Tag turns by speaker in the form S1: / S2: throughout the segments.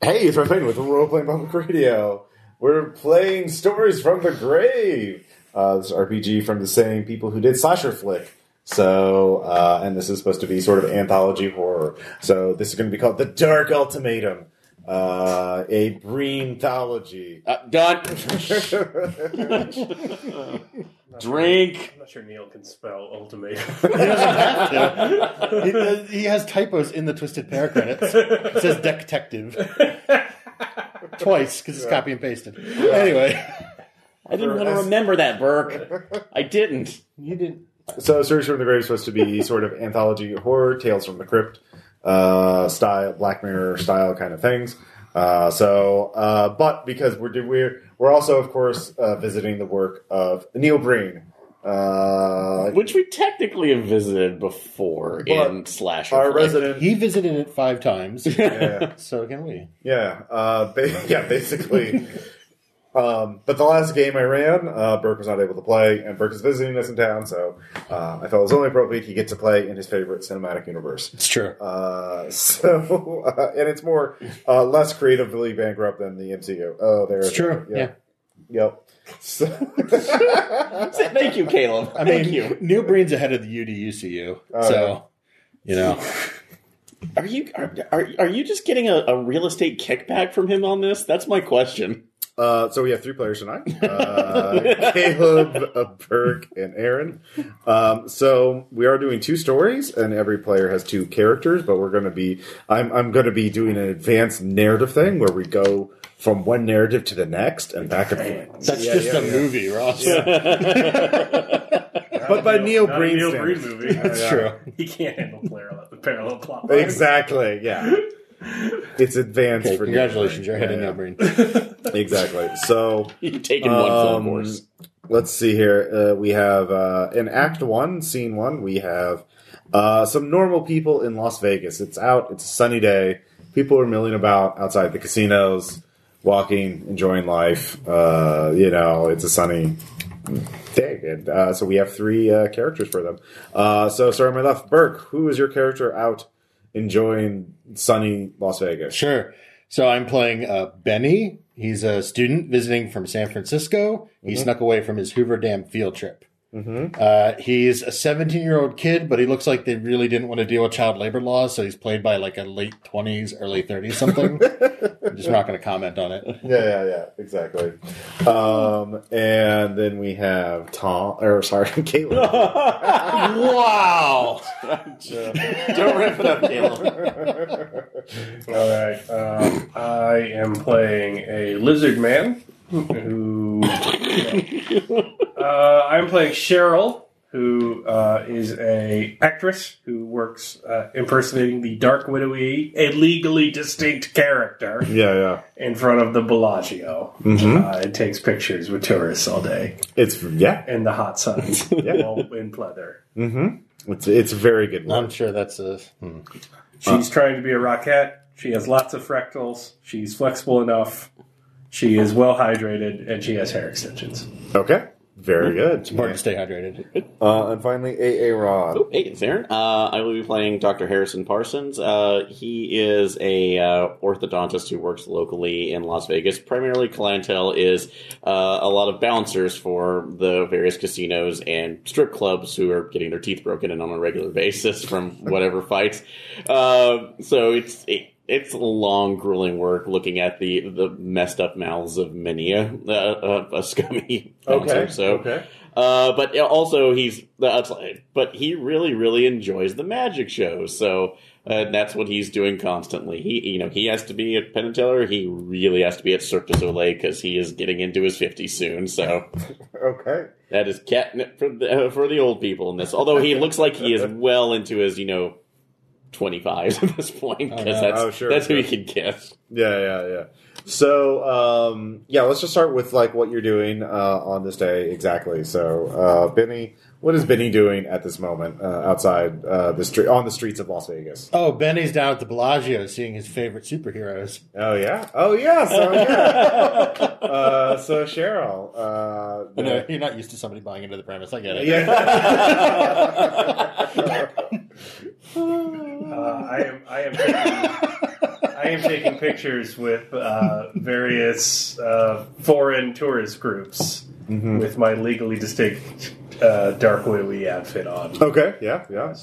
S1: Hey, it's our thing with Role Playing Public Radio. We're playing Stories from the Grave. Uh, this is RPG from the same people who did Slasher Flick. So, uh, and this is supposed to be sort of anthology horror. So, this is going to be called The Dark Ultimatum, uh, a Bream thology.
S2: Uh, done. Drink.
S3: I'm not sure Neil can spell ultimate.
S4: He, does- he has typos in the Twisted Pair credits. It says Detective twice because it's copy and pasted. Anyway,
S2: I didn't want to remember that, Burke. I didn't.
S4: you didn't.
S1: So, Stories from the Grave is supposed to be sort of anthology horror, Tales from the Crypt uh, style, Black Mirror style kind of things. Uh, so, uh, but because we're do- we're we're also, of course, uh, visiting the work of Neil Breen. Uh,
S2: Which we technically have visited before in Slasher.
S1: our
S2: Flick.
S1: resident,
S4: He visited it five times.
S1: yeah,
S4: So can we?
S1: yeah, uh, ba- yeah, basically. Um, but the last game I ran, uh, Burke was not able to play, and Burke is visiting us in town, so uh, I felt it was only appropriate he get to play in his favorite cinematic universe.
S4: It's true.
S1: Uh, so uh, and it's more uh, less creatively bankrupt than the MCU. Oh, there
S4: It's true. Yeah.
S1: Yep. So,
S2: Thank you, Caleb.
S4: I
S2: Thank
S4: mean,
S2: you.
S4: Neil Breen's ahead of the UDUCU.
S1: Oh,
S4: so, you know,
S2: Are you are, are, are you just getting a, a real estate kickback from him on this? That's my question.
S1: uh, so we have three players tonight: uh, Caleb, uh, Burke, and Aaron. Um, so we are doing two stories, and every player has two characters. But we're going to be I'm I'm going to be doing an advanced narrative thing where we go from one narrative to the next and back and forth.
S4: that's just a movie, Ross.
S1: But by Neil
S3: Not a
S1: Breen,
S3: Neil
S1: standards.
S3: Breen movie.
S4: It's true.
S3: He can't handle parallel, the parallel plot lines.
S1: Exactly. Yeah. It's advanced
S4: Okay,
S1: for
S4: congratulations, you're ahead
S1: Yeah,
S4: of
S1: yeah.
S4: Neil Breen.
S1: Exactly. So
S2: You've taken one for the
S1: um,
S2: course.
S1: let's see here. Uh, we have uh, in Act One, Scene One. We have uh, some normal people in Las Vegas. It's out. It's a sunny day. People are milling about outside the casinos, walking, enjoying life. Uh, you know, it's a sunny day, and uh, so we have three uh, characters for them. Uh, so, sorry, my left, Burke. Who is your character out enjoying sunny Las Vegas?
S4: Sure. So I'm playing uh, Benny. He's a student visiting from San Francisco. He snuck away from his Hoover Dam field trip. Uh, he's a 17 year old kid, but he looks like they really didn't want to deal with child labor laws, so he's played by like a late 20s, early 30s something. I'm just not going to comment on it.
S1: Yeah, yeah, yeah, exactly. Um, and then we have Tom, or sorry, Caleb.
S2: wow! Don't wrap it up, Caleb.
S3: All right. Um, I am playing a lizard man who. Uh, I'm playing Cheryl, who uh, is a actress who works uh, impersonating the Dark Widowy, a legally distinct character,
S1: yeah, yeah.
S3: in front of the Bellagio.
S1: Mhm.
S3: Uh, and takes pictures with tourists all day
S1: It's yeah.
S3: in the hot sun, all in pleather.
S1: Mm-hmm. It's it's a very good
S4: I'm
S1: one.
S4: sure that's a. hmm.
S3: She's trying to be a rockette. She has lots of fractals. She's flexible enough. She is well hydrated, and she has hair extensions.
S1: Okay, very good.
S4: Important to stay hydrated.
S1: Uh, and finally, AA Rod.
S2: Oh, Hey, it's Aaron. Uh, I will be playing Dr. Harrison Parsons. Uh, he is a uh, orthodontist who works locally in Las Vegas. Primarily, clientele is uh, a lot of bouncers for the various casinos and strip clubs who are getting their teeth broken in on a regular basis from whatever fights. Uh, so it's. It, it's long, grueling work looking at the, the messed up mouths of many a, a, a scummy bouncer. so uh, but also he's that's but he really really enjoys the magic shows. So uh, that's what he's doing constantly. He you know he has to be at Penn and Teller. He really has to be at Cirque du Soleil because he is getting into his 50s soon. So
S1: Okay.
S2: that is catnip for the uh, for the old people in this. Although he looks like he is well into his you know 25s at this point
S4: Oh,
S2: because
S4: no.
S2: that's
S1: Oh, sure,
S2: that's who
S1: sure.
S2: he can get.
S1: Yeah, yeah, yeah. So um, yeah, let's just start with like what you're doing uh, on this day exactly. So uh, Benny, what is Benny doing at this moment uh, outside uh, the street on the streets of Las Vegas?
S4: Oh, Benny's down at the Bellagio seeing his favorite superheroes.
S1: Oh yeah. Oh yeah. So yeah. uh, so Cheryl. Uh,
S4: I know,
S1: the-
S4: you're not used to somebody buying into the premise. I get it.
S1: yeah.
S3: Uh, I am. I am. Taking, I am taking pictures with uh, various uh, foreign tourist groups with my legally distinct uh, dark widowy outfit on.
S1: Okay. Yeah. Yeah.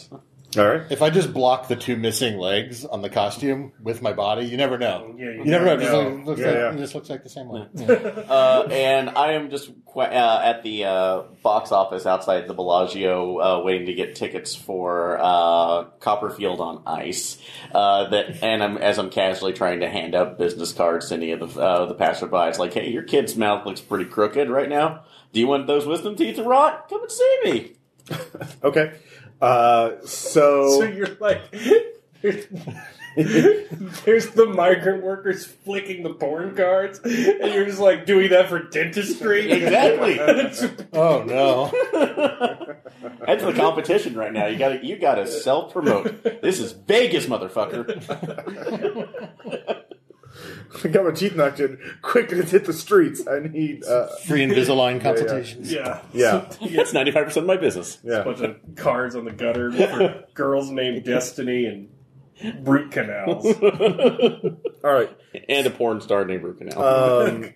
S1: All right.
S4: If I just block the two missing legs on the costume with my body, you never know.
S3: Yeah, you
S4: you, never know.
S3: never
S4: It just,
S3: know.
S4: looks- looks
S1: Yeah,
S4: like,
S1: yeah.
S4: it just looks like the same one.
S2: Uh, and I am just qu- uh, at the uh, box office outside the Bellagio, uh, waiting to get tickets for uh, Copperfield on Ice. Uh, that, and I'm as I'm casually trying to hand out business cards to any of the uh, the passerby. It's like, hey, your kid's mouth looks pretty crooked right now. Do you want those wisdom teeth to rot? Come and see me.
S1: Okay. Uh,
S3: So
S1: so
S3: you're like, there's the migrant workers flicking the porn cards, and you're just like doing that for dentistry.
S2: Exactly.
S4: Oh no!
S2: That's the competition right now. You got to you got to self promote. This is Vegas, motherfucker.
S1: I got my teeth knocked in. Quick, let's hit the streets. I need. Uh,
S4: Free Invisalign consultations.
S3: yeah.
S1: yeah.
S2: That's ninety five percent of my business.
S3: A
S1: Yeah.
S3: bunch of cards on the gutter for girls named Destiny and root canals.
S1: All right.
S2: and a porn star named Root Canal.
S1: Um,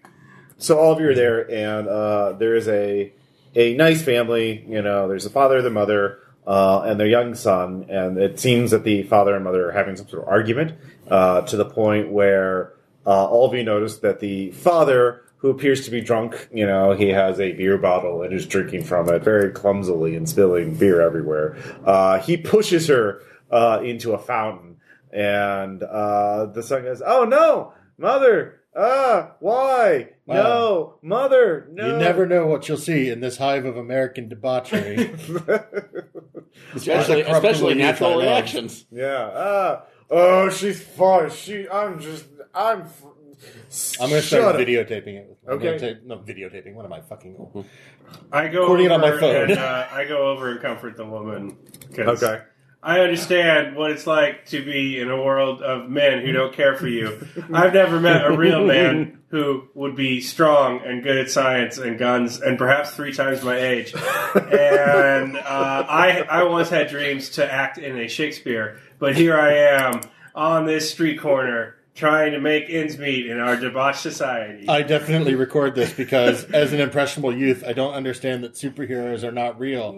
S1: so all of you are there, and uh, there is a a nice family. You know, there's a father, the mother, uh, and their young son, and it seems that the father and mother are having some sort of argument uh, to the point where uh, all of you notice that the father. Who appears to be drunk? You know, he has a beer bottle and is drinking from it very clumsily and spilling beer everywhere. Uh, he pushes her uh, into a fountain, and uh, the son goes, "Oh no, mother! Ah, why? No, mother! No!"
S4: You never know what you'll see in this hive of American debauchery.
S2: especially
S4: Especially corrupt
S2: especially
S4: Louisiana.
S2: natural elections.
S1: yeah. Ah. Oh, she's fine. She. I'm just. I'm. F-
S4: I'm going to
S1: Shut
S4: start
S1: up.
S4: videotaping it. I'm
S1: Okay.
S4: gonna tape- no, videotaping. What am I fucking?
S3: I go
S4: Recording it
S3: over
S4: on my phone.
S3: And, uh, I go over and comfort the woman. 'cause
S1: Okay.
S3: I understand what it's like to be in a world of men who don't care for you. I've never met a real man who would be strong and good at science and guns and perhaps three times my age. And uh, I, I once had dreams to act in a Shakespeare, but here I am on this street corner trying to make ends meet in our debauched society.
S1: Uh,
S4: I definitely record this because, as an impressionable youth, I don't understand that superheroes are not real.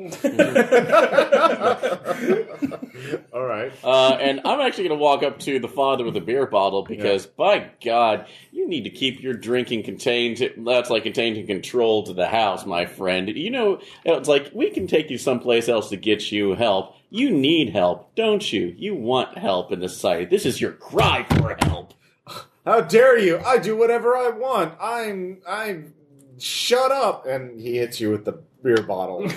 S1: All right.
S2: Uh, and I'm actually going to walk up to the father with a beer bottle because, by God, you need to keep your drinking contained. That's like contained and controlled to the house, my friend. You know, it's like we can take you someplace else to get you help. You need help, don't you? You want help in this society. This is your cry for help.
S1: How dare you? I do whatever I want. I'm. I'm. Shut up! And he hits you with the beer bottle.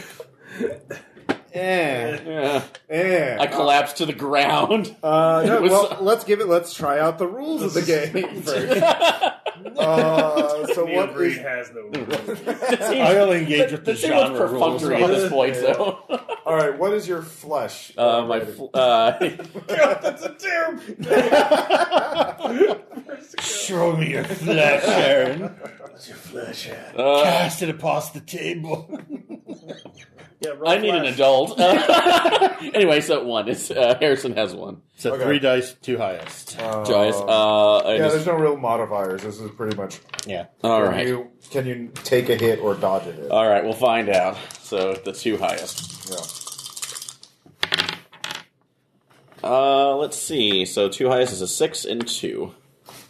S1: eh.
S2: Yeah.
S1: Eh.
S2: I collapse to the ground.
S1: Uh, no,
S2: It was-
S1: well, let's give it. Let's try out the rules of the game first. Uh, so
S3: Neil
S1: what
S3: Breed
S1: is
S3: has no
S4: I only engage with the
S2: That seems much
S4: genre rules.
S2: perfunctory at this point, though.
S1: all right? What is your flesh?
S2: Uh, my fl- uh,
S3: That's a terrible.
S4: Show me your flesh, Aaron.
S2: uh,
S4: Cast it across the table.
S3: Yeah,
S2: I need an adult. Uh, anyway, so one. It's uh, Harrison has one.
S4: So
S1: Okay.
S4: three dice, two highest.
S2: Guys, uh, I
S1: Oh. yeah,
S2: just-
S1: there's no real modifiers. This is pretty much.
S4: yeah.
S2: all
S1: can
S2: right, Uh,
S1: You, can you take a hit or dodge a hit?
S2: all right. We'll find out. So the two highest.
S1: yeah.
S2: Uh, let's see. So two highest is a six and two.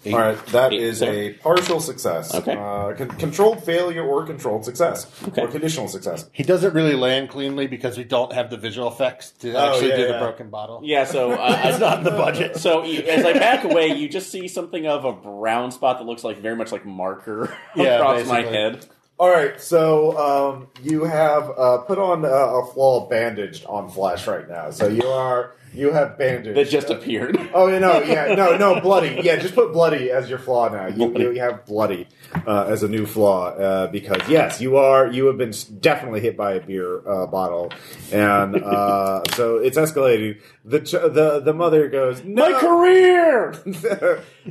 S1: All right, that
S2: Eight,
S1: is
S2: seven.
S1: a partial success.
S2: Okay.
S1: Uh, con- controlled failure or controlled success
S2: Okay.
S1: or conditional success.
S4: He doesn't really land cleanly because we don't have the visual effects to
S1: Oh,
S4: actually
S1: yeah,
S4: do the
S1: yeah.
S4: broken bottle.
S2: Yeah. So uh,
S4: It's not in the budget.
S2: So you, as I back away, you just see something of a brown spot that looks like very much like marker
S4: Yeah,
S2: across my
S4: basically.
S2: head.
S1: All right, so um, you have uh, put on uh, a flaw bandaged on flash right now. So you are you have bandaged.
S2: That just appeared.
S1: Oh yeah, no, yeah, no, no, bloody. Yeah, just put bloody as your flaw now. You, you have bloody uh, as a new flaw uh, because yes, you are. You have been s- definitely hit by a beer uh, bottle, and uh, so it's escalating. The ch- the the mother goes, no.
S2: My career.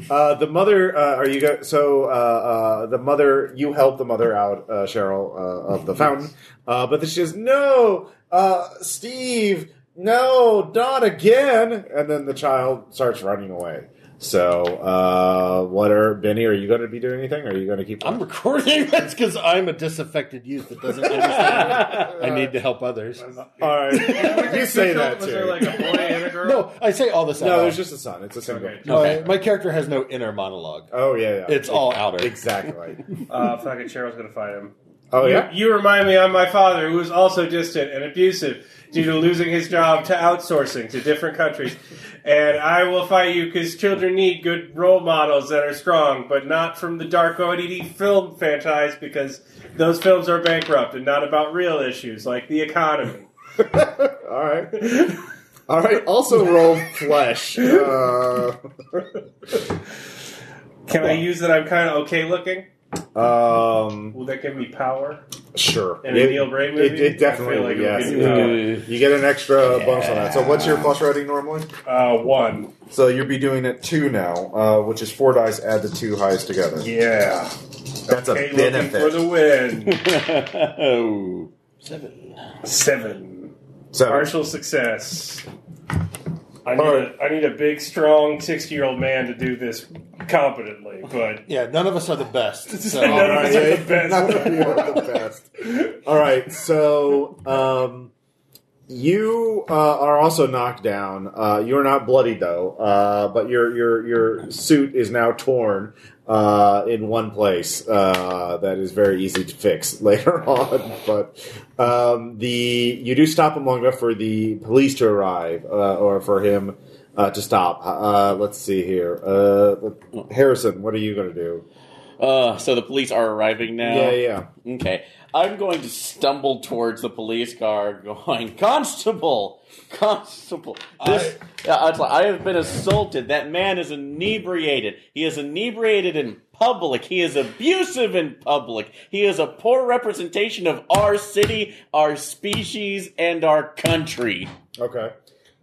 S1: uh, the mother, uh, are you go- so? Uh, uh, the mother, you help the mother out, uh, Cheryl, uh, of the fountain. Uh, but then she says, "No, uh, Steve, no, not again!" And then the child starts running away. So, uh, what are Benny? Are you going to be doing anything? Are you going to keep?
S4: I'm recording this because I'm a disaffected youth that doesn't understand. I need to help others.
S1: All right, you say that
S3: Was
S1: too.
S3: there like a boy and a girl?
S4: No, I say all this. out
S1: no,
S4: loud.
S1: there's just a son. It's a single.
S3: Okay.
S4: No,
S2: Okay.
S4: I- my character has no inner monologue.
S1: Oh yeah, yeah.
S4: It's all outer.
S1: exactly.
S3: Uh, fucking Cheryl's gonna fight him.
S1: Oh
S3: You-
S1: yeah.
S3: You, remind me of my father, who was also distant and abusive due to losing his job to outsourcing to different countries. And I will fight you because children need good role models that are strong, but not from the dark ODD film franchise because those films are bankrupt and not about real issues like the economy.
S1: All right. All right. Also roll flesh. Uh,
S3: Can I use that I'm kind of okay looking?
S1: um.
S3: Will that give me power?
S1: Sure.
S3: In a Neil Bray movie?
S1: It, it definitely.
S3: I feel like it
S1: yes. Uh, You
S3: would give
S1: get,
S2: me power.
S1: an extra bonus on that. So what's your flush rating normally?
S3: Uh, one.
S1: So you'll be doing it two now, uh, which is four dice. Add the two highs together.
S3: Yeah.
S1: That's
S3: Okay,
S1: a
S3: looking for
S1: benefit.
S3: the win.
S2: oh, seven.
S3: Seven.
S1: so
S3: Partial success. I need,
S1: Alright.
S3: a, I need a big, strong 60 year old man to do this competently, but
S4: Yeah, none of us are the best. So.
S3: None of us are
S1: Alright.
S3: the best.
S1: Not the, not the best. All right, so um, you uh, are also knocked down. Uh, you are not bloodied though, uh, but your your your suit is now torn uh, in one place. Uh, that is very easy to fix later on. But um, the you do stop long enough for the police to arrive, uh, or for him. Uh, to stop. Uh, let's see here. Uh, Harrison, what are you going to do?
S2: Uh, so the police are arriving now.
S1: Yeah, yeah.
S2: Okay, I'm going to stumble towards the police car, going, "Constable, constable! This, I, I, was like, I have been assaulted. That man is inebriated. He is inebriated in public. He is abusive in public. He is a poor representation of our city, our species, and our country."
S1: Okay.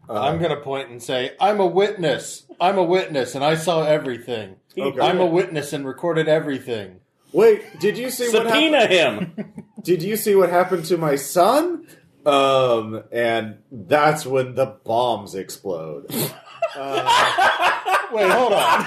S4: I'm going to point and say, I'm a witness. I'm a witness, and I saw everything.
S1: Okay.
S4: I'm a witness and recorded everything.
S1: Wait, did you see what happened?
S2: Subpoena him.
S1: Did you see what happened to my son? Um, and that's when the bombs explode.
S4: Wait, hold on.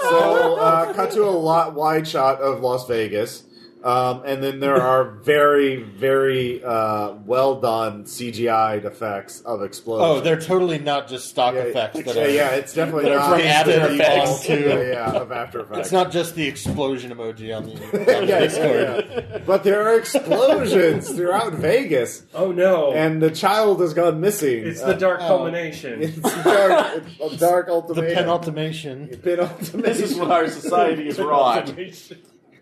S1: So, uh, cut to a lot wide shot of Las Vegas. Um, and then there are very, very uh, well done CGI effects of
S4: Oh,
S1: explosions.
S4: they're totally not just stock
S1: yeah,
S4: effects. That
S1: yeah,
S4: are,
S1: yeah, it's definitely
S4: that are
S1: not
S4: from After
S1: Yeah,
S4: Effects.
S1: yeah, yeah, of After Effects.
S4: It's not just the explosion emoji on the,
S1: Yeah,
S4: on the
S1: yeah,
S4: Discord.
S1: yeah. But there are explosions throughout Vegas,
S3: oh no.
S1: and the child has gone missing.
S3: it's
S1: Uh,
S3: the dark
S4: oh.
S3: culmination.
S1: It's dark. It's a dark
S4: The
S1: ultimatum.
S4: penultimation.
S1: Penultimatum.
S2: this is what our society is wrought.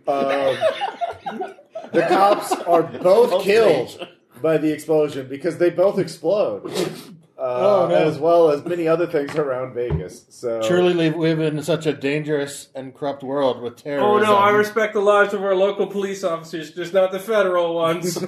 S1: Um, the cops are both killed by the explosion because they both explode, uh,
S4: Oh, no.
S1: as well as many other things around Vegas. So
S4: Surely we live in such a dangerous and corrupt world with terrorism.
S3: Oh no, I respect the lives of our local police officers, just not the federal ones.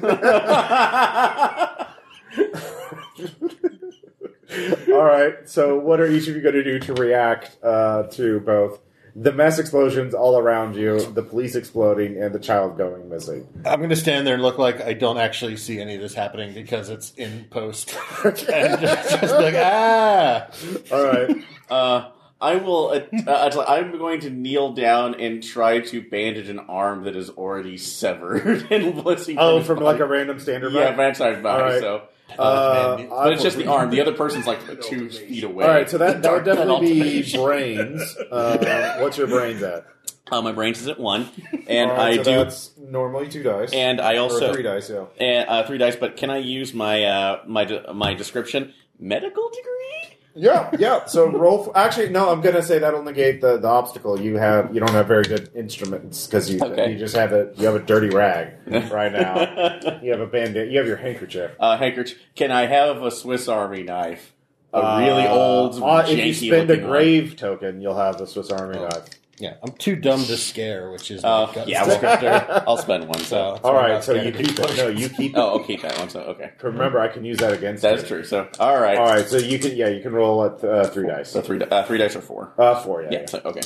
S1: all right. So, what are each of you going to do to react uh, to both the mass explosions all around you, the police exploding, and the child going missing?
S4: I'm going to stand there and look like I don't actually see any of this happening because it's in post. and just, just be like, ah.
S1: All right.
S2: Uh, I will. Uh, uh, I'm going to kneel down and try to bandage an arm that is already severed and blissing.
S1: Oh, from like a random standard.
S2: yeah,
S1: back?
S2: Vampire body.
S1: All right.
S2: So,
S1: Uh,
S2: but it's just the
S1: I will-
S2: arm. The other person's like two feet away.
S1: All right, so that that would
S2: Dark
S1: definitely be
S2: penultimate.
S1: brains. Uh, what's your brains at?
S2: Uh, my brains is at one, and
S1: All right,
S2: I
S1: so
S2: do,
S1: That's normally two dice,
S2: and I
S1: or
S2: also
S1: three dice. Yeah.
S2: and, uh, three dice. But can I use my uh, my de- my description? Medical degree.
S1: Yeah, yeah. So roll. For, actually, no. I'm gonna say that'll negate the, the obstacle. You have you don't have very good instruments because you
S2: Okay.
S1: you just have a you have a dirty rag right now. you have a bandit. You have your handkerchief.
S2: Uh, handkerchief. Can I have a Swiss Army knife? A
S1: Uh,
S2: really old,
S1: uh,
S2: janky
S1: If you spend a
S2: looking Oh. one.
S1: grave token, you'll have the Swiss Army knife.
S4: Yeah, I'm too dumb to scare, which is my
S3: Oh,
S2: Uh,
S4: gut
S2: yeah, well,
S4: descriptor.
S2: I'll spend one.
S4: so,
S2: So,
S4: that's
S1: All
S4: why I'm
S1: right.
S4: not
S1: So
S4: scared
S1: you
S4: of people.
S1: keep it. No, you keep.
S2: oh, okay, that one. So, okay,
S1: Remember, I can use that against.
S2: that's
S1: you.
S2: true. So, all right.
S1: All right. So you can. Yeah, you can roll at uh, three dice.
S2: So three, di- uh, three dice or four.
S1: Uh, four.
S2: Yeah.
S1: yeah.
S2: So, okay.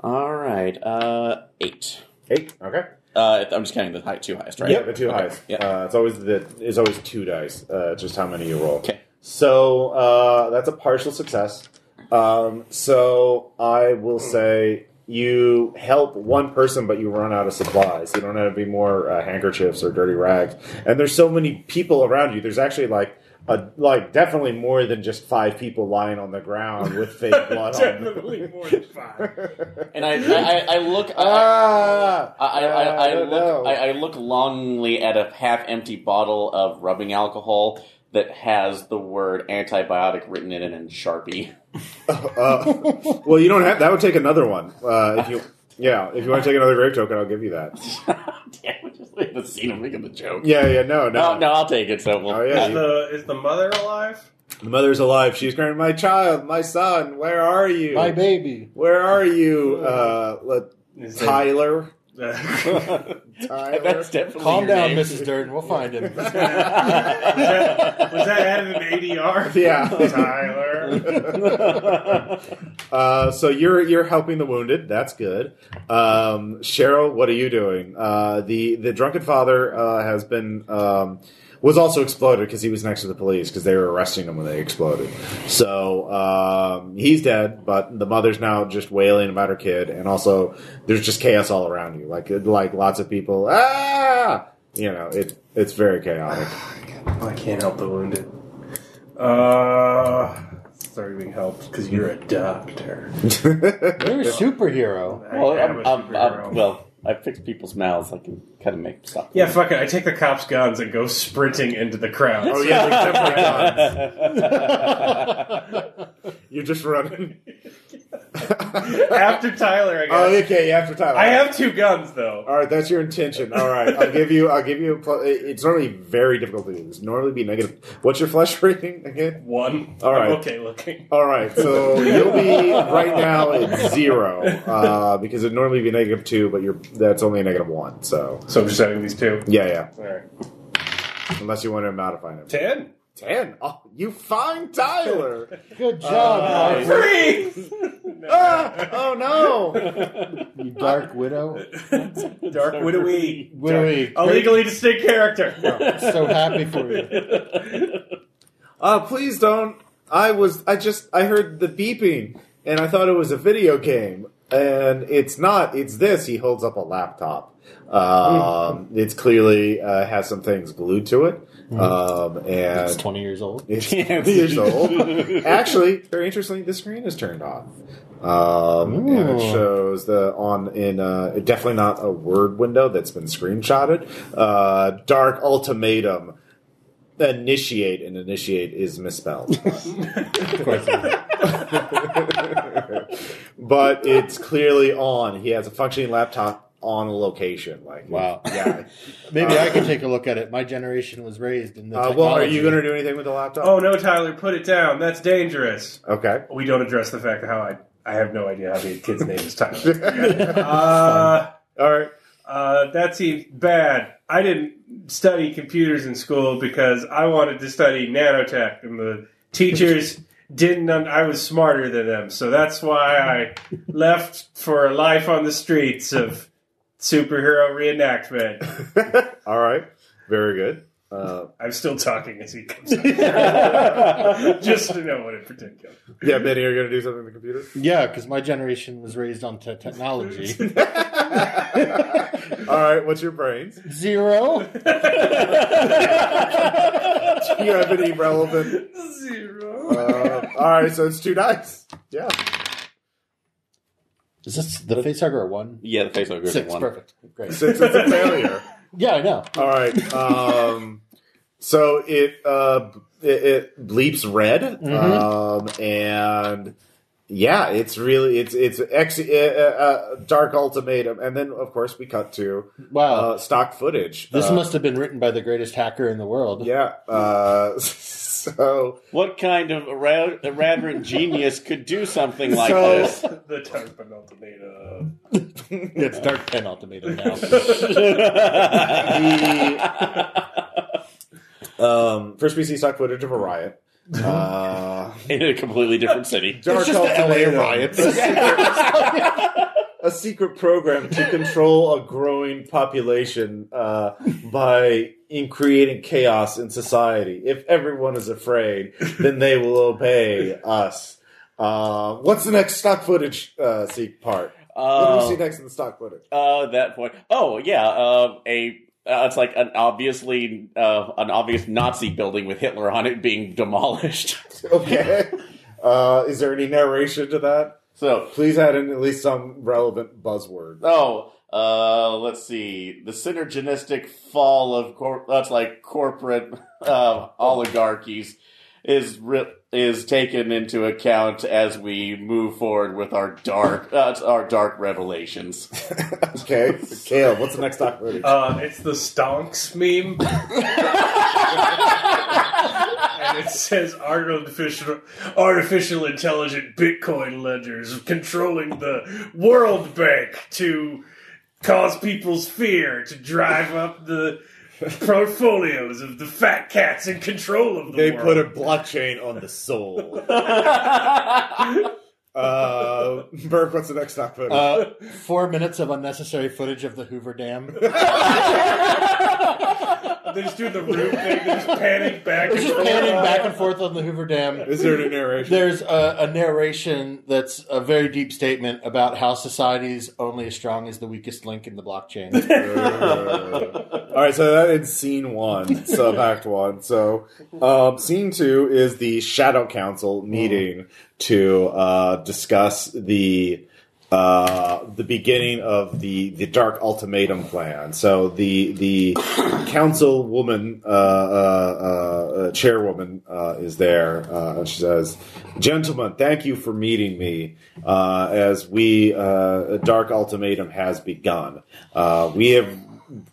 S2: All right. Uh, eight.
S1: Eight. Okay.
S2: Uh, I'm just counting the high, two highest, right?
S1: Yeah, the two
S2: Okay,
S1: highs.
S2: Yeah.
S1: Uh, it's always the it's always two dice. Uh, just how many you roll.
S2: Okay.
S1: So uh, that's a partial success. Um, so I will say you help one person, but you run out of supplies. You don't have any more uh, handkerchiefs or dirty rags. And there's so many people around you. There's actually like. A, like definitely more than just five people lying on the ground with fake blood on them.
S3: Definitely more than five.
S2: and I, I, I- I look. I,
S1: Ah,
S2: I, I, I, I
S1: don't know.
S2: look, I, I look longingly at a half-empty bottle of rubbing alcohol that has the word antibiotic written in it in Sharpie.
S1: Uh, well, you don't have. That would take another one. Uh, if you, yeah, if you want to take another grave token, I'll give you that.
S2: Damn, we just made the scene of making the joke.
S1: Yeah, yeah, no, no.
S2: Oh, No, no, I'll take it. So we'll,
S1: Oh, yeah.
S3: Is the, is the mother alive?
S1: The mother's alive. She's crying, "My child, my son, where are you?
S4: My baby.
S1: where are you, uh, let-
S3: Is the-
S1: Tyler?
S3: Uh,
S1: Tyler?
S2: That's definitely
S4: Calm
S2: your
S4: down,
S2: name.
S4: Mrs. Durden. We'll find him.
S3: was that out of an ADR?
S1: Yeah.
S3: Tyler.
S1: uh, so you're you're helping the wounded. That's good. Um, Cheryl, what are you doing? Uh, the the drunken father uh, has been um, was also exploded because he was next to the police because they were arresting him when they exploded. So um, he's dead, but the mother's now just wailing about her kid, and also there's just chaos all around you. Like like lots of people. Ah, you know it. It's very chaotic.
S3: Oh, I can't help the wounded. Uh, sorry, we helped because you're a doctor.
S4: You're a superhero.
S3: I
S2: Well,
S3: am
S2: I'm,
S3: a
S2: I'm,
S3: superhero.
S2: I'm, well, I fix people's mouths. I can kind of make stuff.
S3: yeah, fuck it. I take the cops' guns and go sprinting into the crowd.
S1: Oh yeah, they're definitely gone. You're just running.
S3: After Tyler, I guess.
S1: Oh, okay. After time,
S3: I have two guns though.
S1: All right, that's your intention. All right, I'll give you. I'll give you. A pl- it- it's normally very difficult to do. It's normally be negative. What's your flesh rating again?
S3: One.
S1: All right.
S3: I'm okay looking.
S1: All right, so you'll be right now at zero uh, because it'd normally be negative two, but you're that's only a negative one. So
S3: So I'm just having these two.
S1: yeah, yeah.
S3: All right.
S1: Unless you want to modify it.
S3: Ten.
S1: Ten. Oh, you find Tyler.
S4: Good job,
S1: Uh,
S4: Dark-
S3: Freeze!
S1: ah, oh no.
S4: you Dark Widow.
S3: Dark widowy.
S4: Widowy.
S3: A legally distinct character.
S4: So happy for you.
S1: Uh, please don't. I was. I just. I heard the beeping, and I thought it was a video game, and it's not. It's this. He holds up a laptop. Um,
S4: Hmm.
S1: it's clearly uh, has some things glued to it, um, and
S4: It's 20 years old.
S1: it's 20 years old. Actually, very interestingly, the screen is turned off. Um, and it
S4: Ooh.
S1: shows the on in uh, definitely not a word window that's been screenshotted. Uh, dark ultimatum. Initiate and initiate is misspelled,
S4: Of course.
S1: but it's clearly on. He has a functioning laptop on a location. Like
S4: Wow.
S1: yeah.
S4: Maybe I can take a look at it. My generation was raised in the.
S1: Uh, well, are you going to
S4: technology.
S1: do anything with the laptop?
S3: oh no, Tyler, put it down. That's dangerous.
S4: Oh.
S1: okay.
S3: We don't address the fact of how I. I have no idea how the kid's name is Tyler. uh,
S1: All right.
S3: uh, that seems bad. I didn't study computers in school because I wanted to study nanotech, and the teachers didn't. Un- I was smarter than them, so that's why I left for a life on the streets of superhero reenactment.
S1: All right. Very good. Uh,
S3: I'm still talking as he comes up. Just to know what in particular.
S1: yeah, Benny, are you going to do something with the computer?
S4: Yeah, because my generation was raised on te- technology.
S1: All right, what's your brains?
S4: Zero.
S1: Do you have any relevant?
S3: Zero.
S1: Uh, all right, so it's two dice. Yeah.
S4: Is this the face hugger a one?
S2: yeah, the face hugger is
S4: Six.
S2: one.
S4: Perfect. Great.
S1: Since it's a failure.
S4: Yeah, I know.
S1: All right. Um, so it, uh, it it bleeps red, um,
S4: Mm-hmm.
S1: and yeah, it's really it's it's ex- uh, uh, uh, dark ultimatum, and then of course we cut to
S4: Wow.
S1: uh, stock footage.
S4: this
S1: Uh,
S4: must have been written by the greatest hacker in the world.
S1: yeah. Uh, so.
S2: What kind of ra- irreverent genius could do something like
S1: So-
S2: this?
S3: The tarp and ultimatum.
S4: It's Uh, Dark Pen Ultimatum now.
S1: um, first, we see stock footage of a riot. Uh,
S2: In a completely different city.
S1: Dark
S4: just the LA
S1: ultimatum.
S4: riots.
S1: A secret, a secret program to control a growing population uh, by in creating chaos in society. If everyone is afraid, then they will obey us. Uh, what's the next stock footage uh, seek part? what do we see next in the stock footage?
S2: Uh, that point. Oh yeah, uh, a uh, it's like an obviously uh, an obvious Nazi building with Hitler on it being demolished.
S1: Okay. Uh, is there any narration to that?
S2: so
S1: Please add in at least some relevant buzzword.
S2: oh, uh, let's see, the synergistic fall of cor- that's like corporate uh, oligarchies is ri- is taken into account as we move forward with our dark uh, our dark revelations.
S1: Okay. Caleb, what's the next stock footage?
S3: Uh, it's the stonks meme, and it says artificial artificial intelligent Bitcoin ledgers controlling the World Bank to cause people's fear to drive up the portfolios of the fat cats in control of the
S1: they
S3: world.
S1: put a blockchain on the soul. Uh, Burke, what's the next stock footage?
S4: Uh, four minutes of unnecessary footage of the Hoover Dam.
S3: They just do the root thing. They just panic back.
S4: It's just
S3: and forth.
S4: panning back and forth on the Hoover Dam.
S1: is there any narration?
S4: There's a, a narration that's a very deep statement about how society's only as strong as the weakest link in the blockchain.
S1: Uh, all right, so that is scene one, sub act one. So, um, scene two is the Shadow Council meeting to uh, discuss the uh, the beginning of the the Dark Ultimatum plan. So the the councilwoman uh, uh, uh, uh, chairwoman uh, is there, uh, and she says, "Gentlemen, thank you for meeting me. Uh, as we uh, a Dark Ultimatum has begun, uh, we have."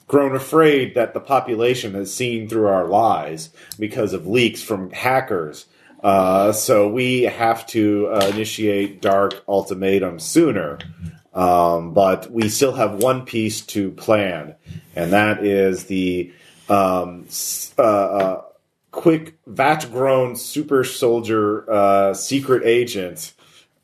S1: grown afraid that the population has seen through our lies because of leaks from hackers. Uh, so we have to uh, initiate dark ultimatum sooner. Um, but we still have one piece to plan, and that is the um, s- uh, uh, quick vat grown super soldier uh, secret agent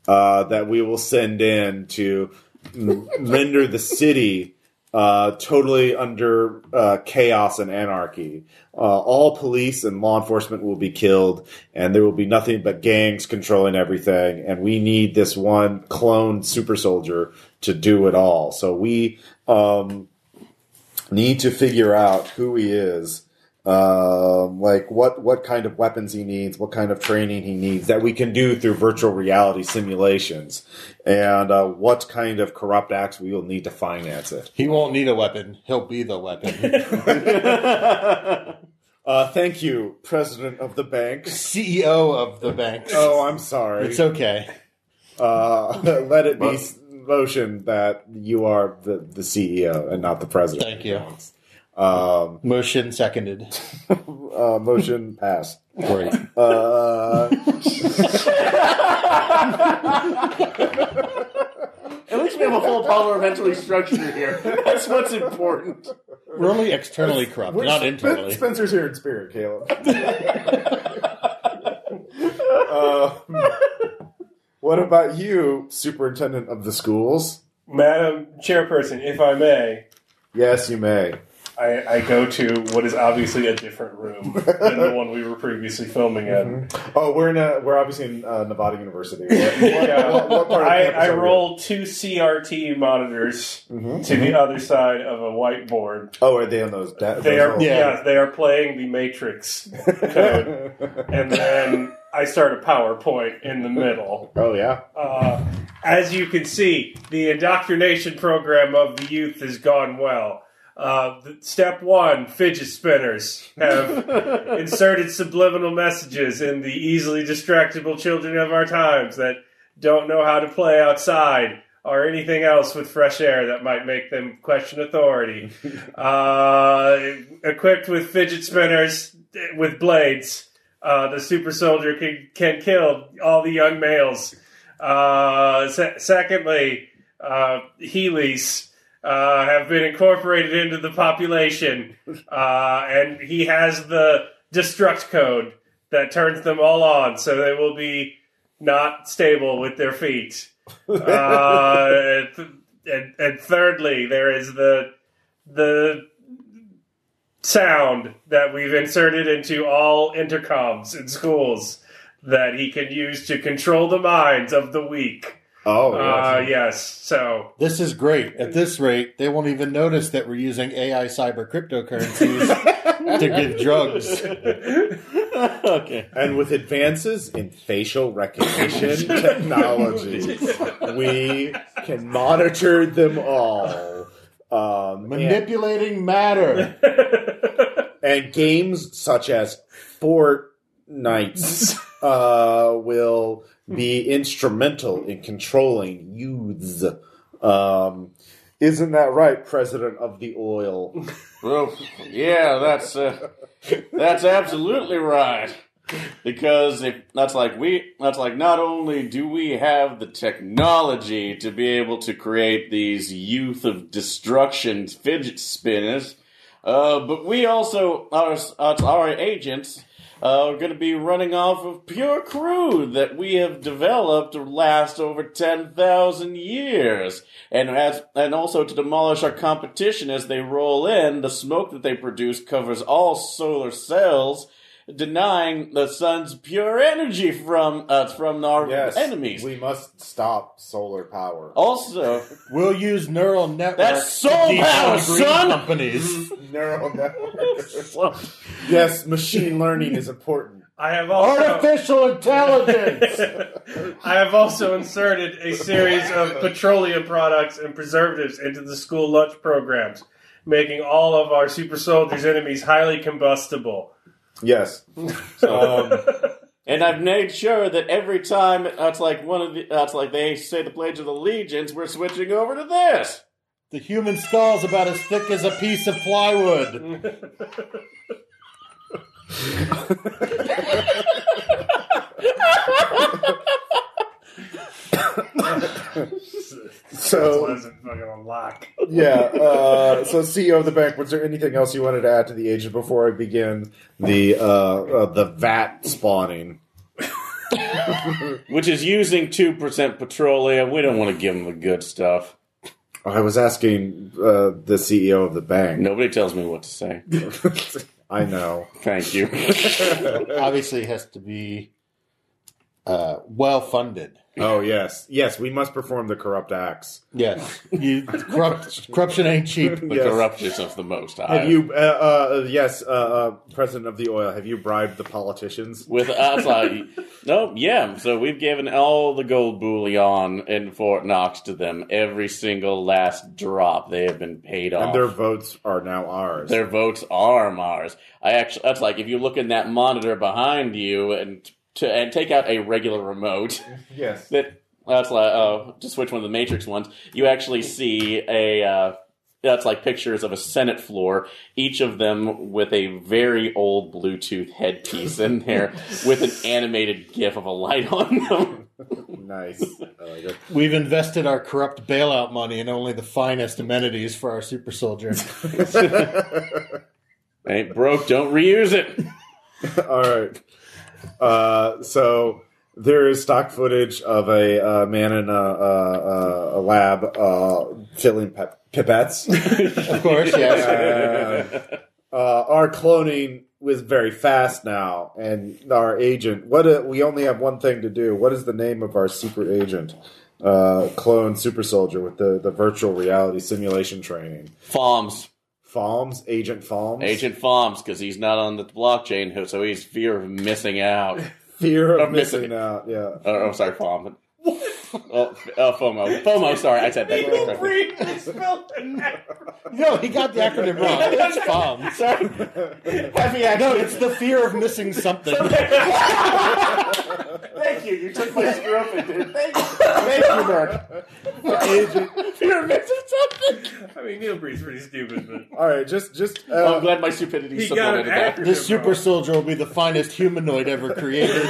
S1: uh, that we will send in to m- render the city uh, totally under uh, chaos and anarchy. Uh, all police and law enforcement will be killed, and there will be nothing but gangs controlling everything. And we need this one clone super soldier to do it all. So we um, need to figure out who he is. Um, like what what kind of weapons he needs, what kind of training he needs that we can do through virtual reality simulations, and uh, what kind of corrupt acts we will need to finance it.
S4: he won't need a weapon. He'll be the weapon.
S1: Uh, thank you, President of the Bank.
S4: CEO E of the bank.
S1: Oh, I'm sorry.
S4: It's okay.
S1: Uh, let it be s- motion that you are the, the CEO and not the President.
S4: Thank you.
S1: Um,
S4: Motion seconded.
S1: uh, motion passed.
S4: Great.
S1: Uh,
S2: At least we have a full parliamentary structure here. That's what's important.
S4: We're only externally corrupt,
S1: We're
S4: not
S1: Spen-
S4: internally.
S1: Spencer's here in spirit, Caleb. Um, what about you, superintendent of the schools?
S3: Madam Chairperson, if I may,
S1: Yes, you may.
S3: I, I go to what is obviously a different room than the one we were previously filming in.
S1: Oh, we're in a, we're obviously in uh, Nevada University. What, what-
S3: Yeah.
S1: what- what part of
S3: I,
S1: campus
S3: I
S1: are we in? Mm-hmm.
S3: roll two CRT monitors to the other side of a whiteboard.
S1: Oh, Mhm. are they on those? Da-
S3: They
S1: those
S3: are
S1: rolls?
S4: Yeah.
S3: yeah, they are playing the Matrix code, and then I start a PowerPoint in the middle.
S1: Oh yeah.
S3: Uh, as you can see, the indoctrination program of the youth has gone well. Uh, th- step one fidget spinners have inserted subliminal messages in the easily distractible children of our times that don't know how to play outside or anything else with fresh air that might make them question authority. uh, equipped with fidget spinners with blades, uh, the super soldier can, can kill all the young males. Uh, se- secondly, uh, Heelys uh, have been incorporated into the population, uh, and he has the destruct code that turns them all on, so they will be not stable with their feet. Uh, th- and, and thirdly, there is the the sound that we've inserted into all intercoms in schools that he can use to control the minds of the weak.
S1: Oh,
S3: Uh,
S1: yes.
S3: yes. So
S4: This is great. At this rate, they won't even notice that we're using AI cyber cryptocurrencies to give drugs.
S2: okay.
S1: and with advances in facial recognition technology, we can monitor them all. Um, and,
S4: Manipulating matter.
S1: and games such as Fortnite uh, will be instrumental in controlling youths. Um, isn't that right, President of the Oil?
S2: Well, yeah, that's uh, that's absolutely right. Because if that's like we, that's like not only do we have the technology to be able to create these youth of destruction fidget spinners, uh, but we also our uh, our agents uh, are going to be running off of pure crude that we have developed to last over ten thousand years, and as and also to demolish our competition as they roll in. The smoke that they produce covers all solar cells. Denying the sun's pure energy from uh, from our
S1: Yes,
S2: enemies. Oh.
S1: We must stop solar power.
S2: also,
S4: We'll use neural networks.
S2: That's
S4: to
S2: soul
S4: defund
S2: power,
S4: green
S2: son!
S4: Companies.
S1: Neural networks. yes, machine learning is important.
S3: I have also
S4: Artificial intelligence.
S3: I have also inserted a series of petroleum products and preservatives into the school lunch programs, making all of our super soldiers' enemies highly combustible.
S1: Yes. Um,
S2: And I've made sure that every time that's like one of the that's like they say the pledge of the legions, we're switching over to this.
S4: the human skull's about as thick as a piece of plywood.
S3: That's
S1: so
S3: what it's fucking a lock.
S1: yeah. Uh, so CEO of the bank, was there anything else you wanted to add to the agent before I begin the uh, uh, the vat spawning?
S2: Which is using two percent petroleum. We don't want to give them the good stuff.
S1: I was asking uh, the CEO of the bank.
S2: Nobody tells me what to say.
S1: I know.
S2: Thank you.
S4: Obviously, it has to be uh, well funded.
S1: Oh yes, yes. We must perform the corrupt acts.
S4: Yes, you, corrupt, corruption ain't cheap.
S2: The
S1: Yes.
S2: corruption of the most high.
S1: Have you? Uh, uh, yes, uh, uh, President of the oil. Have you bribed the politicians?
S2: with us like no yeah so we've given all the gold bullion in Fort Knox to them every single last drop they have been paid off
S1: And their votes are now ours.
S2: Their votes are Mars. I actually, that's like if you look in that monitor behind you and to, and take out a regular remote.
S1: yes.
S2: That that's like oh, just which one of the Matrix ones? You actually see a. Uh, that's like pictures of a Senate floor, each of them with a very old Bluetooth headpiece in there, with an animated GIF of a light on them.
S1: Nice. I like it.
S4: We've invested our corrupt bailout money in only the finest amenities for our super soldier.
S2: Ain't broke, don't reuse it.
S1: All right. Uh, so there is stock footage of a uh, man in a, uh, a, a- a lab uh, filling pip- pipettes.
S4: of course, yes.
S1: And, uh, our cloning was very fast now, and our agent. What a, we only have one thing to do. What is the name of our secret agent? Uh, clone super soldier with the, the virtual reality simulation training.
S2: Foms,
S1: Falms, Agent Falms.
S2: Agent Foms, because he's not on the blockchain, so he's fear of missing out.
S1: Fear of
S2: I'm missing
S1: missing
S2: it.
S1: out. Yeah.
S2: Oh, I'm sorry, FOMO. oh, f- oh, FOMO. FOMO, sorry, I said that.
S4: No, he got the acronym wrong. It's FOMS.
S2: sorry. Happy
S4: No,
S2: accident.
S4: it's the fear of missing something.
S2: Thank you. You took my screw up and did. Thank you. Thank you, Mark. You're missing something.
S3: I mean, Neil Breed's pretty stupid, but
S1: All right. Just just. Uh,
S2: I'm glad my stupidity
S3: he got an
S2: supplemented that.
S3: acronym
S4: This super
S3: wrong.
S4: soldier will be the finest humanoid ever created.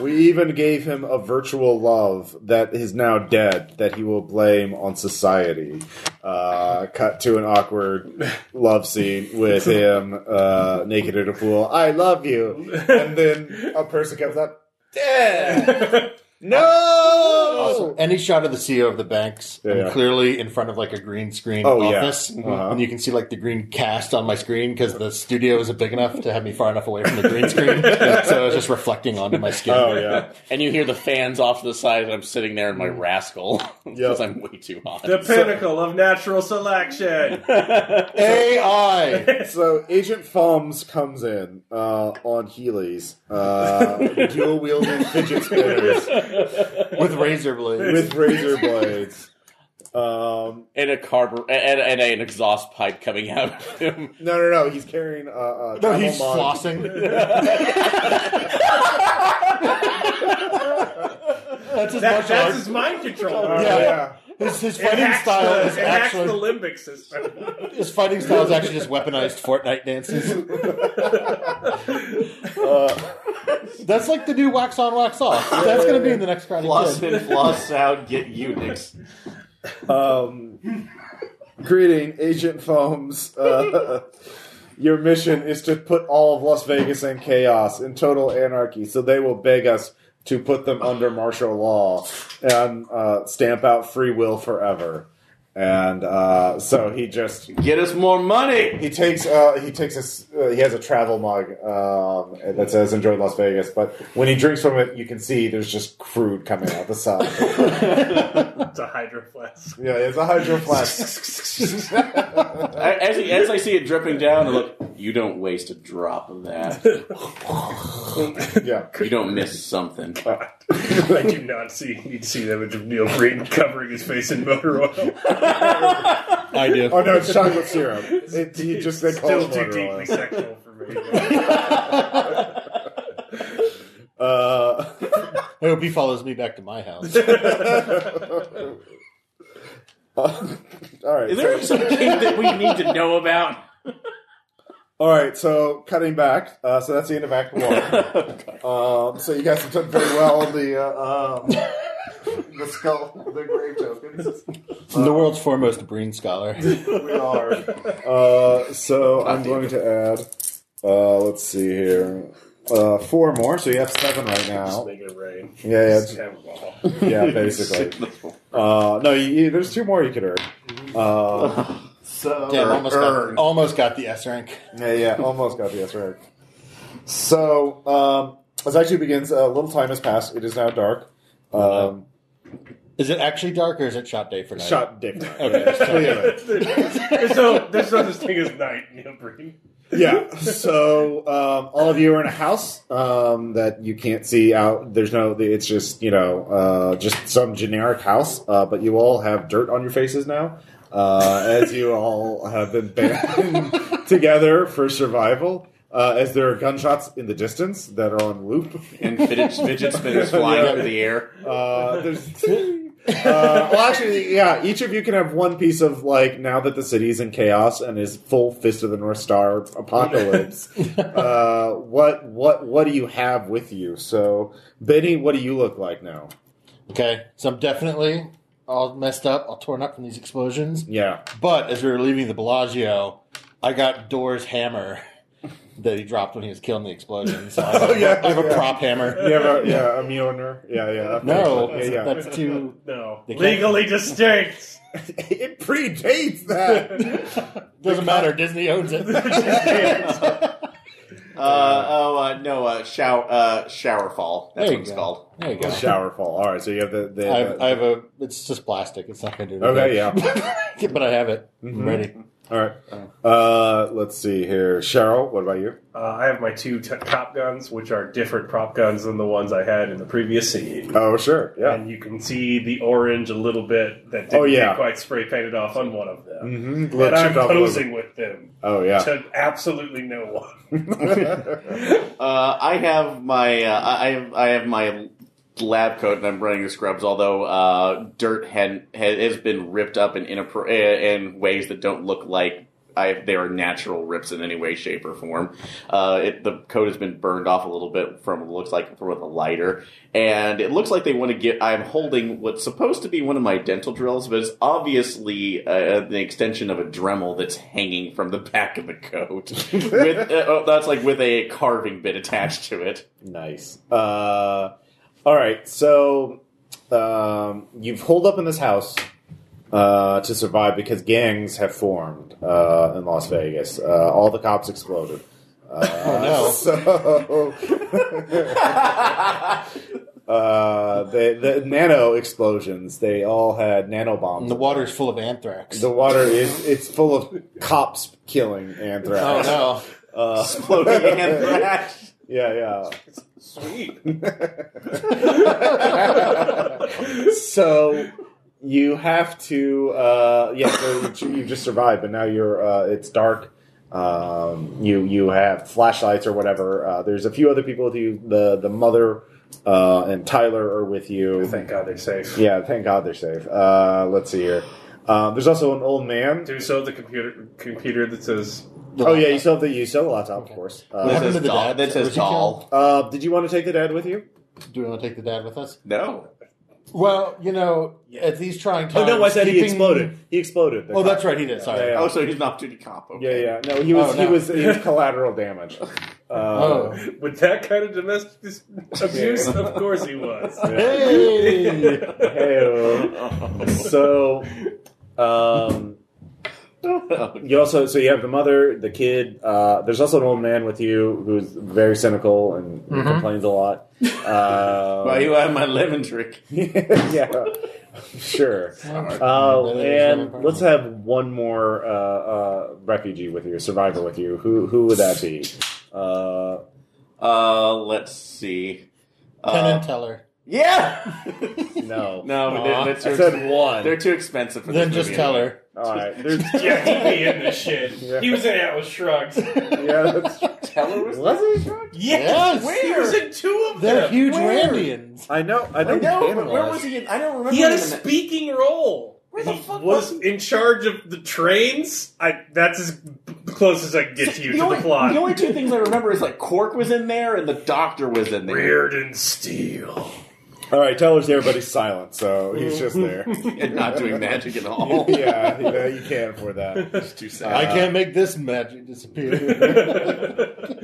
S1: We even gave him a virtual love that is now dead that he will blame on society. Uh, cut to an awkward love scene with him uh, naked in a pool. I love you. And then a person comes up, dead. No!
S4: Awesome. Any shot of the CEO of the banks,
S1: Yeah,
S4: I'm
S1: yeah.
S4: clearly in front of like a green screen
S1: Oh, yeah.
S4: office,
S1: Uh-huh.
S4: and you can see like the green cast on my screen because the studio isn't big enough to have me far enough away from the green screen, so it's just reflecting onto my skin.
S1: Oh yeah,
S2: And you hear the fans off to the side, and I'm sitting there in my rascal because I'm way too hot.
S3: The pinnacle of natural selection.
S4: AI.
S1: so Agent Fums comes in uh, on Heelys, uh, dual wielding fidget spinners
S4: With razor blades.
S1: with razor blades. Um,
S2: and a carb and, and an exhaust pipe coming out of him.
S1: no, no, no. He's carrying. Uh, uh,
S4: no, he's
S1: Tamil Mug.
S4: flossing. that's
S3: That,
S4: his martial
S3: that's
S4: arts.
S3: his mind control.
S1: Oh,
S4: Yeah.
S1: yeah.
S4: His, his
S3: It
S4: fighting
S3: hacks,
S4: style
S3: the,
S4: is
S3: it hacks the
S4: actually
S3: limbic system.
S4: his fighting style is actually just weaponized Fortnite dances. Uh, That's like the new wax on, wax off. That's going to be in the next Karate
S2: Floss
S4: Kid.
S2: in, floss out, get Unix.
S1: Um, greeting, Agent Foams. Uh, your mission is to put all of Las Vegas in chaos, in total anarchy, so they will beg us to put them under martial law and uh, stamp out free will forever. And uh, so he just
S2: Get us more money.
S1: he takes uh, he takes a s- uh, he has a travel mug um, that says "Enjoy Las Vegas," but when he drinks from it, you can see there's just crude coming out the side.
S3: It's a hydro flask.
S1: yeah, it's a hydro flask.
S2: I, as, he- as I see it dripping down, I look. You don't waste a drop of that.
S1: Yeah.
S2: You don't miss something.
S3: I do not see need to see that image of Neil Breen covering his face in motor oil.
S4: I do.
S1: Oh no, it's chocolate syrup. It, you just they call
S3: Still
S1: it
S3: too
S1: motor
S3: deeply
S1: oil.
S3: sexual for me.
S1: Uh,
S4: I hope he follows me back to my house.
S1: all right.
S2: Is there something that we need to know about?
S1: all right. So cutting back. Uh, so that's the end of Act One. um, so you guys have done very well on the uh, um, the skull, the grave tokens.
S4: I'm the world's foremost brain scholar.
S1: We are. Uh, so I'm going to add. Uh, let's see here. Uh, four more. So you have seven right
S3: Just
S1: now.
S3: make it rain.
S1: Yeah, yeah,
S3: Just
S1: it's-
S3: have a ball.
S1: yeah. Basically. Uh, no, you, you, there's two more you could earn. Uh, so
S4: Damn, almost got,
S1: Earn.
S4: almost got the S rank.
S1: Yeah, yeah, almost got the S right. So, um, as actually begins, a little time has passed. It is now dark. Um,
S4: Is it actually dark or is it shot day for night?
S1: shot dick.
S4: Okay, shot
S1: Clearly.
S3: There's no, there's no such thing as night, Neil Breen.
S1: yeah. So um, all of you are in a house um, that you can't see out. There's no. It's just you know, uh, just some generic house. Uh, but you all have dirt on your faces now, uh, as you all have been banded together for survival. Uh, as there are gunshots in the distance that are on loop.
S2: And fidget, fidget spinners flying
S1: Yeah.
S2: through the air.
S1: Uh, there's. Uh, well, actually, yeah. Each of you can have one piece of like now that the city's in chaos and is full fist of the North Star apocalypse. uh, what what what do you have with you? So, Benny, what do you look like now?
S4: Okay, so I'm definitely all messed up, all torn up from these explosions.
S1: Yeah,
S4: But as we were leaving the Bellagio, I got Door's hammer that he dropped when he was killing the explosion. So I have a,
S1: Oh, yeah,
S4: I have a
S1: yeah.
S4: prop hammer.
S1: you have a, yeah, a Mjolnir. Yeah, yeah. okay.
S4: No,
S1: yeah, yeah.
S4: that's too.
S3: No.
S4: They can't-
S3: Legally distinct.
S1: it predates that.
S4: Doesn't matter. Disney owns it.
S2: Uh, oh uh, no, uh, shower, uh, shower fall. That's
S4: There you
S2: what it's
S4: go.
S2: called.
S4: There you go.
S1: Showerfall. All right, so you have the. the
S4: I have, I have a. It's just plastic. It's not gonna do anything.
S1: okay, yeah. Mm-hmm.
S4: yeah. but I have it I'm ready.
S1: All right. Uh, let's see here, Cheryl. What about you?
S3: Uh, I have my two t- cop guns, which are different prop guns than the ones I had in the previous scene.
S1: Oh, sure. Yeah.
S3: And you can see the orange a little bit that didn't
S1: Oh, yeah.
S3: get quite spray painted off on one of them.
S1: Mm-hmm.
S3: And I'm posing with them
S1: Oh yeah.
S3: to absolutely no one.
S2: Uh, I have my uh, I I have I have my lab coat and I'm running the scrubs. Although uh, dirt had, had has been ripped up in inappro- eh, in ways that don't look like I, they are natural rips in any way, shape, or form. Uh, it, the coat has been burned off a little bit from what looks like from the lighter, and it looks like they want to get. I'm holding what's supposed to be one of my dental drills, but it's obviously uh, an extension of a Dremel that's hanging from the back of the coat. with, uh, oh, that's like with a carving bit attached to it.
S1: Nice. Uh, all right. So um, you've holed up in this house uh, to survive because gangs have formed uh, in Las Vegas. Uh, all the cops exploded. Uh, oh So, uh, the, the nano explosions. They all had nano bombs.
S4: The water's full of anthrax.
S1: The water is it's full of cops killing
S4: oh
S1: anthrax.
S4: no.
S1: Uh,
S2: Exploding anthrax.
S1: Yeah, yeah.
S3: Sweet.
S1: so you have to uh yeah so you, you just survived but now you're uh it's dark um you you have flashlights or whatever uh there's a few other people with you the the mother uh and tyler are with you
S3: Thank God they're safe.
S1: yeah thank god they're safe uh let's see here um there's also an old man
S3: Do we still have the computer computer that says
S1: oh yeah you still have the you still have the laptop of course
S4: What
S1: uh,
S4: happened
S2: says
S4: to the
S2: doll-
S4: dad?
S2: that says
S4: Was he killed?
S2: doll.
S1: uh did you want to take the dad with you
S4: Do we want to take the dad with us?
S2: No.
S4: Well, you know, at these trying
S1: Oh,
S4: times. keeping-
S1: he exploded
S4: Oh, that's right, he did. Sorry.
S1: Yeah, yeah.
S2: Oh, so he's an off-duty cop.
S1: Yeah,
S2: Okay.
S1: yeah. No, he was
S4: Oh, no.
S1: he was he was collateral damage. Uh,
S4: Oh.
S3: with that kind of domestic dis- abuse? of course he was.
S4: Hey!
S1: hey-o. So, um, you also so you have the mother, the kid. Uh, there's also an old man with you who's very cynical and complains a lot. Uh,
S2: Why you have my lemon trick?
S1: yeah, sure. Uh, and let's have one more uh, uh, refugee with you, survivor with you. Who who would that be? Uh,
S2: Uh, let's see.
S4: Penn
S2: Uh,
S4: and Teller.
S2: yeah.
S1: no,
S2: no, we didn't.
S4: Aw.
S2: That's
S1: I
S2: too
S1: said
S2: ex-
S1: one.
S2: they're too expensive for
S4: Then
S2: this
S4: just
S2: movie.
S4: Teller.
S1: All right, there's,
S3: Yeah, he'd be in this shit.
S1: Yeah.
S3: He was in Atlas Shrugs.
S1: yeah, that's,
S2: Teller was.
S1: was it?
S4: Yes,
S3: he was in two of
S4: They're
S3: them.
S4: huge
S2: Where?
S4: Randians.
S1: I know. I know.
S2: I know, but
S1: Bannon
S2: where
S1: was.
S2: was he? In, I don't remember.
S3: He had a
S2: him in that-
S3: speaking role.
S2: Where the
S3: he
S2: fuck
S3: was
S2: was
S3: in charge of the trains. I that's as close as I can get to you
S2: the
S3: to
S2: only,
S3: the plot.
S2: the only two things I remember is like Cork was in there and the Doctor was in there.
S3: Reardon Steel.
S1: All right, Teller's there, but he's silent, so he's just there.
S3: Mm-hmm.
S2: and not doing magic at all.
S1: yeah, you, know, you can't afford that.
S2: It's too sad.
S4: I can't make this magic disappear.
S1: Uh,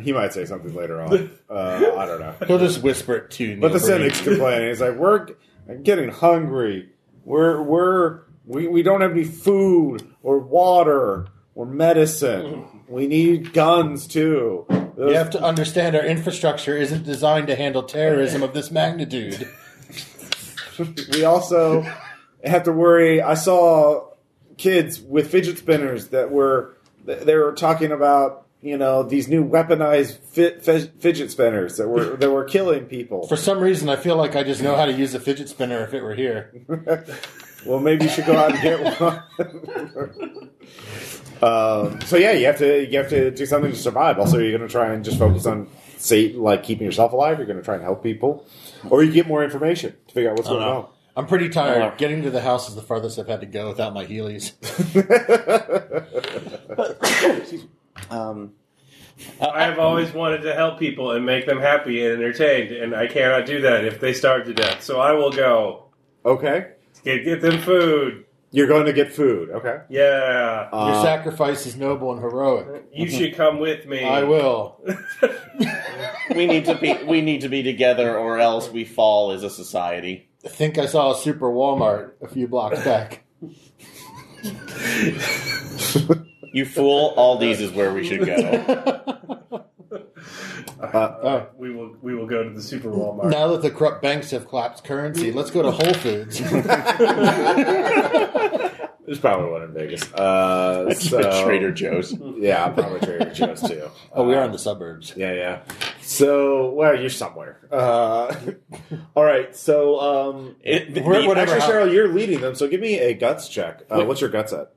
S1: He might say something later on. Uh, I don't know.
S4: He'll just whisper it to Neil
S1: But the
S4: Breen.
S1: cynic's complaining. He's like, "We're I'm getting hungry. We're we're we, we don't have any food or water or medicine. We need guns too." Those-
S4: You have to understand our infrastructure isn't designed to handle terrorism of this magnitude.
S1: we also have to worry. I saw kids with fidget spinners that were they were talking about you know these new weaponized fit, fidget spinners that were that were killing people.
S4: For some reason, I feel like I just know how to use a fidget spinner if it were here.
S1: Well, maybe you should go out and get one. um, so yeah, you have to you have to do something to survive. Also, you're going to try and just focus on say like keeping yourself alive. You're going to try and help people, or you get more information to figure out what's going on.
S4: I'm pretty tired. Getting to the house is the farthest I've had to go without my Heelys.
S2: Um,
S3: I have always wanted to help people and make them happy and entertained, and I cannot do that if they starve to death. So I will go
S1: Okay,
S3: get, get them food.
S1: you're going to get food. Okay.
S3: Yeah,
S1: Uh,
S4: Your sacrifice is noble and heroic.
S3: you should come with me.
S4: I will.
S2: we need to be we need to be together, or else we fall as a society.
S4: I think I saw a super Walmart a few blocks back.
S2: You fool! All these is where we should go.
S4: Oh,
S3: We will. We will go to the super Walmart.
S4: now that the corrupt banks have collapsed currency, let's go to Whole Foods.
S1: There's probably one in Vegas. Uh, so,
S2: Trader Joe's.
S1: Yeah, probably Trader Joe's too. Uh,
S4: oh, we are in the suburbs.
S1: Yeah, yeah. So, well, you're somewhere. Uh, all right. So, um,
S2: It, the-
S4: We're-
S2: the-
S4: whatever.
S1: actually,
S4: how-
S1: Cheryl, you're leading them. So, give me a guts check. Uh, what's your guts at?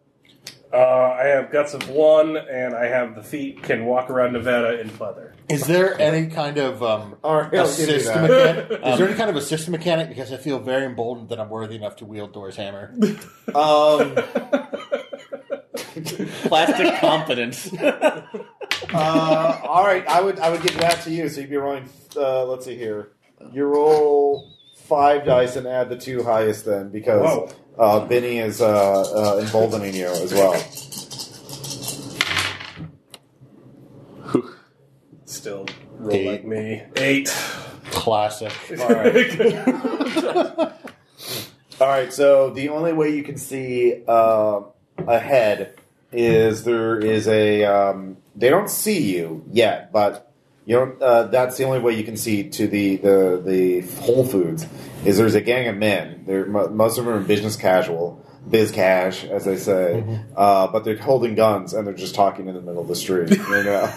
S3: Uh, I have guts of one, and I have the feet can walk around Nevada in feather.
S4: Is there any kind of um,
S1: All right,
S4: a
S1: I'll Oh, give you
S4: system
S1: that.
S4: mechanic? Is there any kind of a system mechanic? Because I feel very emboldened that I'm worthy enough to wield Door's hammer.
S1: Um,
S2: plastic confidence.
S1: uh, all right. I would I would give that to you. So you'd be rolling. Uh, let's see here. You roll five dice and add the two highest then
S3: Whoa.
S1: because uh, Benny is uh, uh, emboldening you as well.
S3: Still roll
S4: Eight.
S3: like me. Eight.
S4: Classic.
S1: All right. All right. So the only way you can see um ahead is there is a. Um, they don't see you yet, but you don't. Uh, that's the only way you can see to the the the Whole Foods is there's a gang of men. They're mo- most of them are in business casual. Biz cash, as they say, uh, but they're holding guns and they're just talking in the middle of the street. You know?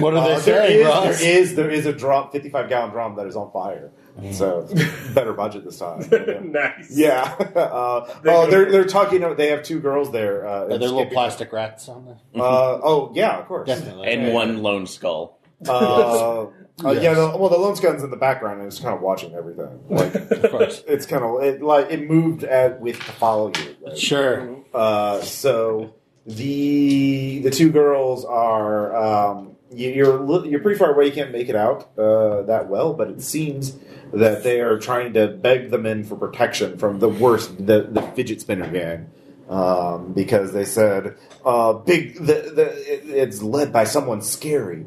S4: What are
S1: Uh, there,
S4: they saying,
S1: is,
S4: Ross?
S1: there is there is a drum, fifty five gallon drum that is on fire. So it's better budget this time.
S3: nice.
S1: Yeah. Uh,
S3: They
S1: oh,
S3: do-
S1: they're they're talking. They have two girls there. Uh,
S4: Are there little
S1: escaping-
S4: plastic rats on there?
S1: uh, oh yeah, of course.
S4: Definitely.
S2: and one lone skull.
S1: Uh, uh,
S4: Yes.
S1: yeah. The, well, the lone gun's in the background and it's kind of watching everything. Like
S4: Of course.
S1: it's kind of it, like it moved at with to follow you. right?
S4: Sure.
S1: Uh, so the the two girls are um, you, you're li- you're pretty far away. You can't make it out uh, that well, but it seems that they are trying to beg the men for protection from the worst, the the fidget spinner gang. Um, because they said, uh, "Big, the, the, it, it's led by someone scary."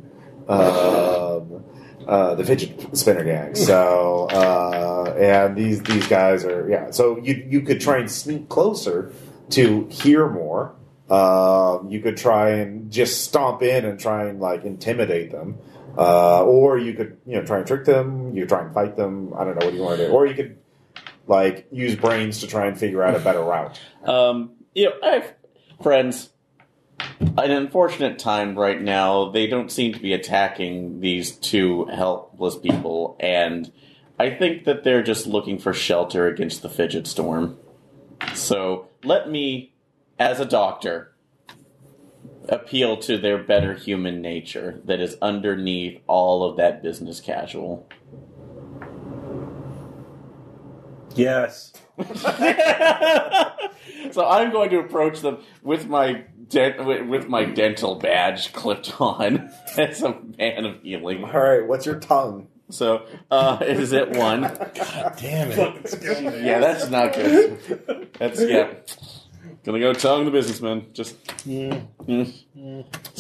S1: Um, uh, the fidget spinner gang. So uh, and these these guys are yeah. So you you could try and sneak closer to hear more. Um, you could try and just stomp in and try and like intimidate them, uh, or you could you know try and trick them. You could try and fight them. I don't know what you want to do, or you could like use brains to try and figure out a better route.
S2: Um, you know, I have friends. An unfortunate time right now. They don't seem to be attacking these two helpless people, and I think that they're just looking for shelter against the fidget storm. So let me, as a doctor, appeal to their better human nature that is underneath all of that business casual.
S3: Yes.
S2: so I'm going to approach them with my dent with- with my dental badge clipped on as a man of healing.
S1: All right, what's your tongue?
S2: So uh, it is at one.
S4: Damn it.
S2: Yeah, that's not good. That's yeah. Gonna go tongue the businessman. Just
S1: The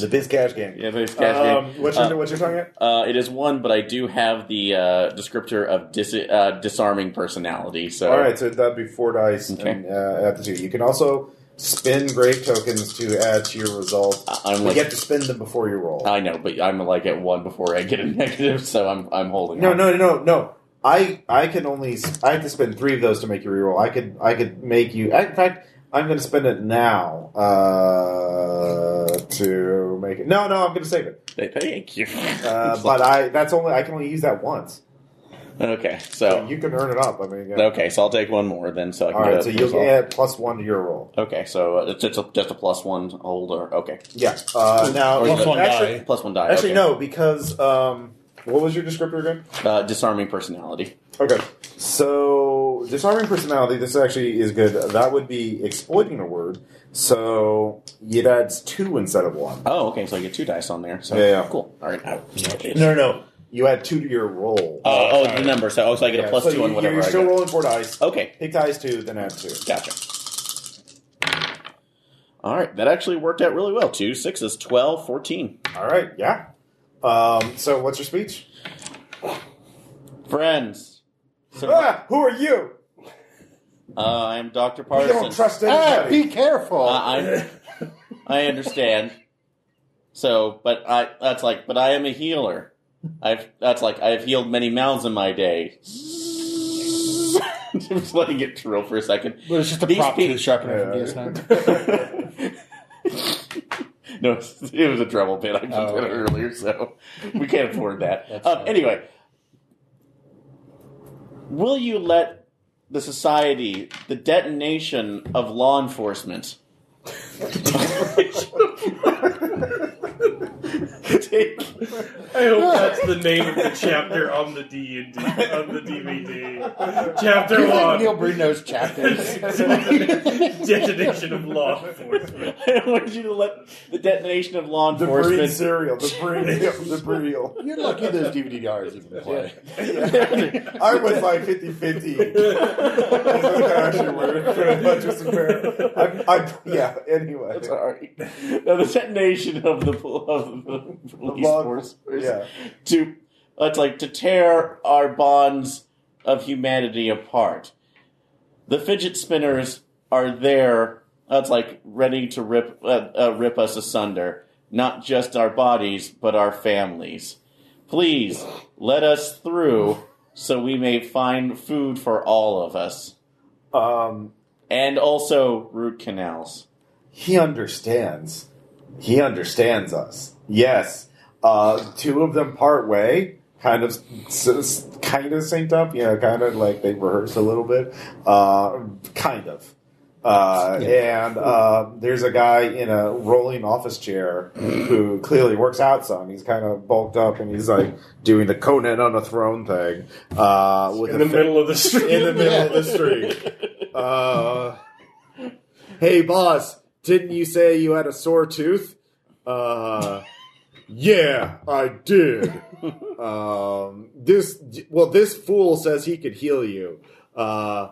S1: biz cash game.
S2: yeah, this cash
S1: Um,
S2: game.
S1: what's your what's your tongue at?
S2: Uh, it is one, but I do have the uh, descriptor of dis- uh, disarming personality. So
S1: All right, so that'd be four dice
S2: Okay.
S1: and uh, add the two. You can also spin grave tokens to add to your result.
S2: I- I'm
S1: But
S2: like Uh,
S1: you have to spend them before you roll.
S2: I know, but I'm like at one before I get a negative, so I'm I'm holding.
S1: no,
S2: on.
S1: no, no, no. I I can only s- I have to spend three of those to make you reroll. I could I could make you. In fact, I'm going to spend it now uh, to make it. No, no, I'm going to save it.
S2: Thank you.
S1: Uh, but I that's only I can only use that once.
S2: okay, so
S1: You can earn it up. I mean, yeah.
S2: okay, so I'll take one more then, so I can.
S1: all
S2: get
S1: right.
S2: a
S1: So you'll
S2: result.
S1: add plus one to your roll.
S2: Okay, so uh, it's just a, just a plus one holder. Okay,
S1: Yeah. Uh, now
S4: Plus one
S1: actually,
S4: die.
S2: plus one die.
S1: Actually,
S2: Uh, okay.
S1: no, because um, what was your descriptor again?
S2: Uh, disarming personality.
S1: Okay, so disarming personality. This actually is good. That would be exploiting a word. So it adds two instead of one.
S2: Oh, okay, so I get two dice on there. So
S1: Yeah, yeah.
S2: cool. All right. I-
S1: No, no, no. You add two to your roll.
S2: Uh, Oh, oh, the
S4: sorry.
S2: number. So oh, so I get
S1: Yeah,
S2: a plus
S1: so
S2: two
S1: you,
S2: on whatever.
S1: You're
S2: I
S1: still
S2: get. Oh.
S1: rolling four dice.
S2: Okay,
S1: Pick dice two, then add two.
S2: gotcha. All right, that actually worked out really well. Two sixes, 12, 14.
S1: All right. Yeah. Um, so what's your speech?
S2: Friends, so,
S1: Ah, who are you?
S2: uh, I'm Doctor
S1: You
S2: Parson.
S1: don't trust
S4: Ah,
S1: anybody.
S4: be careful.
S2: Uh, I I understand. So, but I that's like, but I am a healer. I've that's like I've healed many mouths in my day. Just letting it drill for a second.
S4: Well, it's just a
S2: These
S4: prop to
S2: pe-
S4: the sharpener
S1: Yeah.
S4: from DS9.
S2: no, it's- it was a treble pit. I just
S4: Oh,
S2: did it
S4: okay.
S2: earlier, so we can't afford that.
S4: That's
S2: Um,
S4: fine.
S2: anyway, will you let the society, the detonation of law enforcement, take
S3: I hope that's the name of the chapter on the D and D on the DVD.
S4: Do
S3: Chapter
S4: you think Neil
S3: one:
S4: Breen knows chapters?
S3: detonation of law enforcement.
S2: I want you to let the detonation of law
S1: the breed
S2: enforcement.
S1: cereal. The breed. the breed.
S4: You're lucky those DVD DRs even play.
S1: I was like 50 50. Yeah, anyway.
S2: Sorry. No, the detonation of the pol- of the police
S1: law-
S2: force
S1: Yeah.
S2: to It's like to tear our bonds of humanity apart. The fidget spinners are there. That's like ready to rip uh, uh, rip us asunder, not just our bodies, but our families. Please let us through, so we may find food for all of us,
S1: Um,
S2: and also root canals.
S1: he understands. He understands us. Yes. Uh, two of them part way, kind of, s- s- kind of synced up. You know, kind of like they rehearsed a little bit. Uh, kind of. Uh, And uh, there's a guy in a rolling office chair who clearly works out some. He's kind of bulked up and he's like doing the Conan on a throne thing uh, with
S3: in the
S1: a fa-
S3: middle of the street.
S1: in the middle of the street. Uh, hey, boss, didn't you say you had a sore tooth? Uh, yeah, I did. Um, this well, this fool says he could heal you. Uh,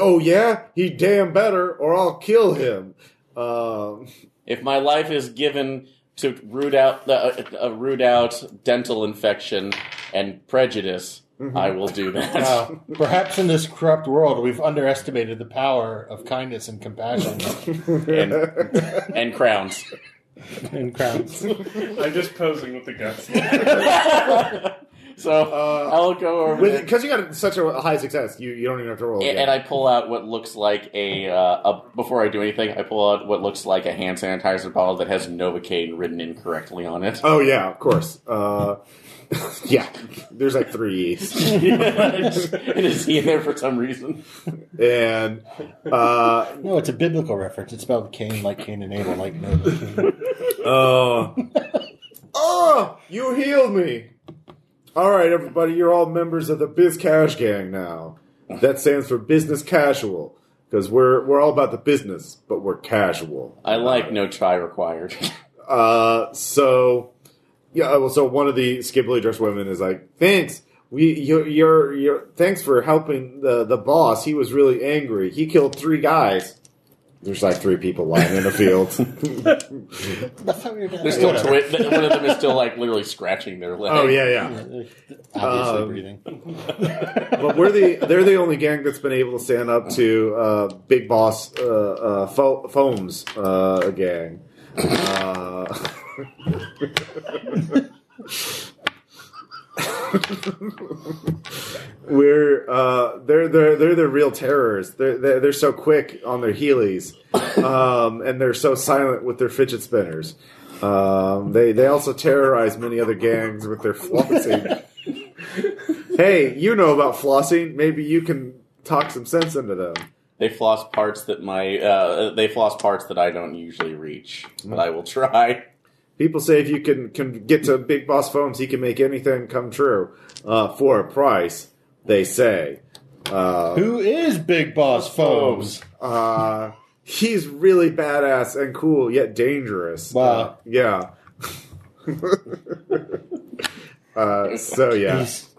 S1: oh yeah, he damn better, or I'll kill him. Um,
S2: If my life is given to root out the uh, uh, root out dental infection and prejudice, I will do that.
S4: Now, Uh, perhaps in this corrupt world, we've underestimated the power of kindness and compassion
S2: and, and crowns.
S4: and crowns.
S3: I'm just posing with the guns.
S2: so I'll go over there,
S1: because you got such a high success, you, you don't even have to roll.
S2: and,
S1: again.
S2: and I pull out what looks like a, uh, a. Before I do anything, I pull out what looks like a hand sanitizer bottle that has Novocaine written incorrectly on it.
S1: oh yeah, of course. Uh, yeah, there's like three E's.
S2: it is in there for some reason.
S1: and uh,
S4: No, it's a biblical reference. It's spelled Cain like Cain and Abel like no.
S1: oh, oh, you healed me. All right, everybody, you're all members of the Biz Cash Gang now. That stands for business casual because we're we're all about the business, but we're casual.
S2: I like no try required.
S1: Uh, so yeah, uh, well, so one of the skibbly dressed women is like, "Thanks, we you're, you're you're thanks for helping the the boss. He was really angry. He killed three guys." There's like three people lying in the field.
S4: That's how we were doing
S2: They're
S4: it.
S2: still
S4: Whatever.
S2: twi- one of them is still like literally scratching their leg.
S1: Oh yeah, yeah.
S4: Obviously
S1: Um,
S4: breathing.
S1: But we're the they're the only gang that's been able to stand up to uh, Big Boss uh, uh, Fo- Foams uh, gang. Uh, we're uh, they're they're they're the real terrors. They're they're, they're so quick on their heelys, um, and they're so silent with their fidget spinners. Um, they they also terrorize many other gangs with their flossing hey, you know about flossing. Maybe you can talk some sense into them.
S2: They floss parts that my uh, they floss parts that I don't usually reach, but I will try.
S1: People say if you can, can get to Big Boss Foams, he can make anything come true uh, for a price, they say. Uh,
S4: Who is Big Boss Foes?
S1: uh, he's really badass and cool, yet dangerous.
S4: Wow.
S1: Uh, yeah. uh, so, yeah.
S4: He's-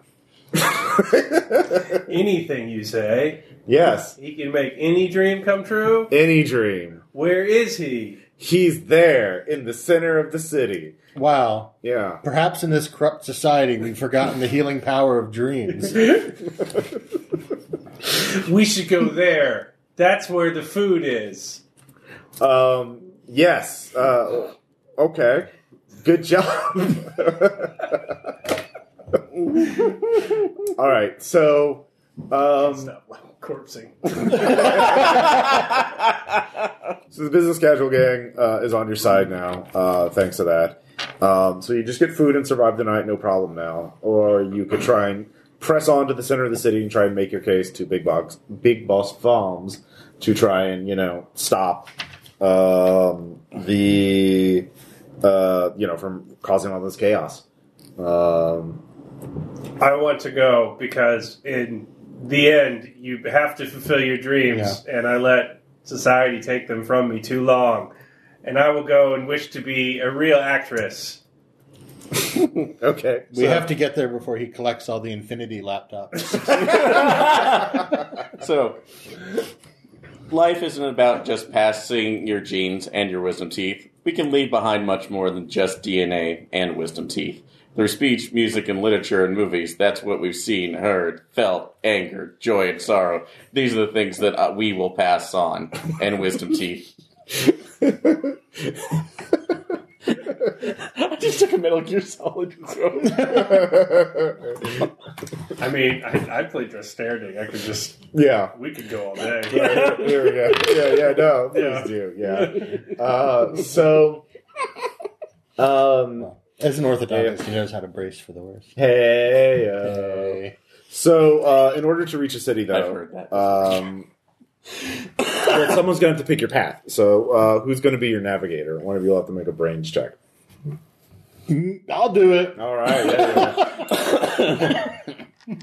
S3: Anything you say,
S1: Yes.
S3: he can make any dream come true.
S1: Any dream.
S3: Where is he?
S1: He's there in the center of the city.
S4: wow.
S1: Yeah.
S4: Perhaps in this corrupt society, we've forgotten the healing power of dreams.
S3: We should go there. That's where the food is.
S1: Um, yes. Uh, okay. Good job. All right. So, um,
S3: Stop corpsing.
S1: so the business casual gang uh, is on your side now, uh, thanks to that. Um, so you just get food and survive the night, no problem now. Or you could try and press on to the center of the city and try and make your case to Big Box, Big Boss Farms, to try and you know stop um, the uh, you know from causing all this chaos. Um,
S3: I want to go because in the end, you have to fulfill your dreams, and I let society take them from me too long. And I will go and wish to be a real actress.
S1: okay,
S4: We have to get there before he collects all the Infinity laptops.
S2: So, life isn't about just passing your genes and your wisdom teeth. We can leave behind much more than just DNA and wisdom teeth. Through speech, music, and literature and movies, that's what we've seen, heard, felt, anger, joy, and sorrow. These are the things that uh, we will pass on. And wisdom teeth. I just took a Metal Gear Solid and throw it.
S3: I mean, I, I played Dastarding. I could just
S1: yeah.
S3: we could go all day.
S1: There we go. Yeah, yeah, no, please
S3: Yeah.
S1: do. Yeah. Uh, so, um,
S4: As an orthodontist, he knows how to brace for the worst.
S1: hey, uh,
S4: Hey.
S1: so uh, in order to reach a city, though,
S2: I've heard that.
S1: Um, well, someone's going to have to pick your path. So, uh, who's going to be your navigator? One of you will have to make a brains check.
S4: Mm, I'll do it.
S1: All right. Yeah,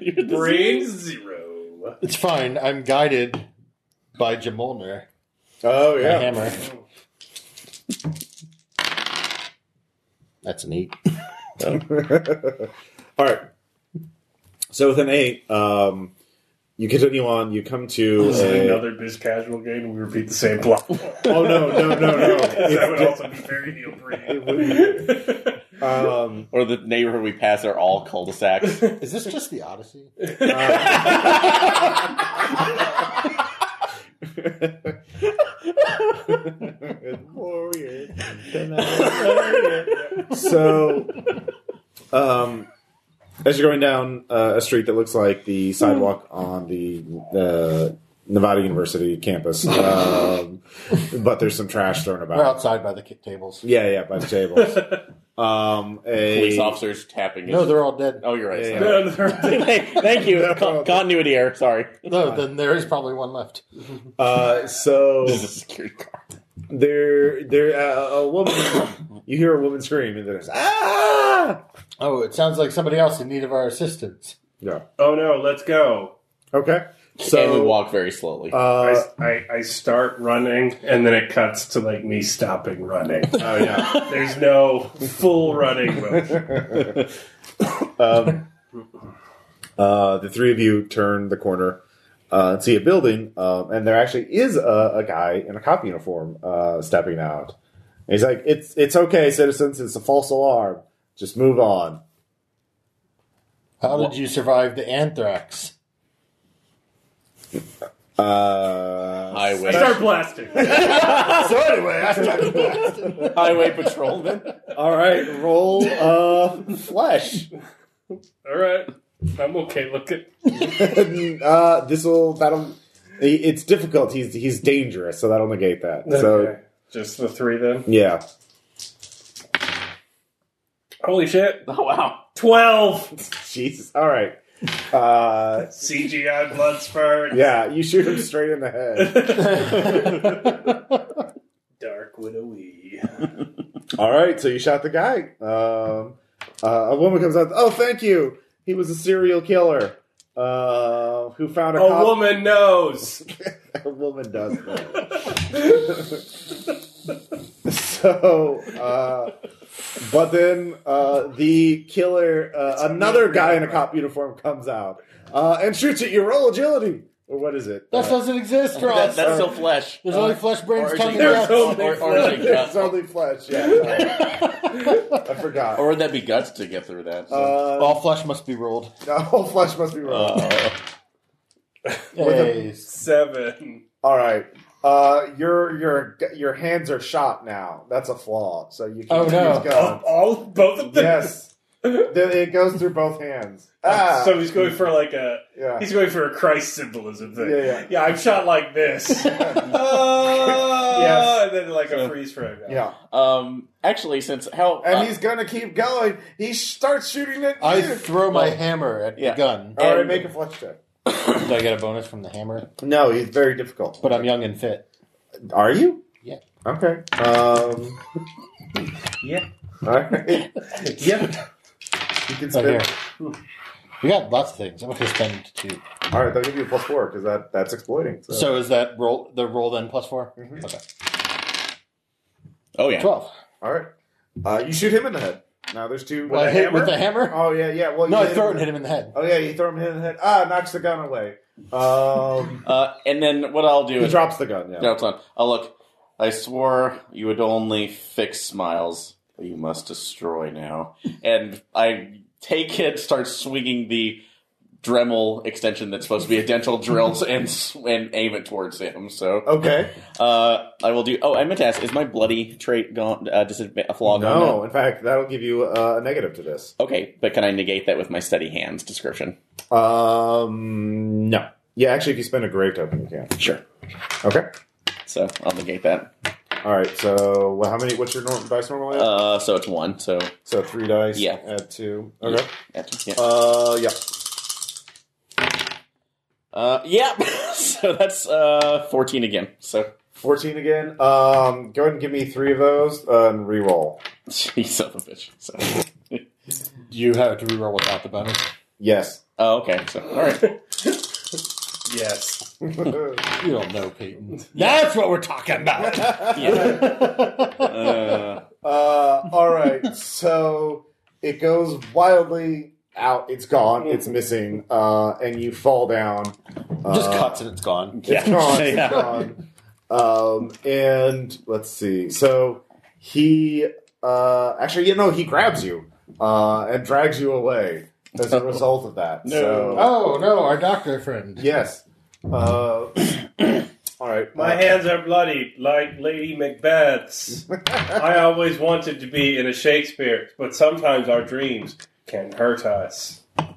S1: yeah.
S3: Brain zero.
S4: It's fine. I'm guided by Jamolner,
S1: oh,
S4: my
S1: yeah.
S4: hammer. That's an eight.
S1: All right. So with an eight, um, you continue on. You come to
S3: This is
S1: a-
S3: another biz casual game. and We repeat the same plot. that
S1: Oh no, no, no, no!
S3: would
S1: It's
S3: also be very Neil Breen.
S1: It di- um,
S2: Or the neighborhood we pass are all cul-de-sacs.
S4: Is this just the Odyssey?
S1: uh, so, um, as you're going down uh, a street that looks like the sidewalk on the uh, Nevada University campus, um, but there's some trash thrown
S4: We're
S1: about.
S4: outside by the ki- tables.
S1: Yeah, yeah, by the tables. Um, a,
S2: Police officers tapping.
S4: No,
S2: us.
S4: they're all dead.
S2: Oh, you're right.
S1: Yeah,
S2: sorry. Hey, Thank you.
S1: No
S2: Con-
S1: problem.
S2: continuity error. Sorry.
S4: No, then there is probably one left.
S1: Uh, so
S2: This is a security car.
S1: there, there, uh, a woman. you hear a woman scream, and there's ah.
S4: Oh, it sounds like somebody else in need of our assistance.
S1: Yeah.
S3: oh no, let's go.
S1: Okay.
S2: and we
S1: So,
S2: walk very slowly.
S1: uh,
S3: I, I, I start running, and then it cuts to like me stopping running.
S1: oh yeah.
S3: There's no full running. motion.
S1: Um, uh, the three of you turn the corner uh, and see a building, um, and there actually is a, a guy in a cop uniform uh, stepping out. And he's like, "It's it's okay, citizens. It's a false alarm. Just move on."
S4: How did you survive the anthrax?
S1: Uh,
S2: highway.
S3: Start blasting.
S4: so anyway, I started
S2: highway patrolman.
S1: All right, roll uh, flesh.
S3: All right, I'm okay. Look at
S1: uh, this will that'll. It's difficult. He's he's dangerous, so that'll negate that. So
S3: Okay. just the three then.
S1: yeah,
S3: Holy shit!
S2: Oh, wow.
S3: Twelve
S1: Jesus. All right. Uh,
S3: CGI blood spurts.
S1: yeah, you shoot him straight in the head.
S3: Dark widowy.
S1: All right, so you shot the guy. Um, uh, a woman comes out. Oh, thank you. He was a serial killer uh, who found a,
S3: A
S1: cop-
S3: woman knows.
S1: a woman does that. so, uh, but then uh, the killer, uh, another guy in a cop uniform, comes out uh, and shoots at you. Roll agility, or what is it?
S4: That
S1: Uh,
S4: doesn't exist,
S2: That, uh,
S4: Ross.
S2: that's still flesh.
S4: There's only flesh, brains,
S2: Or
S4: tongue, and
S2: is it-
S4: guts.
S3: so
S2: or, or is it
S1: it's
S2: guts?
S1: only flesh. Yeah, sorry. I forgot.
S2: Or would that be guts to get through that?
S1: uh,
S4: All flesh must be rolled.
S1: the whole flesh must be wrong.
S2: Uh,
S4: Hey.
S3: Seven.
S1: All right. Uh, your your your hands are shot now. That's a flaw. So you can't
S4: Oh, no.
S1: use
S3: Oh,
S1: guns.
S3: all both of them.
S1: Uh, yes. Then it goes through both hands. Ah,
S3: So he's going for like a
S1: yeah.
S3: he's going for a Christ symbolism thing.
S1: Yeah, yeah.
S3: I'm shot like this.
S2: uh,
S1: Yes.
S3: and then like a freeze frame.
S1: yeah.
S2: Um. Actually, since how
S1: And
S2: uh,
S1: he's gonna keep going. He starts shooting at
S4: I
S1: you.
S4: throw my
S2: Well,
S4: hammer at
S2: yeah.
S4: the gun.
S1: All right,
S2: and-
S1: make a flesh check.
S4: Do I get a bonus from the hammer?
S1: No, he's very difficult.
S4: But I'm young and fit.
S1: Are you?
S4: Yeah.
S1: Okay. Um.
S3: Yeah.
S1: All right.
S3: Yeah.
S1: You can
S4: So
S1: spend.
S4: here. We got lots of things. I'm going to spend two.
S1: All right, they'll give you a plus four because that that's exploiting. So,
S4: So is that roll the roll then plus 4
S1: Mhm.
S4: Okay.
S2: oh yeah,
S4: Mm-hmm. Twelve.
S1: all right, uh, you shoot him in the head. Now there's two.
S4: Well, I hit with the hammer?
S1: Oh yeah, yeah. Well,
S4: No,
S1: you
S4: I throw
S1: him.
S4: it and hit him in the head.
S1: Oh yeah, you throw him in the head. Ah, knocks the gun away. Um,
S2: Uh, and then what I'll do
S1: he
S2: is Uh,
S1: drops the gun. Yeah.
S2: no, it's not. I'll look. I swore you would only fix smiles. you must destroy now. And I take it, start swinging the Dremel extension that's supposed to be a dental drill and and aim it towards him. So
S1: Okay.
S2: uh, I will do. Oh, I meant to ask: Is my bloody trait gone? Uh, disadva- a flaw gone?
S1: No, in fact, that'll give you uh, a negative to this.
S2: now? Okay, but can I negate that with my steady hands description?
S1: Um, no. Yeah, actually, if you spend a grave token, you can.
S2: Sure.
S1: Okay.
S2: So I'll negate that.
S1: All right. So, well, how many? What's your norm, dice normally? At?
S2: Uh, so it's one. So
S1: so three dice.
S2: yeah.
S1: Add two. Okay.
S2: yeah. yeah.
S1: Uh, yeah.
S2: Uh, yeah. so that's uh, fourteen again. So
S1: Fourteen again. Um, go ahead and give me three of those uh, and re-roll.
S2: Jeez, son of a bitch. So,
S4: You have to reroll without the bonus.
S1: Yes.
S2: oh, okay. So, all right.
S3: Yes.
S1: Uh,
S4: You don't know, Peyton. That's what we're talking about.
S2: Yeah. Uh,
S1: Uh, all right. So it goes wildly out. It's gone. It's missing. Uh, and you fall down. Uh,
S4: Just cuts and it's gone.
S1: It's
S2: Yeah.
S1: gone.
S2: Yeah.
S1: It's gone. Um, and let's see. So he uh, actually, you know, he grabs you uh, and drags you away as a result of that.
S2: No.
S1: So,
S4: Oh no, our doctor friend.
S1: yes. Uh, all right.
S3: My
S1: Uh,
S3: hands are bloody, like Lady Macbeth's. I always wanted to be in a Shakespeare, but sometimes our dreams can hurt us.
S1: All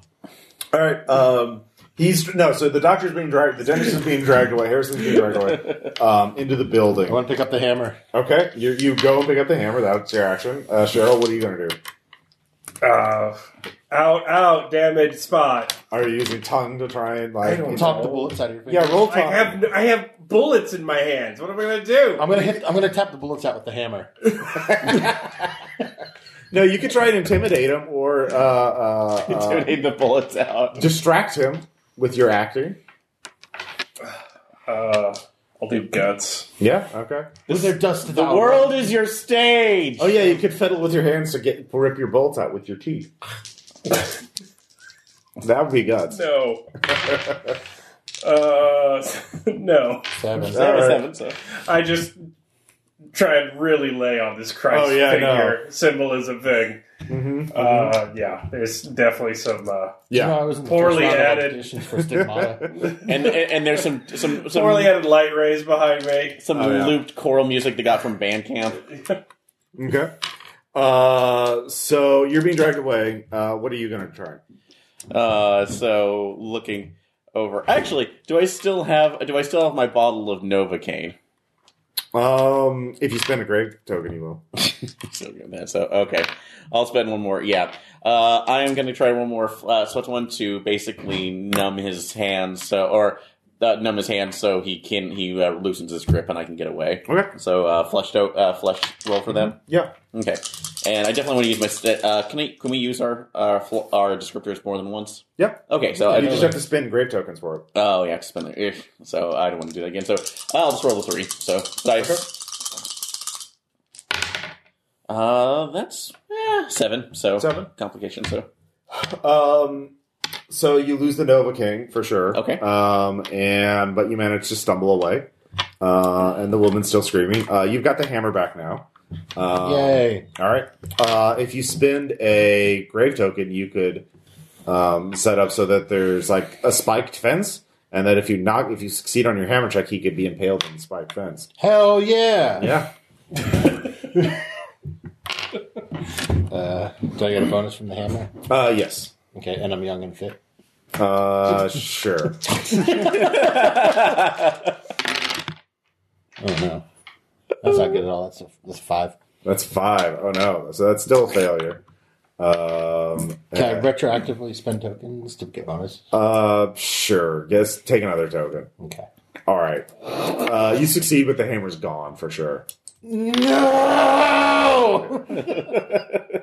S1: right. Um, he's no. So the doctor's being dragged. The dentist is being dragged away. Harrison's being dragged away um, into the
S4: I
S1: building.
S4: want to pick up the hammer.
S1: Okay. You you go and pick up the hammer. That's your action. Uh, Cheryl, what are you going to do?
S3: Uh, out, out, damaged spot.
S1: Are you using tongue to try and like you
S4: Talk
S1: know-
S4: the bullets out of your finger.
S1: Yeah, roll
S3: I
S1: tongue.
S3: have, I have bullets in my hands. What am I going to do?
S4: I'm gonna hit. I'm gonna tap the bullets out with the hammer.
S1: no, you could try and intimidate him or uh, uh, uh,
S2: Intimidate the bullets out.
S1: distract him with your acting.
S3: Uh, I'll do guts.
S1: Yeah. Okay.
S4: Was there dust?
S2: The world is your stage.
S1: Oh yeah, you could fiddle with your hands to get rip your bolts out with your teeth. that would be guts.
S3: No. uh, no.
S4: Seven.
S1: All right.
S2: Seven, so.
S3: I just try and really lay on this Christ
S1: Oh, yeah,
S3: figure symbolism thing.
S1: Mhm.
S3: Uh, yeah, there's definitely some. Uh,
S4: No,
S1: Yeah.
S4: I was in the
S3: Poorly
S4: first round of
S3: added.
S4: auditions for stigmata.
S2: And, and and there's some some some,
S3: poorly had light rays behind me.
S2: some
S1: Oh, yeah.
S2: looped choral music they got from Bandcamp.
S1: Okay. Uh, so you're being dragged away. Uh, what are you gonna try?
S2: Uh, so looking over. Actually, do I still have do I still have my bottle of Novocaine?
S1: Um, if you spend a grave token, you will.
S2: So good man. So okay, I'll spend one more. Yeah, uh, I am going to try one more. Uh, so it's one to basically numb his hands, so or uh, numb his hands so he can he uh, loosens his grip and I can get away.
S1: Okay. Mm-hmm.
S2: So uh, flush to, uh, flush roll for them.
S1: Yeah.
S2: Okay, and I definitely want to use my. St- uh, can I, can we use our our, fl- our descriptors more than once?
S1: Yeah.
S2: Okay, so I
S1: you just have to spend grave tokens for it.
S2: Oh yeah, I have to spend it. Ugh. So I don't want to do that again. So I'll just roll a three. So dice. Uh, that's eh, seven. So
S1: Seven.
S2: complication. So
S1: Um, so you lose the Nova King for sure.
S2: Okay.
S1: Um, and but you manage to stumble away. Uh, and the woman's still screaming. Uh, you've got the hammer back now. Um,
S4: Yay!
S1: All right. Uh, if you spend a grave token, you could um, set up so that there's like a spiked fence, and that if you knock, if you succeed on your hammer check, he could be impaled in the spiked fence.
S4: Hell yeah!
S1: Yeah.
S4: Uh, do I get a bonus from the hammer?
S1: Uh, yes.
S4: Okay, and I'm young and fit.
S1: Uh, sure.
S4: Oh no, that's not good at all. That's a, that's a five.
S1: That's five. Oh no. So that's still a failure. Um,
S4: Can I retroactively spend tokens to get bonus?
S1: Uh, sure. Guess take another token.
S4: Okay.
S1: All right. Uh, you succeed, but the hammer's gone for sure.
S4: No!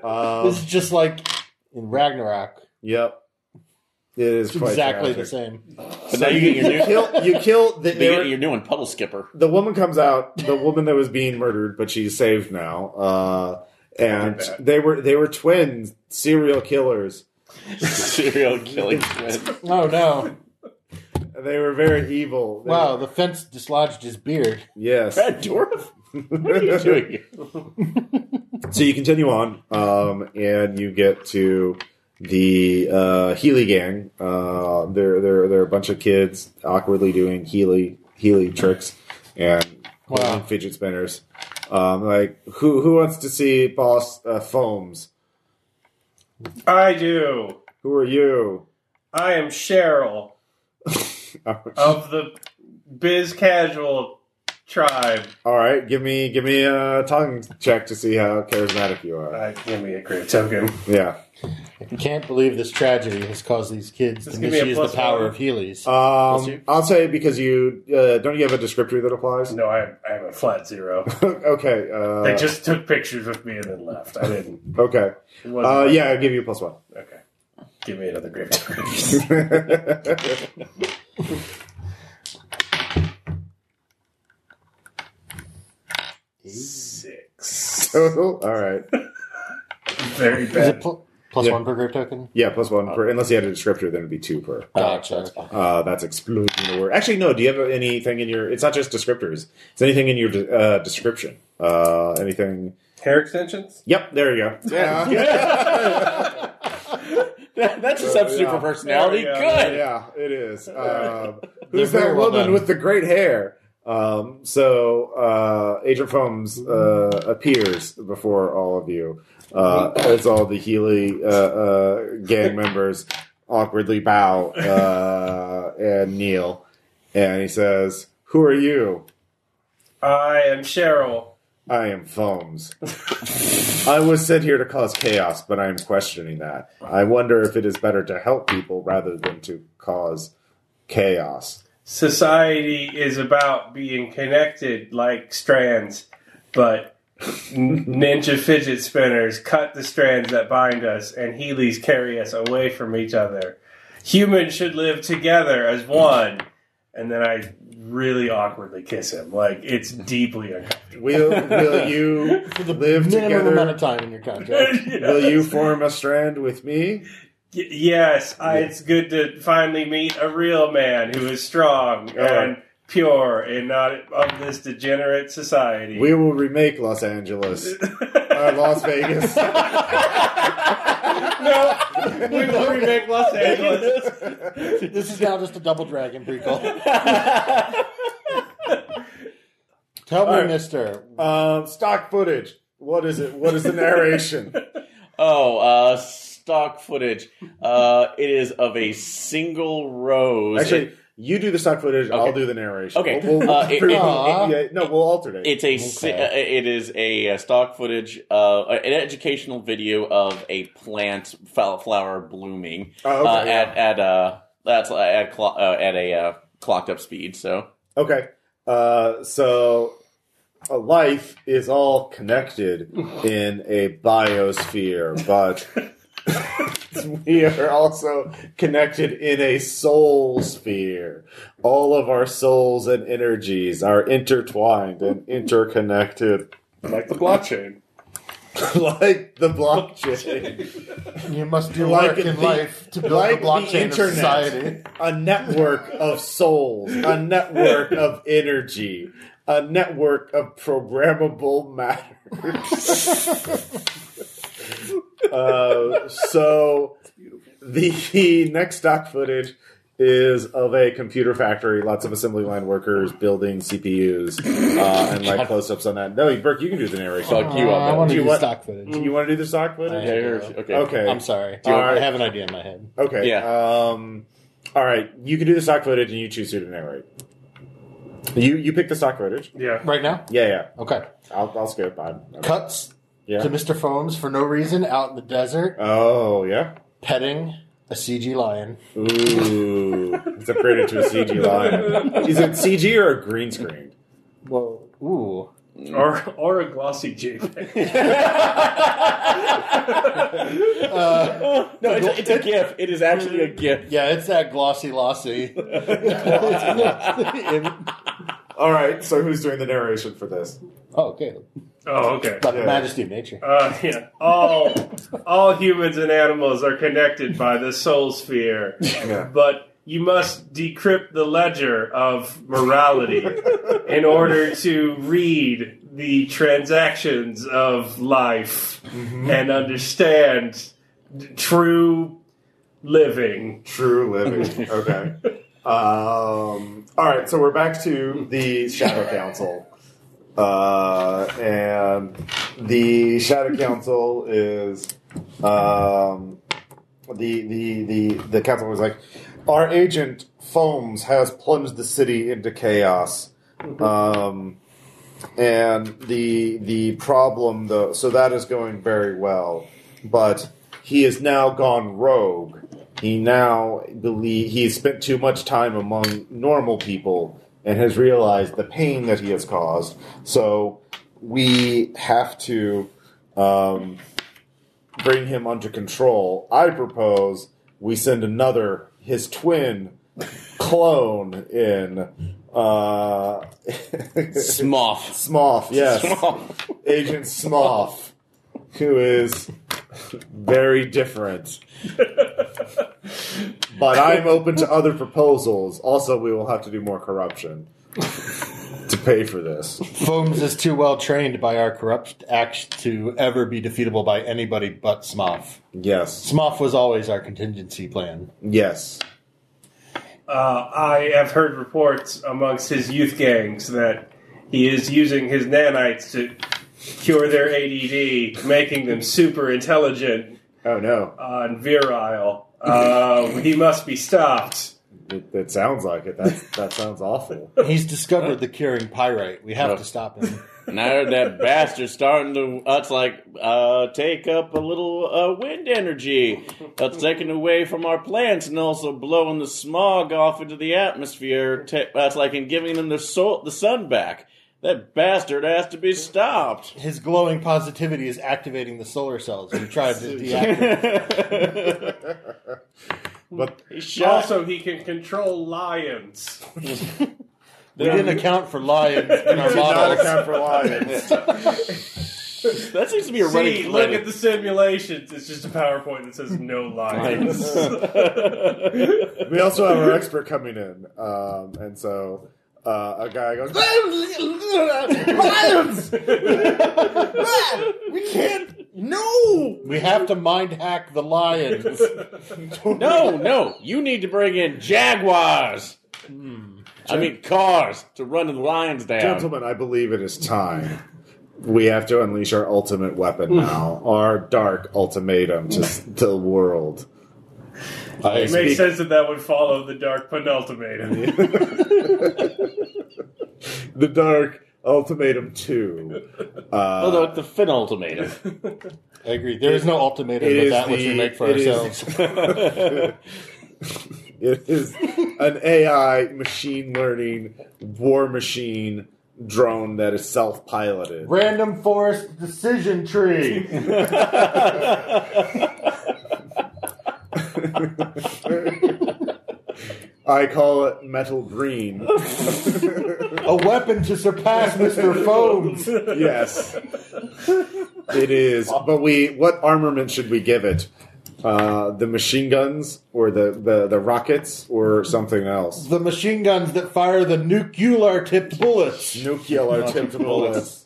S1: Um,
S4: this is just like in Ragnarok.
S1: yep. It is
S4: It's
S1: quite
S4: exactly
S1: tragic.
S4: the same.
S2: but now you get
S1: You
S2: your new.
S1: kill. You kill. The,
S2: You
S1: there-
S2: get your new one, Puddle Skipper.
S1: the woman comes out. The woman that was being murdered, but she's saved now. Uh, and
S3: Pretty bad.
S1: they were they were twins, serial killers.
S2: Serial killing. twin.
S4: Oh no!
S1: They were very evil. They
S4: Wow,
S1: were-
S4: the fence dislodged his beard.
S1: yes.
S2: Brad Dorff. What are you doing? here?
S1: So you continue on, um, and you get to the uh, Healy gang. Uh, they're they're they're a bunch of kids awkwardly doing Healy Healy tricks and
S4: Wow.
S1: fidget spinners. Um, like who who wants to see Boss uh, Foams?
S3: I do.
S1: Who are you?
S3: I am Cheryl of the Biz Casual tribe.
S1: All right, give me give me a tongue check to see how charismatic you are.
S3: Uh, give me a great token.
S1: Yeah.
S4: I can't believe this tragedy has caused these kids
S3: This is
S4: to
S3: gonna be a
S4: misuse the
S3: plus
S4: power
S3: one.
S4: of Healy's. Plus
S1: Um,
S4: you.
S1: I'll say because you uh, don't you have a descriptor that applies.
S3: No, I, I have a flat zero.
S1: okay. Uh,
S3: They just took pictures with me and then left. I didn't.
S1: okay.
S3: It wasn't
S1: Uh,
S3: my-
S1: yeah, I'll give you a plus one.
S3: Okay. Give me another grave token. Six.
S1: Total. All right.
S3: Very
S4: is it
S3: bad.
S4: pl- plus
S1: Yeah.
S4: one per grip token?
S1: Yeah, plus one per. Unless you had a descriptor, then it'd be two per.
S4: Gotcha.
S2: that's fine.
S1: Uh, that's exploding the word. Actually, no. Do you have anything in your? It's not just descriptors. It's anything in your uh, description. Uh, anything?
S3: Hair extensions?
S1: Yep. There you go. Yeah.
S2: That- that's a substitute
S1: yeah.
S2: for personality.
S3: Yeah, yeah,
S2: Good.
S1: yeah, it is. Um,
S4: They're
S1: who's that
S4: very well
S1: woman
S4: done.
S1: with the great hair? Um, so uh, Agent Foams
S4: Mm-hmm.
S1: uh, appears before all of you uh, as all the Healy uh, uh, gang members awkwardly bow uh, and kneel, and he says, "Who are you?
S3: I am Cheryl.
S1: I am Foams. I was sent here to cause chaos, but I am questioning that. I wonder if it is better to help people rather than to cause chaos."
S3: Society is about being connected like strands, but n- ninja fidget spinners cut the strands that bind us, and Heelys carry us away from each other. Humans should live together as one. And then I really awkwardly kiss him. Like, it's deeply uncomfortable.
S1: Will will you live
S4: Minimum amount
S1: together?
S4: of time in your contract.
S1: Will you form a strand with me?
S3: Y- Yes, I, it's good to finally meet a real man who is strong and pure and not of this degenerate society.
S1: We will remake Los Angeles, uh, Las Vegas.
S3: no, we will remake Los Angeles.
S4: this is now just a double dragon prequel. Tell me,
S1: All right.
S4: Mister.
S1: Um, stock footage. What is it? What is the narration?
S2: Oh, uh, stock footage. Uh, it is of a single rose.
S1: Actually, you do the stock footage. I'll
S2: Okay.
S1: do the narration.
S2: Okay.
S1: We'll, we'll-
S2: Uh, it-
S1: we'll-
S2: it-
S1: yeah, no, we'll alternate.
S2: It's a si-
S4: Okay.
S2: uh, it is a, uh stock footage uh, an educational video of a plant fl- flower blooming
S1: Oh, okay,
S2: uh,
S1: yeah.
S2: at at uh that's uh, at clo- uh, at a uh, clocked up speed. So
S1: Okay. Uh, so a life is all connected in a biosphere, but we are also connected in a soul sphere. All of our souls and energies are intertwined and interconnected
S3: Like the blockchain.
S1: like the blockchain.
S4: You must do
S1: Like
S4: work in
S1: the-
S4: life to build
S1: like
S4: the
S1: the
S4: blockchain of
S1: internet.
S4: society.
S1: a network of souls, a network of energy, a network of programmable matter. uh, so the next stock footage is of a computer factory, lots of assembly line workers building CPUs uh, and like close ups on that. No, Burke, you can do the narration.
S2: fuck you
S4: Uh, I
S2: on
S4: want
S1: Do
S2: that.
S4: to
S1: you
S4: do
S1: want-
S4: stock footage.
S1: You want to do the stock footage?
S4: Yeah.
S2: okay.
S1: Okay.
S4: I'm sorry. Uh,
S1: Do you want-
S4: I have an idea in my head.
S1: Okay.
S2: Yeah.
S1: Um, all right. You can do the stock footage, and you choose who to narrate. You you pick the stock footage.
S3: Yeah.
S4: Right now?
S1: Yeah, yeah.
S4: Okay.
S1: I'll I'll skip. I'm, I'm-
S4: Cuts
S1: yeah.
S4: to Mr. Foams for no reason out in the desert,
S1: Oh yeah.
S4: petting a CG lion.
S1: Ooh, it's upgraded to a CG line. Is it CG or a green screen?
S4: Whoa. Ooh.
S3: Or, or a glossy JPEG.
S2: No, it's, a- it's a gif. It is actually a gif.
S4: Yeah, it's that glossy lossy.
S1: All right. So who's doing the narration for this?
S4: oh, okay.
S3: Oh, okay.
S4: About
S1: Yeah.
S4: the majesty of nature.
S3: Uh, yeah. All, all humans and animals are connected by the soul sphere.
S1: Yeah.
S3: but you must decrypt the ledger of morality in order to read the transactions of life and understand true living.
S1: True living. Okay. Um, all right, so we're back to the Shadow Council. Uh, and the Shadow Council is um, the, the the the council was like, our agent Foams has plunged the city into chaos. Um, and the the problem though so that is going very well but he is now gone rogue he now believe he has spent too much time among normal people and has realized the pain that he has caused so we have to um, bring him under control i propose we send another his twin clone in uh
S2: Smoff.
S1: Smoff, yes.
S2: Smoff.
S1: Agent Smoff, who is very different. but I'm open to other proposals. Also, we will have to do more corruption to pay for this.
S4: Foams is too well trained by our corrupt act to ever be defeatable by anybody but Smoff.
S1: Yes.
S4: Smoff was always our contingency plan.
S1: Yes.
S3: Uh, I have heard reports amongst his youth gangs that he is using his nanites to cure their ADD, making them super intelligent
S1: Oh, no.
S3: uh, and virile. Uh, he must be stopped.
S1: It, it sounds like it. That's, that sounds awful.
S4: He's discovered
S1: Uh.
S4: the curing pyrite. We have to stop him.
S2: Now that bastard's starting to, uh, it's like, uh, take up a little uh, wind energy. That's taken away from our plants and also blowing the smog off into the atmosphere. Ta- That's like, and giving them the, sol- the sun back. That bastard has to be stopped.
S4: His glowing positivity is activating the solar cells. We tried to deactivate.
S1: But
S2: He
S3: Also, he can control lions.
S4: We didn't account for lions in our
S1: did not
S4: models.
S1: account for lions.
S2: That seems to be a running
S3: See, look
S2: thread.
S3: at the simulations. It's just a PowerPoint that says no lions.
S1: We also have our expert coming in. Um, and so uh, a guy goes, Lions! we can't. No!
S4: We have to mind hack the lions.
S2: No, no. You need to bring in jaguars.
S3: Hmm.
S2: I mean, cars to run the lions down.
S1: Gentlemen, I believe it is time. We have to unleash our ultimate weapon now, our dark ultimatum to s- to the world.
S4: I
S3: It makes sense that that would follow the dark penultimatum.
S1: The dark ultimatum two. Uh,
S2: Although it's the fin ultimatum.
S4: agree. There is no ultimatum
S1: It
S4: but
S1: is
S4: that which we
S1: the-
S4: make for
S1: it is-
S4: ourselves.
S1: it is an AI machine learning war machine drone that is self piloted.
S4: Random forest decision tree.
S1: I call it metal green.
S4: A weapon to surpass Mr. Foams.
S1: yes, it is. But we, what armament should we give it? Uh, the machine guns, or the, the, the rockets, or something else?
S4: The machine guns that fire the nuclear tipped bullets.
S1: Nuclear tipped bullets.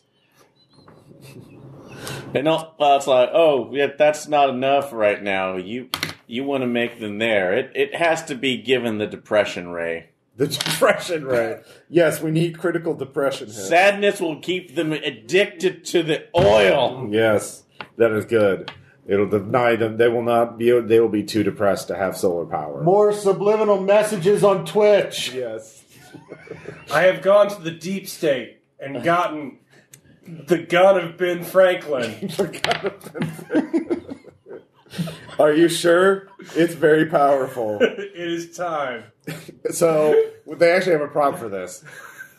S2: And all, uh, it's like, oh, yeah, that's not enough right now. You you want to make them there. It it has to be given the depression ray.
S1: The depression ray. Yes, we need critical depression. Hit.
S2: Sadness will keep them addicted to the oil.
S1: Yes, that is good. It'll deny them. They will not be. They will be too depressed to have solar power.
S4: More subliminal messages on Twitch.
S1: Yes.
S3: I have gone to the deep state and gotten the gun of Ben Franklin.
S1: Are you sure? It's very powerful.
S3: It is time.
S1: So they actually have a prop for this.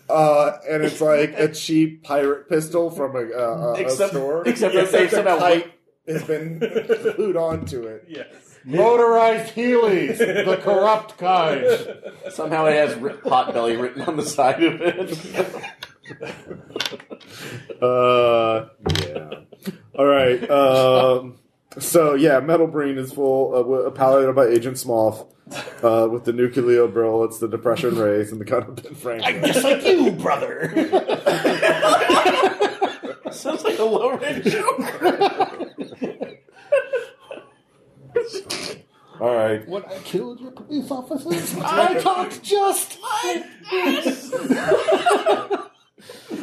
S1: Uh, and it's like a cheap pirate pistol from a, uh, a, a- a
S2: Except-
S1: store.
S2: except that they
S1: the
S2: somehow-
S1: kite has been glued onto it.
S3: Yes.
S4: Motorized Heelys, the corrupt kind.
S2: Somehow it has ri- hot belly written on the side of it.
S1: Uh, yeah. All right. Um, so yeah, Metal Brain is full uh, wi- piloted by Agent Smoff. Uh, with the nuclear bullets, the depression rays, and the gun of Ben Franklin.
S2: Just like you, brother. sounds like a low rent joke.
S1: All right.
S4: When I killed your police officers, I talked just like this.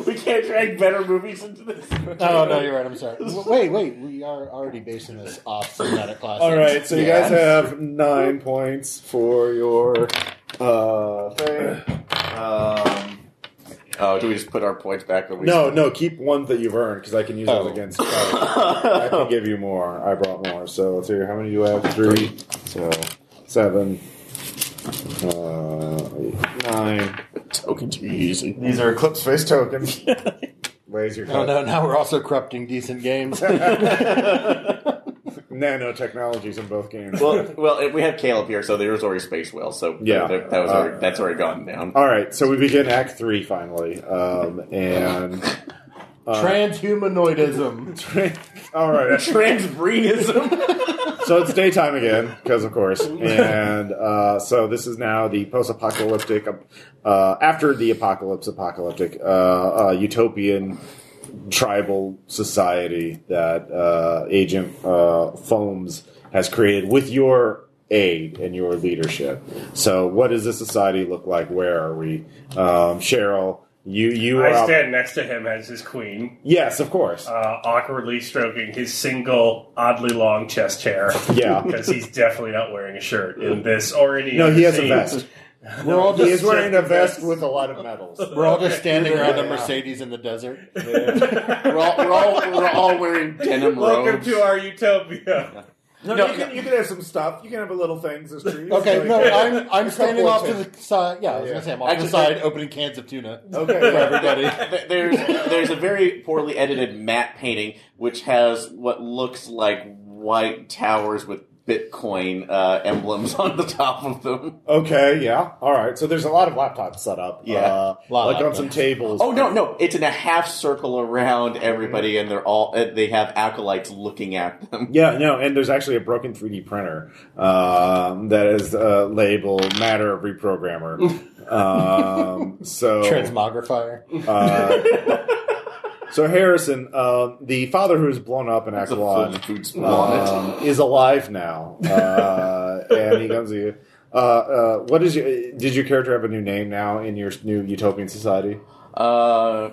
S2: we can't drag better movies into this.
S4: Oh no, you're right. I'm sorry. W- Wait, wait. We are already basing this off cinematic classics.
S1: All right, so you
S2: Yeah.
S1: guys have nine points for your uh, thing. Um,
S2: Oh, do we just put our points back? That we
S1: no, no, keep ones that you've earned because I can use
S4: Oh.
S1: those against. I can give you more. I brought more, so let's hear how many do you have? Three, so seven, uh, eight, nine.
S2: Token too easy.
S1: These are Eclipse Face tokens. Laser your
S4: Oh no, now we're also corrupting decent games.
S1: nanotechnologies in both games.
S2: Well, well, if we have Caleb here, so there was already space whale. So
S1: Yeah.
S2: that, that was
S1: Uh,
S2: already, that's already gone down.
S1: All right, so we begin Act Three finally, um, and
S4: Transhumanoidism.
S1: all right.
S2: Transbreedism.
S1: so it's daytime again, because of course, and uh, so this is now the post-apocalyptic, uh, after the apocalypse, apocalyptic uh, uh, utopian tribal society that uh, Agent uh, Foams has created with your aid and your leadership. So, what does this society look like? Where are we, um, Cheryl? You you are
S3: I stand next to him as his queen,
S1: yes, of course.
S3: uh, awkwardly stroking his single, oddly long chest hair.
S1: Yeah.
S3: because he's definitely not wearing a shirt in this or any.
S1: no,
S3: other
S1: he has a
S3: scene.
S1: vest.
S4: We're all
S1: He is
S4: just
S1: wearing a vest
S3: vest.
S1: with a lot of medals.
S4: We're all just standing around a
S1: Yeah.
S4: Mercedes in the desert.
S2: we're, all, we're all we're all wearing denim
S3: Welcome
S2: robes.
S3: to our utopia.
S1: No,
S2: No,
S1: you, can, you can have some stuff. You can have a little things as trees.
S4: Okay,
S1: Like-
S4: no, I'm I'm standing
S1: Couple
S4: off to
S1: of
S4: the side. Yeah, I was
S1: Yeah.
S4: gonna say I'm off to
S2: Actually-
S4: the side, opening cans of tuna.
S1: Okay,
S4: for
S1: yeah.
S4: everybody.
S2: Th- there's there's a very poorly edited matte painting which has what looks like white towers with Bitcoin uh, emblems on the top of them.
S1: Okay, yeah, all right. So there's a lot of laptops set up.
S2: Yeah.
S1: uh,
S4: Lot of
S1: like on
S4: laptops.
S1: some tables.
S2: Oh no, no! It's in a half circle around everybody, and they're all uh, they have acolytes looking at them.
S1: Yeah, no, and there's actually a broken 3D printer um, that is uh, labeled "Matter of Reprogrammer." um, so
S4: Transmogrifier.
S1: uh, so Harrison, uh, the father who was blown up in Act
S2: It's a
S1: One,
S2: full food spoon on it.
S1: um, is alive now, uh, and he comes to you. Uh, uh, what is your? Did your character have a new name now in your new utopian society?
S2: Uh,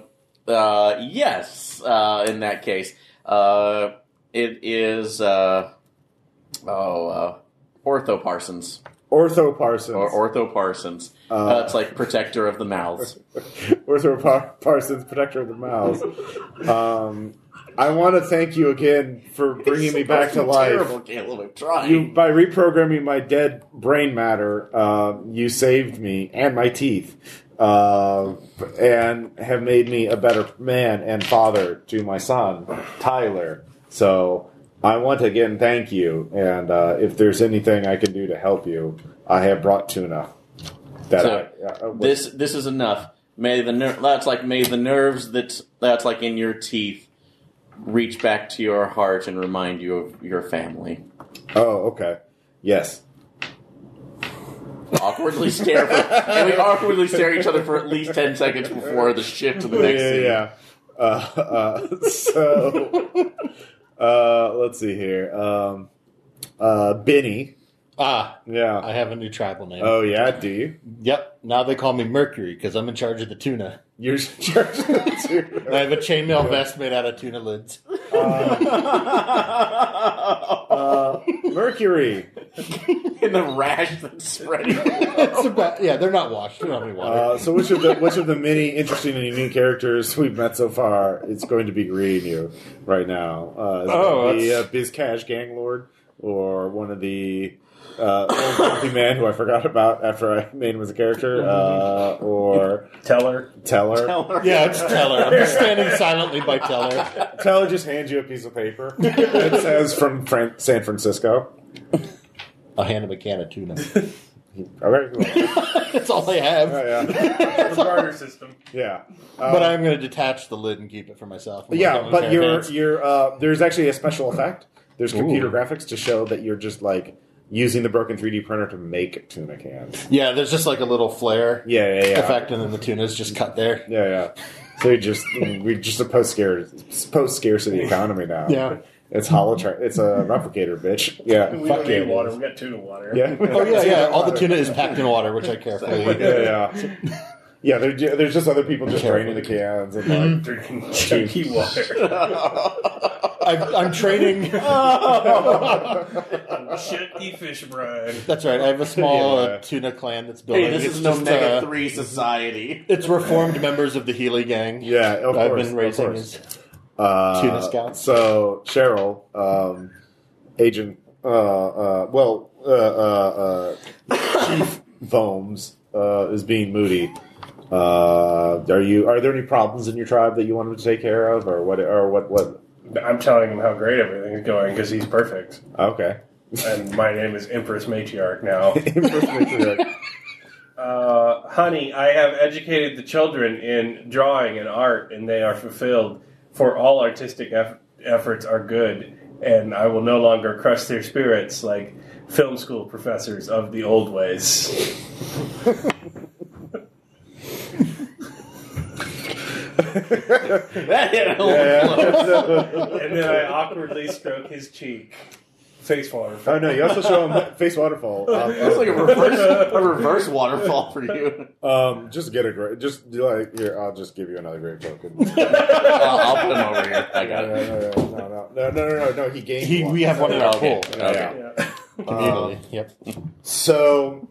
S2: uh, yes. Uh, in that case, uh, it is uh, oh, uh, Ortho Parsons
S1: Ortho Parsons.
S2: or Ortho Parsons. Uh, it's like protector of the mouths.
S1: Ortho Par- Parsons, protector of the mouths. Um, I want to thank you again for bringing me back to life.
S2: Terrible, Caleb. I'm trying.
S1: You, by reprogramming my dead brain matter, uh, you saved me and my teeth, uh, and have made me a better man and father to my son, Tyler. So I want to again thank you, and uh, if there's anything I can do to help you, I have brought tuna. That
S2: So,
S1: I, uh,
S2: this this is enough. May the ner- that's like may the nerves that that's like in your teeth reach back to your heart and remind you of your family.
S1: Oh, okay. Yes.
S2: Awkwardly stare, for, and we awkwardly stare at each other for at least ten seconds before the shift to the next
S1: yeah,
S2: scene.
S1: yeah. Uh, uh, so, uh, let's see here. Um, uh, Benny.
S4: Ah, I
S1: Yeah.
S4: have a new tribal name.
S1: Oh, yeah. Do you?
S4: Yep. Now they call me Mercury because I'm in charge of the tuna.
S1: You're church too.
S4: I have a chainmail vest made out of tuna lids.
S1: Uh, Mercury.
S2: and the rash that's spreading.
S4: It's about, yeah, they're not washed. They don't have any water.
S1: Uh, so, which of the which of the many interesting and unique characters we've met so far is going to be greeting you right now? Uh, is it
S4: Oh,
S1: gonna be uh,
S4: that's-
S1: Biz Cash Gang Lord or one of the uh, old grumpy man who I forgot about after I made him as a character, uh, or
S3: Tell her.
S1: Teller.
S4: yeah, it's Teller. I'm just standing silently by Teller.
S1: Teller just hands you a piece of paper. it says from Fran- San Francisco.
S4: I'll hand him a can of tuna.
S1: Okay, cool.
S4: That's all they have.
S1: yeah, yeah.
S3: It's a barter system.
S1: yeah.
S4: But
S1: Uh,
S4: I'm going to detach the lid and keep it for myself. I'm
S1: Yeah,
S4: gonna get
S1: but
S4: a pair of
S1: you're
S4: pants.
S1: you're uh, there's actually a special effect. There's computer
S4: Ooh.
S1: graphics to show that you're just like using the broken 3D printer to make tuna cans.
S4: yeah. There's just like a little flare
S1: Yeah, yeah, yeah.
S4: effect, and then the tuna's just cut there.
S1: Yeah, yeah. So we just we just a post post scarcity economy now.
S4: Yeah.
S1: It's holotra- It's a replicator, bitch. Yeah.
S3: We
S1: Fuck
S3: don't need
S1: it.
S3: water. We got tuna water.
S1: Yeah.
S4: Oh yeah, yeah. All the tuna is packed in water, which I carefully.
S1: Yeah, yeah. Yeah, there, there's just other people just draining the cans and
S4: Mm-hmm.
S1: like
S3: Drinking chunky water.
S4: I've, I'm training.
S3: Chunky fish brine.
S4: That's right. I have a small
S1: Yeah.
S4: uh, tuna clan that's built.
S2: Hey, this
S4: it's
S2: is no
S4: just,
S2: Mega
S4: uh,
S2: 3 society.
S4: It's reformed members of the Healy gang.
S1: Yeah, of
S4: I've
S1: course.
S4: been
S1: of
S4: raising.
S1: course.
S4: Is,
S1: Uh,
S4: Tuna Scout.
S1: So Cheryl, um, Agent, uh, uh, well, uh, uh, uh, Chief Vomes uh, is being moody. Uh, are you? Are there any problems in your tribe that you want him to take care of, or what? Or what? What?
S3: I'm telling him how great everything's going because he's perfect.
S1: Okay.
S3: And my name is Empress Matriarch now.
S1: First matriarch.
S3: Uh, honey, I have educated the children in drawing and art, and they are fulfilled. For all artistic eff- efforts are good, and I will no longer crush their spirits like film school professors of the old ways.
S2: That hit a
S3: And then I awkwardly stroke his cheek. Face water.
S1: oh no! You also show him face waterfall. Um,
S2: That's like a reverse, a reverse waterfall for you.
S1: um, just get a grape. Just like here, I'll just give you another grape token.
S2: Uh, I'll put him over here. I got
S1: no,
S2: it.
S1: no, no, no, no, no, no, no, no. He gained.
S4: he,
S1: one.
S4: we have one in our
S2: Okay.
S4: pool.
S2: Okay.
S3: Yeah.
S4: Communally.
S1: Uh,
S4: yep.
S1: So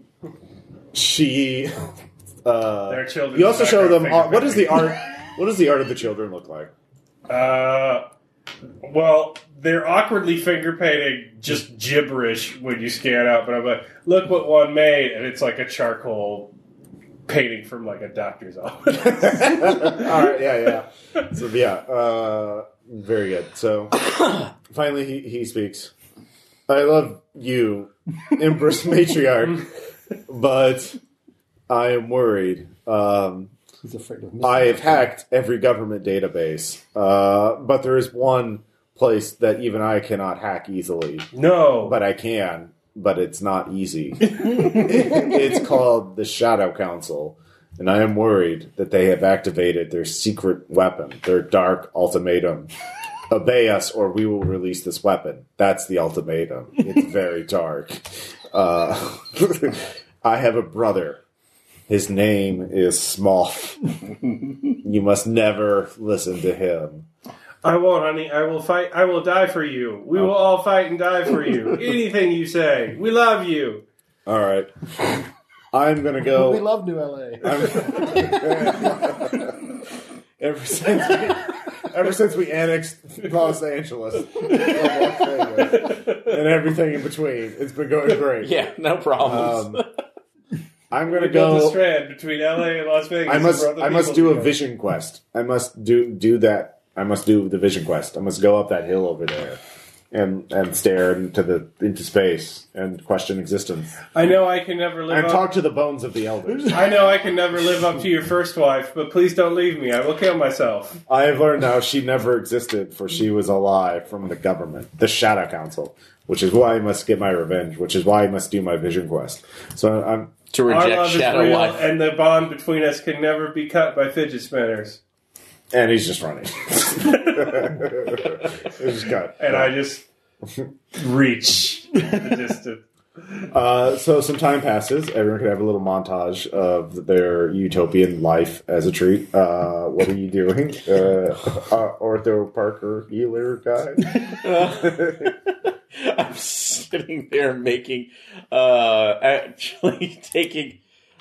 S1: she. Uh,
S3: Their children
S1: You also
S3: are
S1: show them
S3: finger
S1: art. what is the
S3: painting.
S1: art. What does the art of the children look like?
S3: Uh, well, they're awkwardly finger painting just gibberish when you scan out, but I'm like, look what one made, and it's like a charcoal painting from like a doctor's office.
S1: All right, yeah, yeah. So yeah, uh, very good. So finally, he, he speaks. I love you, Empress Matriarch, but I am worried. Um,
S4: He's afraid of
S1: I have hacked every government database, uh, but there is one place that even I cannot hack easily.
S3: no,
S1: but I can. But it's not easy. it's called the Shadow Council, and I am worried that they have activated their secret weapon, their dark ultimatum. Obey us, or we will release this weapon. That's the ultimatum. It's very dark. Uh, I have a brother. His name is Smoth. you must never listen to him.
S3: I won't, honey. I will fight. I will die for you. We will all fight and die for you. Anything you say, we love you.
S1: All right. I'm going to go.
S2: Oh,
S4: We love New LA.
S1: ever since we, ever since we annexed Los Angeles and Las Vegas, and everything in between. It's been going great.
S2: Yeah, no problems.
S1: Um, I'm gonna
S3: We built a
S1: go.
S3: strand between LA and Las Vegas.
S1: I
S3: and
S1: must.
S3: brought the
S1: I must
S3: people
S1: do a
S3: together.
S1: vision quest. I must do do that. I must do the vision quest. I must go up that hill over there. And, and stare into the into space and question existence
S3: I know I can never live
S1: and
S3: up.
S1: talk to the bones of the elders.
S3: I know I can never live up to your first wife, but please don't leave me. I will kill myself.
S1: I have learned now she never existed, for she was a lie from the government, the Shadow Council, which is why I must get my revenge, which is why I must do my vision quest. So I'm.
S2: to
S3: Our
S2: reject
S3: love is
S2: Shadow
S3: real,
S2: Life.
S3: and the bond between us can never be cut by fidget spinners.
S1: And he's just running. He's just got-
S3: And I just reach the distance.
S1: Uh, so some time passes. Everyone can have a little montage of their utopian life as a treat. Uh, what are you doing, uh, uh, Ortho Parker healer guy?
S2: I'm sitting there making, uh, actually taking,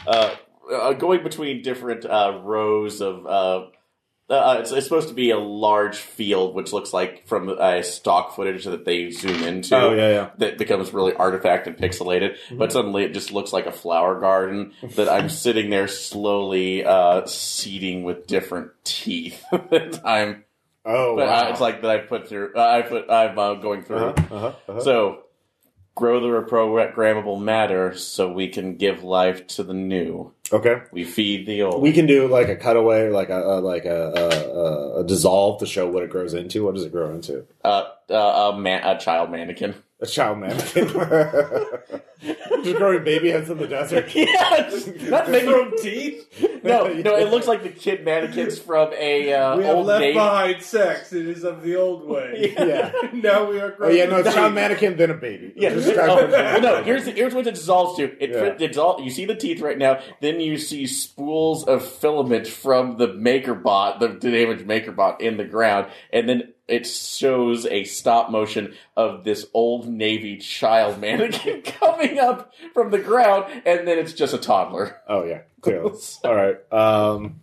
S2: uh, uh, going between different uh, rows of. Uh, uh, it's, it's supposed to be a large field, which looks like from uh, stock footage that they zoom into.
S1: Oh, yeah, yeah.
S2: That becomes really artifact and pixelated,
S1: Mm-hmm.
S2: but suddenly it just looks like a flower garden that I'm sitting there slowly uh, seeding with different teeth that I'm
S1: Oh,
S2: but
S1: wow.
S2: uh, it's like that I put through. Uh, I put. I'm uh, going through.
S1: Uh-huh, uh-huh, uh-huh.
S2: So, grow the reprogrammable matter so we can give life to the new.
S1: okay.
S2: We feed the old.
S1: We can do like a cutaway, like a, a like a, a, a- a dissolve to show what it grows into. What does it grow into?
S2: uh, uh, a, man, a child mannequin.
S1: A child mannequin. Just growing baby heads in the desert.
S2: yes, not
S3: From teeth?
S2: no, no, it looks like the kid mannequins from a uh,
S3: We have
S2: old
S3: left
S2: Navy.
S3: behind sex. It is of the old way.
S1: yeah.
S3: now we are
S1: Oh
S3: grown.
S1: yeah, no, it's
S3: men.
S1: not mannequin then a baby.
S2: Yeah,
S1: Just
S2: here-
S1: start
S2: oh,
S1: with-
S2: well, no. Here's the, here's what it dissolves to. It,
S1: Yeah.
S2: dissolves. You see the teeth right now. Then you see spools of filament from the MakerBot, the damaged MakerBot, in the ground, and then it shows a stop motion of this old Navy child mannequin coming up from the ground, and then it's just a toddler.
S1: oh yeah, clearly. All right. Um,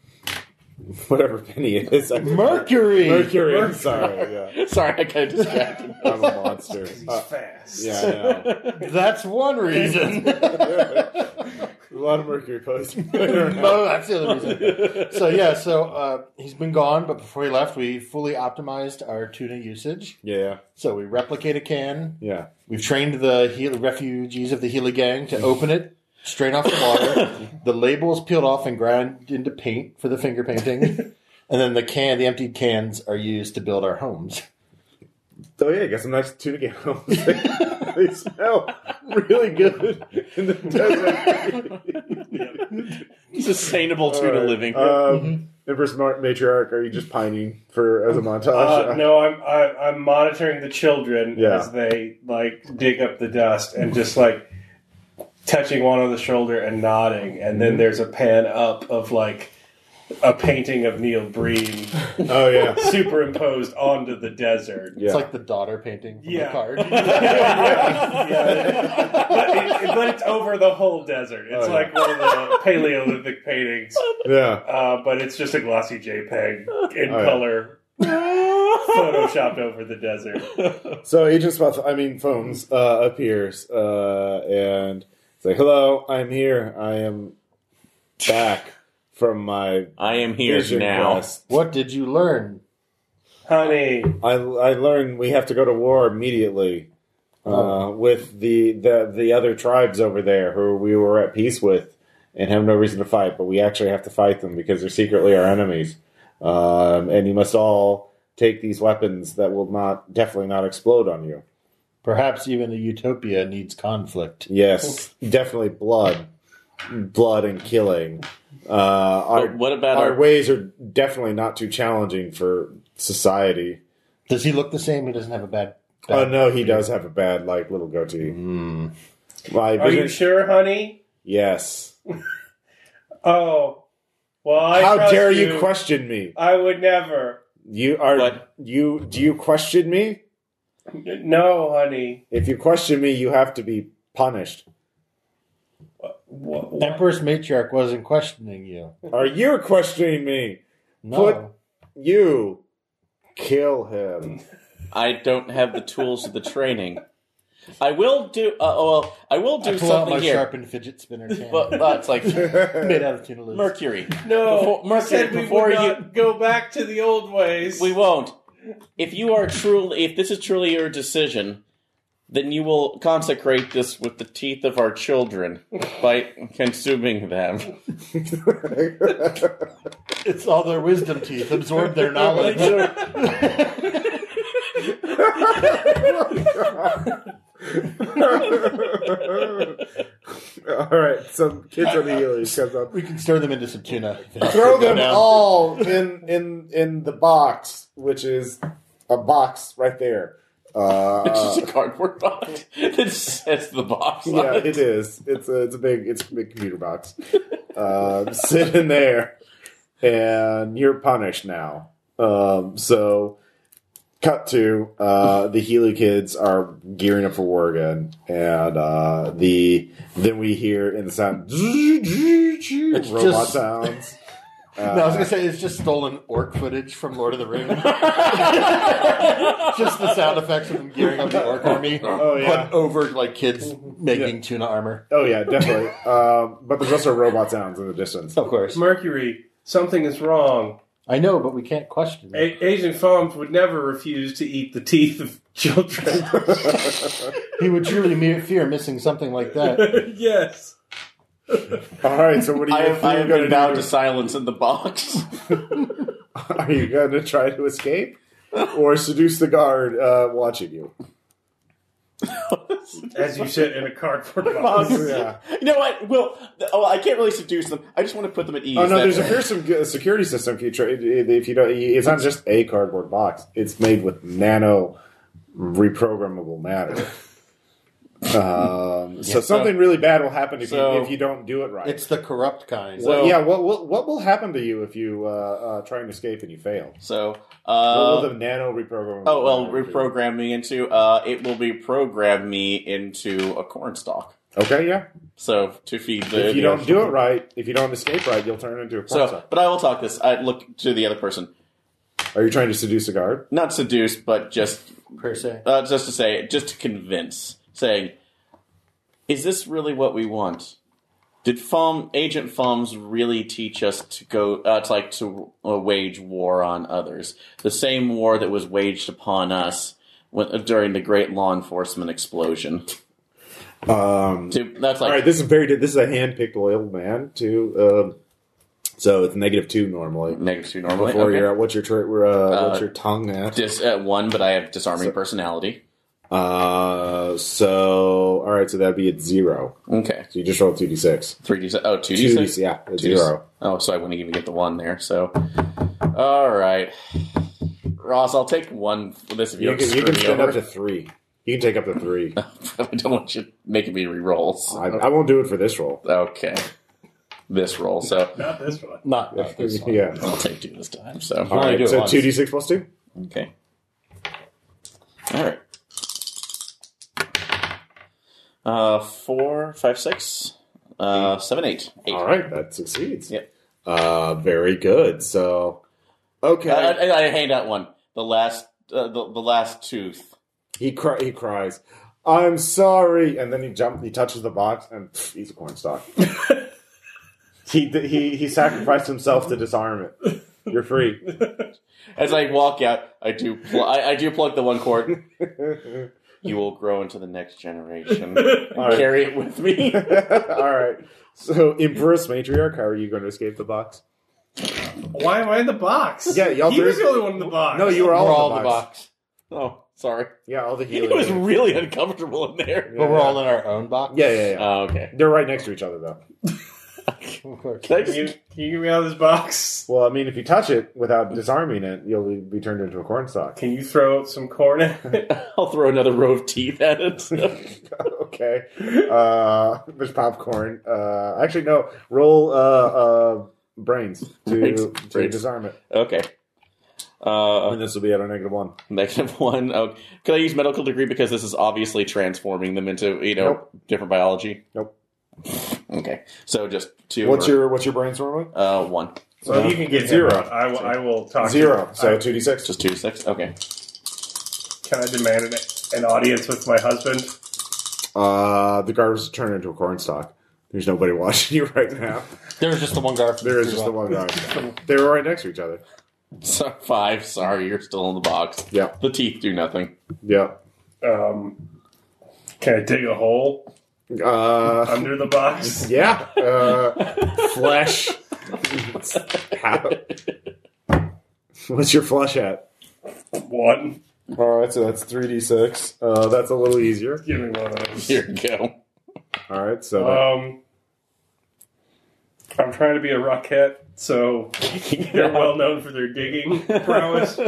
S1: whatever penny it is, I-
S4: Mercury.
S1: Mercury. I'm sorry. Yeah.
S2: Sorry, I got distracted.
S1: I'm a monster.
S3: He's
S1: Uh,
S3: fast.
S1: yeah,
S4: That's one reason.
S1: I know. a lot of mercury posts.
S4: Oh, that's the other reason. So yeah, so uh, he's been gone, but before he left, we fully optimized our tuna usage.
S1: yeah,
S4: So we replicate a can.
S1: yeah.
S4: We've trained the Gila, refugees of the Gila gang to open it straight off the water. the label is peeled off and ground into paint for the finger painting, and then the can, the emptied cans, are used to build our homes.
S1: So yeah, I guess I'm nice to the game. they smell really good in the desert.
S2: Sustainable
S1: All
S2: tuna
S1: right.
S2: living.
S1: Um, Empress Mar- Matriarch, are you just pining for as a montage?
S3: Uh, no, I'm, I'm I'm monitoring the children
S1: Yeah.
S3: as they like dig up the dust and just like touching one on the shoulder and nodding, and
S1: Mm-hmm.
S3: then there's a pan up of like a painting of Neil Breen
S1: Oh yeah.
S3: superimposed onto the desert.
S1: Yeah.
S4: It's like the daughter painting from
S3: Yeah.
S4: the card.
S3: Yeah, yeah. But, it, but it's over the whole desert.
S1: Oh,
S3: It's
S1: yeah.
S3: like one of the Paleolithic paintings,
S1: yeah.
S3: uh, but it's just a glossy JPEG in
S1: Oh, yeah.
S3: color, photoshopped over the desert.
S1: So Agent Spot, I mean Phones, uh, appears uh, and it's like, "Hello, I'm here. I am back from my
S2: I am here
S1: vision
S2: now.
S1: quest.
S4: What did you learn?
S3: Honey,
S1: I I learned we have to go to war immediately uh, with the, the the other tribes over there who we were at peace with and have no reason to fight, but we actually have to fight them because they're secretly our enemies. Um, and you must all take these weapons that will not definitely not explode on you.
S4: Perhaps even a utopia needs conflict.
S1: Yes, definitely blood, blood and killing. Uh, our
S2: what about
S1: our
S2: our-
S1: ways are definitely not too challenging for society.
S4: Does he look the same? He doesn't have a bad. bad
S1: Oh no, he does have a bad like little goatee.
S2: Hmm.
S1: My
S3: are you
S1: vision-
S3: sure, honey?
S1: yes.
S3: Oh, well, I
S1: How
S3: trust
S1: dare
S3: you.
S1: you question me?
S3: I would never.
S1: You are
S2: What?
S1: you? Do you question me?
S3: No, honey.
S1: If you question me, you have to be punished.
S3: Wha- wha-
S4: Empress Matriarch wasn't questioning you.
S1: Are you questioning me?
S4: No.
S1: Put- You kill him.
S2: I don't have the tools of the training. I will do. Uh, oh, well, I will do
S4: I pull out
S2: something
S4: my
S2: here.
S4: sharpened fidget spinner can.
S2: But that's like
S4: made out of tuna leaves.
S2: Mercury.
S3: No,
S2: Before- Mark
S3: you said
S2: said
S3: we
S2: before
S3: would
S2: you-
S3: not go back to the old ways.
S2: We won't. If you are truly, if this is truly your decision, then you will consecrate this with the teeth of our children by consuming them.
S4: It's all their wisdom teeth absorb their knowledge.
S1: all right, some kids on the heelys comes up.
S4: we can stir them into some tuna.
S1: Throw them
S4: Now,
S1: all in in in the box, which is a box right there.
S2: It's
S1: Uh,
S2: just a cardboard box that says the box. on
S1: yeah,
S2: it.
S1: it is. It's a it's a big it's a big computer box. Uh, sit in there, and you're punished now. Um, so, cut to uh, the Healy kids are gearing up for war again, and uh, the then we hear in the sound robot
S4: just-
S1: sounds. Uh,
S4: No, I was gonna say it's just stolen orc footage from Lord of the Rings. just the sound effects of them gearing up the orc army,
S1: Oh, yeah. Mm-hmm.
S4: but over like kids making tuna armor.
S1: Oh yeah, definitely. um, but there's also robot sounds in the distance.
S4: Of course,
S3: Mercury, something is wrong.
S4: I know, but we can't question it.
S3: A- Agent Foams would never refuse to eat the teeth of children.
S4: He would truly me- fear missing something like that.
S3: yes.
S1: All right, so what are
S2: I
S1: you,
S2: have, I have
S1: going
S2: been
S1: to
S2: bound
S1: do?
S2: to silence in the box.
S1: Are you going to try to escape or seduce the guard uh, watching you?
S3: as you sit in a cardboard box.
S2: Boss.
S1: Yeah.
S2: You know what? Well, th- oh, I can't really seduce them. I just want to put them at ease.
S1: Oh no,
S2: That-
S1: there's a fearsome g- security system. If you, try, if you don't, it's not just a cardboard box. It's made with nano reprogrammable matter. Um, so something really bad will happen if,
S4: so-
S1: you, if you don't do it right.
S4: It's the corrupt kind.
S2: So-
S1: Well, yeah, what, what what will happen to you if you uh, uh, try and escape and you fail?
S2: So,
S1: What
S2: uh,
S1: will the nano reprogram?
S2: oh well, reprogram me into. Uh, it will be program me into a corn stalk.
S1: Okay, yeah.
S2: So to feed the.
S1: If you
S2: the
S1: don't do
S2: actual-
S1: it right, if you don't escape right, you'll turn into a porn
S2: So,
S1: star.
S2: but I will talk this. I look to the other person,
S1: Are you trying to seduce a guard?
S2: not seduce, but just
S4: per se.
S2: uh, just to say, just to convince, saying, "Is this really what we want? Did Fum Agent Fums really teach us to go? Uh, to like to uh, wage war on others, the same war that was waged upon us when, uh, during the Great Law Enforcement Explosion."
S1: Um,
S2: To, that's like
S1: all right, this is very. This is a hand-picked old man too. Um, so it's negative two normally.
S2: negative two normally.
S1: Before
S2: okay.
S1: you're at what's your tra- uh,
S2: Uh,
S1: what's your tongue at?
S2: Dis, at one, but I have disarming personality.
S1: Uh, so all right, so that'd be at zero.
S2: Okay,
S1: So you just roll two d six.
S2: three d oh two
S1: Two
S2: d
S1: d yeah, at
S2: Two
S1: zero.
S2: Oh, so I wouldn't even get the one there. So, all right, Ross, I'll take one for this if you,
S1: You
S2: don't
S1: can, you
S2: screw
S1: can
S2: me
S1: spend up to
S2: over.
S1: three. You can take up to three.
S2: I don't want you making me re-roll. so-
S1: I, I won't do it for this roll.
S2: Okay, this roll. So
S3: Not this one.
S4: Not, not this one.
S1: yeah.
S2: I'll take two this time. So
S1: All
S4: only do
S1: right.
S4: it
S1: So
S4: once.
S1: two d six plus two.
S2: okay, all right. Uh, four, five, six, uh, seven, eight, eight.
S1: All right, that succeeds.
S2: Yep.
S1: Uh, very good. So, okay.
S2: Uh, and I hand out one. The last, uh, the, the last tooth.
S1: he cry, he cries, "I'm sorry," and then he jumps. He touches the box, and pff, he's a cornstalk. he he he sacrificed himself to disarm it. You're free.
S2: As I walk out, I do pl- I, I do plug the one cord. you will grow into the next generation.
S1: All right.
S2: Carry it with me.
S1: All right. So, Empress Matriarch, how are you going to escape the box?
S3: Why am I in the box?
S1: Yeah, y'all
S3: He was
S1: three-
S3: the only one in the box.
S1: No, you were
S4: We're
S1: all,
S4: all
S1: in the box.
S2: Oh, sorry.
S1: Yeah, all the
S2: It
S1: healing.
S2: was really uncomfortable in there.
S1: Yeah,
S4: But we're
S1: yeah.
S4: all in our own box.
S1: Yeah, yeah, yeah.
S2: Oh, okay.
S1: They're right next to each other, though.
S4: Of course.
S2: Can I
S3: Can
S2: just-
S3: you, can you get me out of this box?
S1: Well, I mean, if you touch it without disarming it, you'll be- be turned into a cornstalk.
S3: Can you throw some corn at it?
S2: I'll throw another row of teeth at it.
S1: okay. Uh, there's popcorn. Uh, actually, no. Roll uh, uh, brains to,
S2: Brains.
S1: to
S2: Brains.
S1: disarm it.
S2: okay. Uh,
S1: And this will be at a negative one.
S2: negative one. Oh, can I use medical degree because this is obviously transforming them into you know
S1: Nope.
S2: different biology?
S1: Nope.
S2: Okay. So just two.
S1: What's
S2: or-
S1: your what's your brains normally?
S2: uh one?
S3: So
S1: No.
S3: you can get
S1: Zero.
S3: zero. I will, I will talk. to
S1: Zero.
S3: you.
S1: So
S3: I-
S1: two d six.
S2: Uh, Just two six. Okay.
S3: can I demand an, an audience with my husband?
S1: Uh, the guard was turned into a cornstalk. There's nobody watching you right now.
S4: There was just the one guard.
S1: There is just the one guard. They were right next to each other.
S2: So five. Sorry, you're still in the box.
S1: Yeah.
S2: The teeth do nothing.
S1: Yeah.
S3: Um, can I dig a hole
S1: Uh,
S3: under the box?
S1: yeah. Uh, flesh. How- What's your flush at?
S3: One.
S1: All right, so that's three d six. Uh, that's a little easier.
S3: Give me one of those.
S2: Here you go.
S1: All right, so that-
S3: Um, I'm trying to be a rockette, so they're well known for their digging prowess.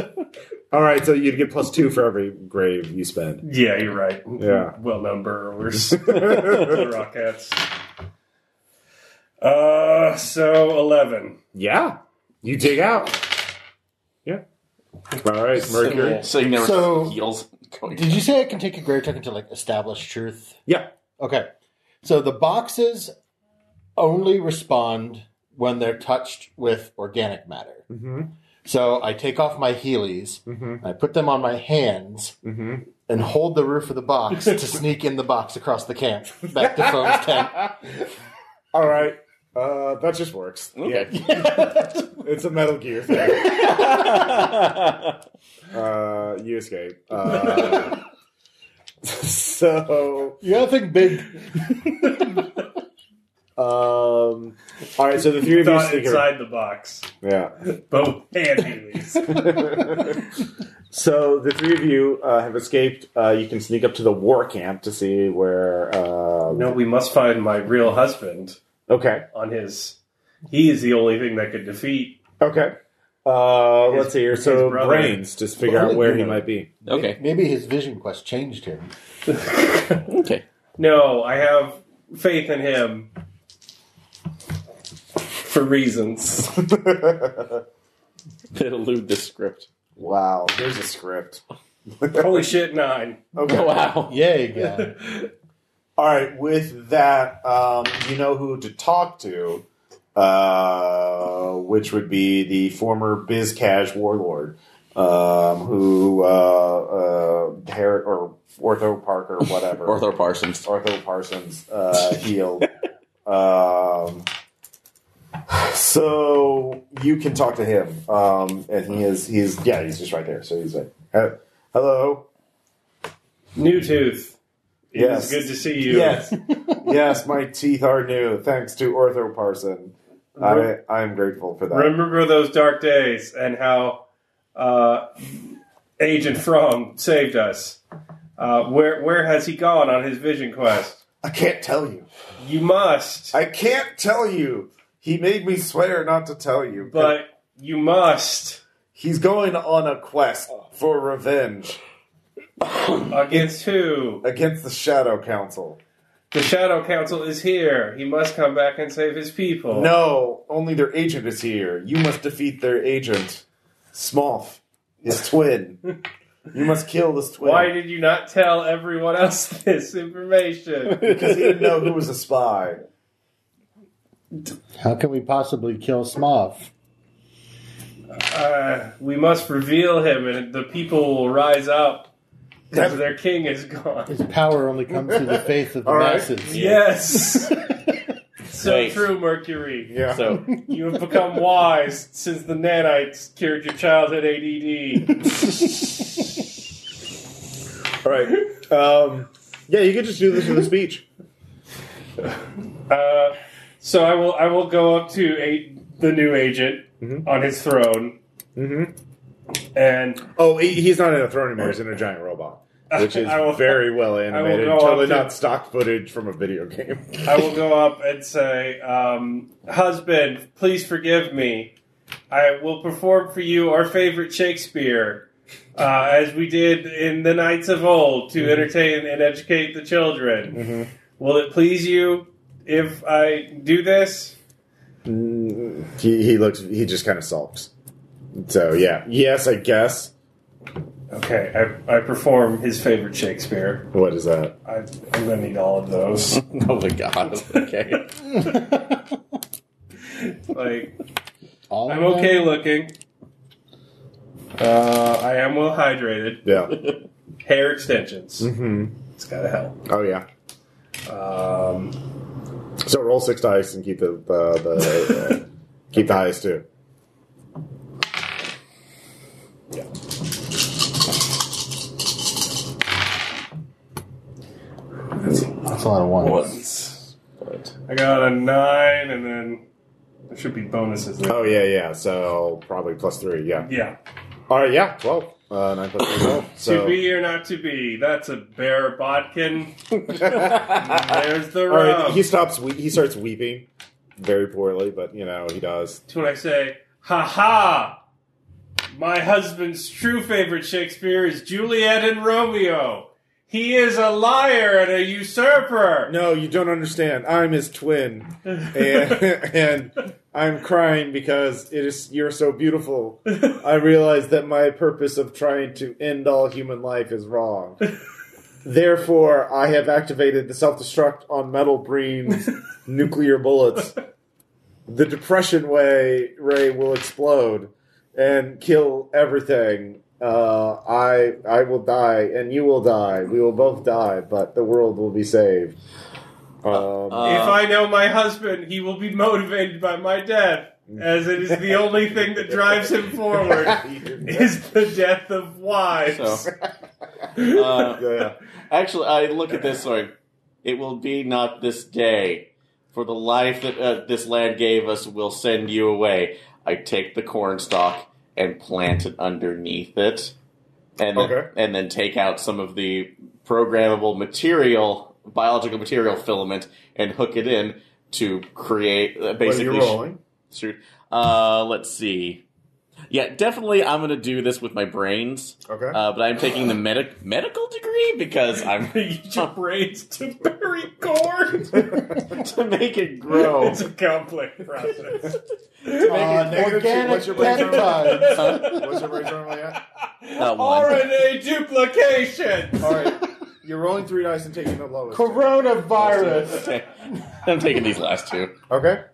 S1: all right, so you'd get plus two for every grave you spend.
S3: yeah, you're right.
S1: Yeah.
S3: Well known burrowers. the rockets. Uh, so 11.
S1: Yeah, you dig out. Yeah. All right, Mercury.
S2: So you never
S4: So-
S2: heels going.
S4: Did you say I can take a grave token to like establish truth?
S1: Yeah.
S4: Okay. So the boxes only respond when they're touched with organic matter.
S1: Mm-hmm.
S4: So I take off my heelys,
S1: Mm-hmm.
S4: I put them on my hands,
S1: Mm-hmm.
S4: and hold the roof of the box to sneak in the box across the camp back to Foam's tent.
S1: All right. Uh, that just works.
S2: Okay.
S1: Yeah, it's a Metal Gear thing. Uh, you escape. Uh, so,
S4: You gotta think big.
S1: um, All right, so the three of you
S3: Thought
S1: sneak
S3: inside the box.
S1: Yeah.
S3: Both hand Heelys.
S1: so the three of you uh, have escaped. Uh, you can sneak up to the war camp to see where. Uh,
S3: No, we must find my real husband
S1: Okay.
S3: on his. He is the only thing that could defeat.
S1: Okay. Uh,
S3: His-
S1: let's see here.
S3: his
S1: So
S3: brother.
S1: brains, just figure
S4: Well,
S1: out where he
S4: you know.
S1: might be.
S2: Okay.
S4: Maybe his vision quest changed him.
S2: Okay.
S3: No, I have faith in him for reasons.
S2: Elude this script.
S1: wow, here's a script.
S3: Holy shit, nine.
S1: Okay.
S2: Wow.
S4: Yay, guy.
S1: All right. With that, um, you know who to talk to, uh, which would be the former BizCash warlord, um, who uh, uh, Her- or Ortho Parker, whatever.
S2: Ortho Parsons.
S1: Ortho Parsons uh, healed. um, so you can talk to him, um, and he is he's yeah he's just right there. So he's like, "He- hello,
S3: New tooth. It
S1: Yes.
S3: was good to see you.
S1: yes, yes, my teeth are new thanks to Ortho Parson. I I'm grateful for that.
S3: Remember those dark days and how uh, Agent Fromm saved us. Uh, where where has he gone on his vision quest?
S1: I can't tell you.
S3: You must,
S1: I can't tell you. He made me swear not to tell you,
S3: but you must
S1: he's going on a quest for revenge
S3: against who?
S1: against the Shadow Council.
S3: The Shadow Council is here. He must come back and save his people.
S1: No, only their agent is here. You must defeat their agent, Smolf, his twin. you must kill this twin.
S3: Why did you not tell everyone else this information?
S1: Because he didn't know who was a spy.
S4: How can we possibly kill Smoff?
S3: uh, we must reveal him, and the people will rise up because
S1: That-
S3: their king is gone.
S4: His power only comes through the faith of the
S1: All right.
S4: masses.
S3: Yes. so
S2: Wait.
S3: true, Mercury.
S1: Yeah.
S2: So
S3: You have become wise since the nanites cured your childhood ADD.
S1: All right. Um, yeah, you could just do this with a speech.
S3: Uh, so I will. I will go up to a, the new agent on his throne,
S1: Mm-hmm.
S3: and
S1: Oh, he- he's not in a throne anymore. He's in a giant robot, which is
S3: I will-
S1: very well animated.
S3: go
S1: Totally
S3: up to-
S1: not stock footage from a video game.
S3: I will go up and say, um, "Husband, please forgive me. I will perform for you our favorite Shakespeare, uh, as we did in the nights of old, to entertain and educate the children. Will it please you if I do this?"
S1: he, he looks. He just kind of sulks. So yeah. Yes, I guess.
S3: Okay, I, I perform his favorite Shakespeare.
S1: What is that?
S3: I, I'm gonna need all of those.
S2: Oh my god. Okay.
S3: like,
S4: All
S3: I'm
S4: of them?
S3: okay looking. Uh, I am well hydrated.
S1: Yeah.
S3: Hair extensions.
S1: hmm
S3: It's gotta help.
S1: Oh yeah.
S3: Um,
S1: So roll six dice and keep the uh, the uh, keep the highest too.
S4: That's a lot of ones.
S2: Once. But
S3: I got a nine, and then there should be bonuses. There.
S1: Oh yeah, yeah. So probably plus three. Yeah.
S3: Yeah,
S1: All right. Yeah. Twelve. Uh, nine plus three. Twelve. So.
S3: to be or not to be—that's a bear bodkin. There's the
S1: All right.
S3: rub.
S1: He stops. We- he starts weeping, very poorly, but you know he does.
S3: That's when I say, "Ha ha." My husband's true favorite Shakespeare is Juliet and Romeo. He is a liar and a usurper.
S1: No, you don't understand. I'm his twin, and and I'm crying because it is you're so beautiful. I realize that my purpose of trying to end all human life is wrong. Therefore, I have activated the self destruct on metal breams, nuclear bullets. The depression way ray will explode and kill everything. Uh, I I will die, and you will die. We will both die, but the world will be saved. Um,
S3: if I know my husband, he will be motivated by my death, as it is the only thing that drives him forward. is the death of wives.
S2: so uh,
S1: yeah.
S2: actually I look at this like it will be not this day. For the life that uh, this lad gave us, we'll send you away. I take the corn stalk and plant it underneath it, and then,
S1: Okay.
S2: and then take out some of the programmable material, biological material filament, and hook it in to create uh,
S1: What are
S2: basically
S1: you rolling?
S2: shoot. Uh, let's see. Yeah, definitely. I'm gonna do this with my brains,
S1: Okay.
S2: uh, but I'm taking the medic medical degree because I'm
S3: Use your brains to bury corn.
S2: to make it grow.
S3: It's a complex process.
S4: Uh,
S1: negative two.
S4: organic
S1: What's your brain
S4: peptides.
S1: What's your brain normally at?
S2: one.
S3: RNA duplication.
S1: All right. You're rolling three dice and taking the lowest.
S4: Coronavirus.
S2: Okay. I'm taking these last two.
S1: Okay.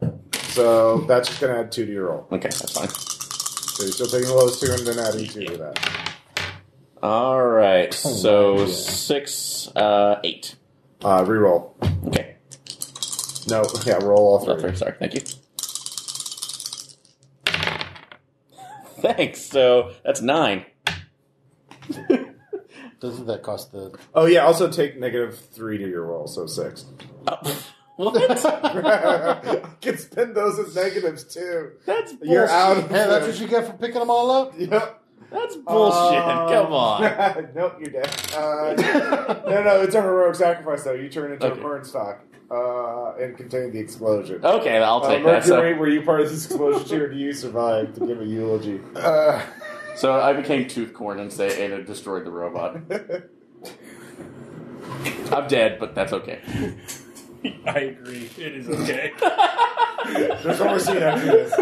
S1: So that's just gonna add two to your roll.
S2: Okay, that's fine.
S1: So you're still taking the lowest two and then adding two to that.
S2: All right, so
S4: yeah.
S2: six, uh, eight.
S1: Uh, reroll.
S2: Okay,
S1: No, yeah, roll all
S2: Not
S1: three.
S2: three, Sorry, thank you. Thanks. So that's nine.
S4: Doesn't that cost the?
S1: Oh yeah, also take negative three to your roll, so six.
S2: Oh, what?
S1: I can spend those as negatives too.
S2: That's
S1: You're out.
S2: bullshit.
S4: Hey, that's what you get for picking them all up.
S1: Yep.
S2: That's bullshit.
S1: Uh,
S2: Come on.
S1: nope, you're dead. Uh, no, no, it's a heroic sacrifice though. You turn into
S2: Okay.
S1: a burnstock uh, and contain the explosion.
S2: Okay, I'll
S1: Uh,
S2: take that. So,
S1: Mercury, were you part of this explosion too, or do you survive to give a eulogy?
S4: Uh,
S2: so I became tooth corn and say and it destroyed the robot. I'm dead, but that's okay.
S3: I agree. It is okay.
S1: There's no more scene after this.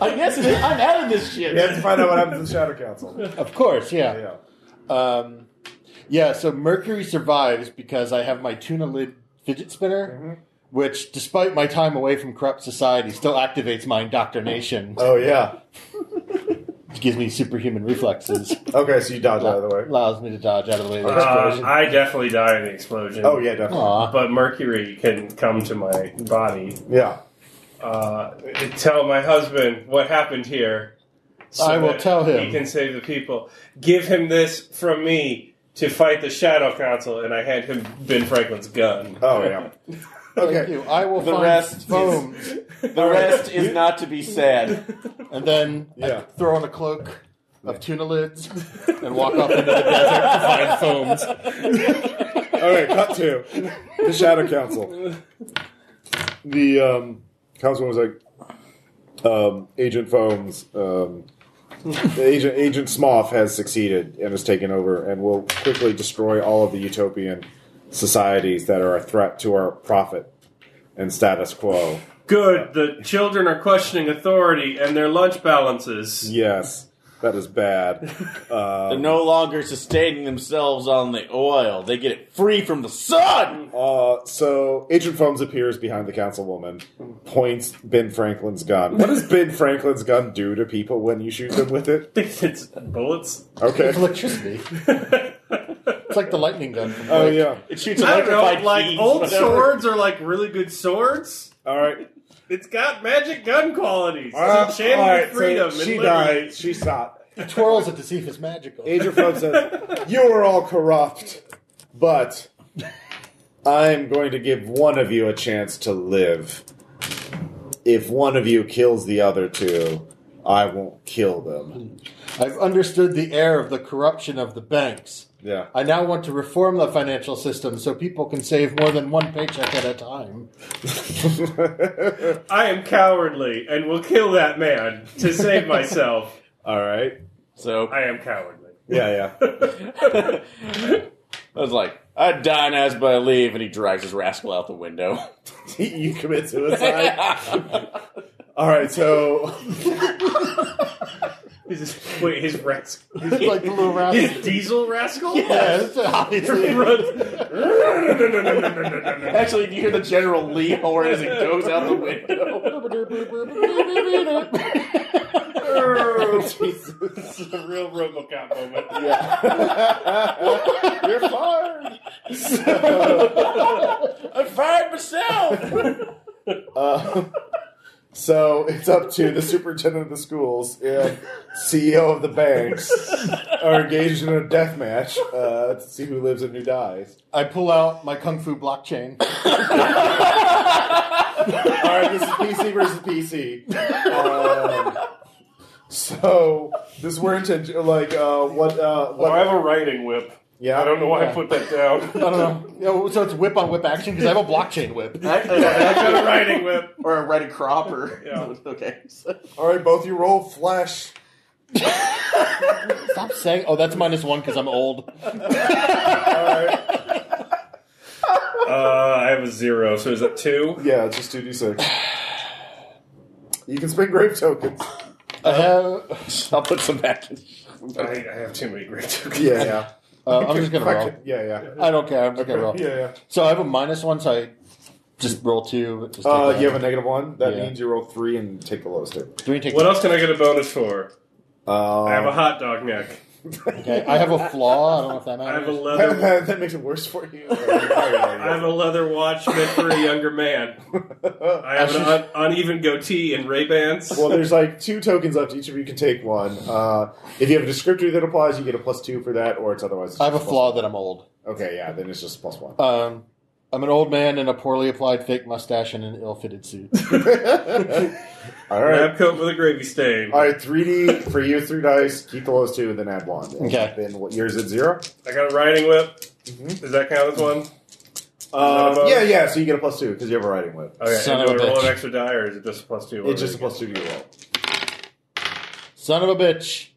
S2: I guess it is. I'm out of this shit.
S1: You have to find out what happened to the Shadow Council.
S4: of course, yeah.
S1: Yeah.
S4: Yeah. Um, yeah. So Mercury survives because I have my tuna lid fidget spinner,
S1: Mm-hmm.
S4: which, despite my time away from corrupt society, still activates my indoctrination,
S1: Oh yeah.
S4: which gives me superhuman reflexes,
S1: Okay, so you dodge out of the way.
S4: allows me to dodge out of the way of the
S3: Uh,
S4: explosion.
S3: I definitely die in the explosion.
S1: Oh yeah, definitely.
S4: Aw.
S3: But Mercury can come to my body.
S1: Yeah.
S3: Uh, tell my husband what happened here. so
S4: I will
S3: that
S4: tell him.
S3: He can save the people. Give him this from me to fight the Shadow Council, and I hand him Ben Franklin's gun.
S2: Uh,
S1: Oh yeah.
S4: Thank
S1: Okay.
S4: you. I will
S2: The
S4: find
S2: rest
S4: foam
S2: The rest is not to be said.
S4: and then I
S1: Yeah.
S4: throw on a cloak of tuna lids and walk off into the desert to find foams.
S1: Okay. Cut to the Shadow Council. The um, councilman was like, um, Agent Foams, um, the Agent Agent Smoth has succeeded and has taken over and will quickly destroy all of the utopian societies that are a threat to our profit and status quo.
S3: Good. The children are questioning authority and their lunch balances.
S1: Yes, that is bad.
S2: They're
S1: Um,
S2: no longer sustaining themselves on the oil. They get it free from the sun.
S1: Uh, so Agent Foams appears behind the councilwoman, points Ben Franklin's gun. What does Ben Franklin's gun do to people when you shoot them with it?
S3: it's bullets.
S1: Okay.
S4: It's electricity. It's like the lightning gun. From
S1: Oh
S4: Blade.
S1: yeah.
S2: It shoots
S3: I don't
S2: electrified
S3: know, like
S2: keys,
S3: old
S2: whatever.
S3: swords are like really good swords.
S1: All right.
S3: It's got magic gun qualities.
S1: Uh,
S3: it's a channel
S1: all right,
S3: of
S1: so
S3: freedom.
S1: she
S3: and liberty.
S1: died. She shot.
S4: Twirls it to see if it's magical.
S1: Agent Foams says, "You are all corrupt, but I'm going to give one of you a chance to live. If one of you kills the other two, I won't kill them."
S4: I've understood the air of the corruption of the banks.
S1: Yeah.
S4: I now want to reform the financial system so people can save more than one paycheck at a time.
S3: I am cowardly and will kill that man to save myself.
S1: all right.
S2: So I
S3: I am cowardly.
S1: Yeah. Yeah.
S2: was like, I die now as I leave, and he drags his rascal out the window.
S1: you commit suicide. All right, so
S3: Is this- wait, his rascal,
S4: It's like the little rascal.
S3: his diesel rascal.
S4: Yeah, it's
S3: He
S4: obviously.
S3: runs-
S2: Actually, you hear the General Lee horn as it goes out the window.
S3: Oh, this is a real RoboCop moment.
S1: you're fired.
S2: I fired myself.
S1: So it's up to the superintendent of the schools and CEO of the banks are engaged in a death match uh, to see who lives and who dies.
S4: I pull out my kung fu blockchain.
S1: All right, this is PC versus PC. Um, so this we're into like uh, what uh,
S3: Well,
S1: what?
S3: I have a writing whip.
S1: Yeah,
S3: I don't know why I
S1: yeah.
S3: put that down.
S4: I don't know. Yeah, So it's whip on whip action because I have a blockchain whip.
S3: I got a writing whip.
S2: or a red crop or
S3: Yeah.
S2: okay. So,
S1: All right, both you roll flesh.
S4: Stop saying. Oh, that's minus one because I'm old.
S1: All right,
S3: Uh, I have a zero, so is that two?
S1: yeah, it's just two d six. You can spend grave tokens.
S4: Uh,
S2: I'll put some back. in.
S3: I, I have too many great tokens.
S1: Yeah, yeah.
S4: uh, I'm just gonna roll.
S1: Fuck it. Yeah, yeah.
S4: I don't care. I'm just gonna roll.
S1: Yeah, yeah.
S4: So I have a minus one, so I just roll two. Just take
S1: Uh,
S4: one.
S1: you have a negative one. That
S4: Yeah.
S1: means you roll three and take the lowest two.
S4: three. Take
S3: What else can I get a bonus for?
S1: Um,
S3: I have a hot dog neck.
S4: Okay. I have a flaw. I don't know if that
S3: I have
S4: matters.
S3: a
S1: that,
S3: leather.
S1: that- that makes it worse for you.
S3: I have a leather watch meant for a younger man. I have an un- uneven goatee and Ray Bans.
S1: well, there's like two tokens left. Each of you can take one. Uh, if you have a descriptor that applies, you get a plus two for that, or it's otherwise.
S4: I have a
S1: plus-
S4: flaw that I'm old.
S1: Okay, yeah, then it's just plus one.
S4: Um, I'm an old man in a poorly applied fake mustache and an ill-fitted suit.
S1: All right.
S3: Lab coat with a gravy stain.
S1: All right, 3D for you, three dice. Keep the lowest two, and then add one. And
S4: Okay.
S1: Then what? Yours at zero.
S3: I got a riding whip.
S1: Mm-hmm.
S3: Does that count as one?
S1: Um,
S3: bonus?
S1: yeah, yeah. So you get a plus two because you have a writing whip.
S3: Okay,
S4: Son
S3: and do
S4: of a
S3: I roll
S4: bitch.
S3: an extra die, or is it just a plus two?
S1: It's just a plus two to your roll.
S4: Son of a bitch.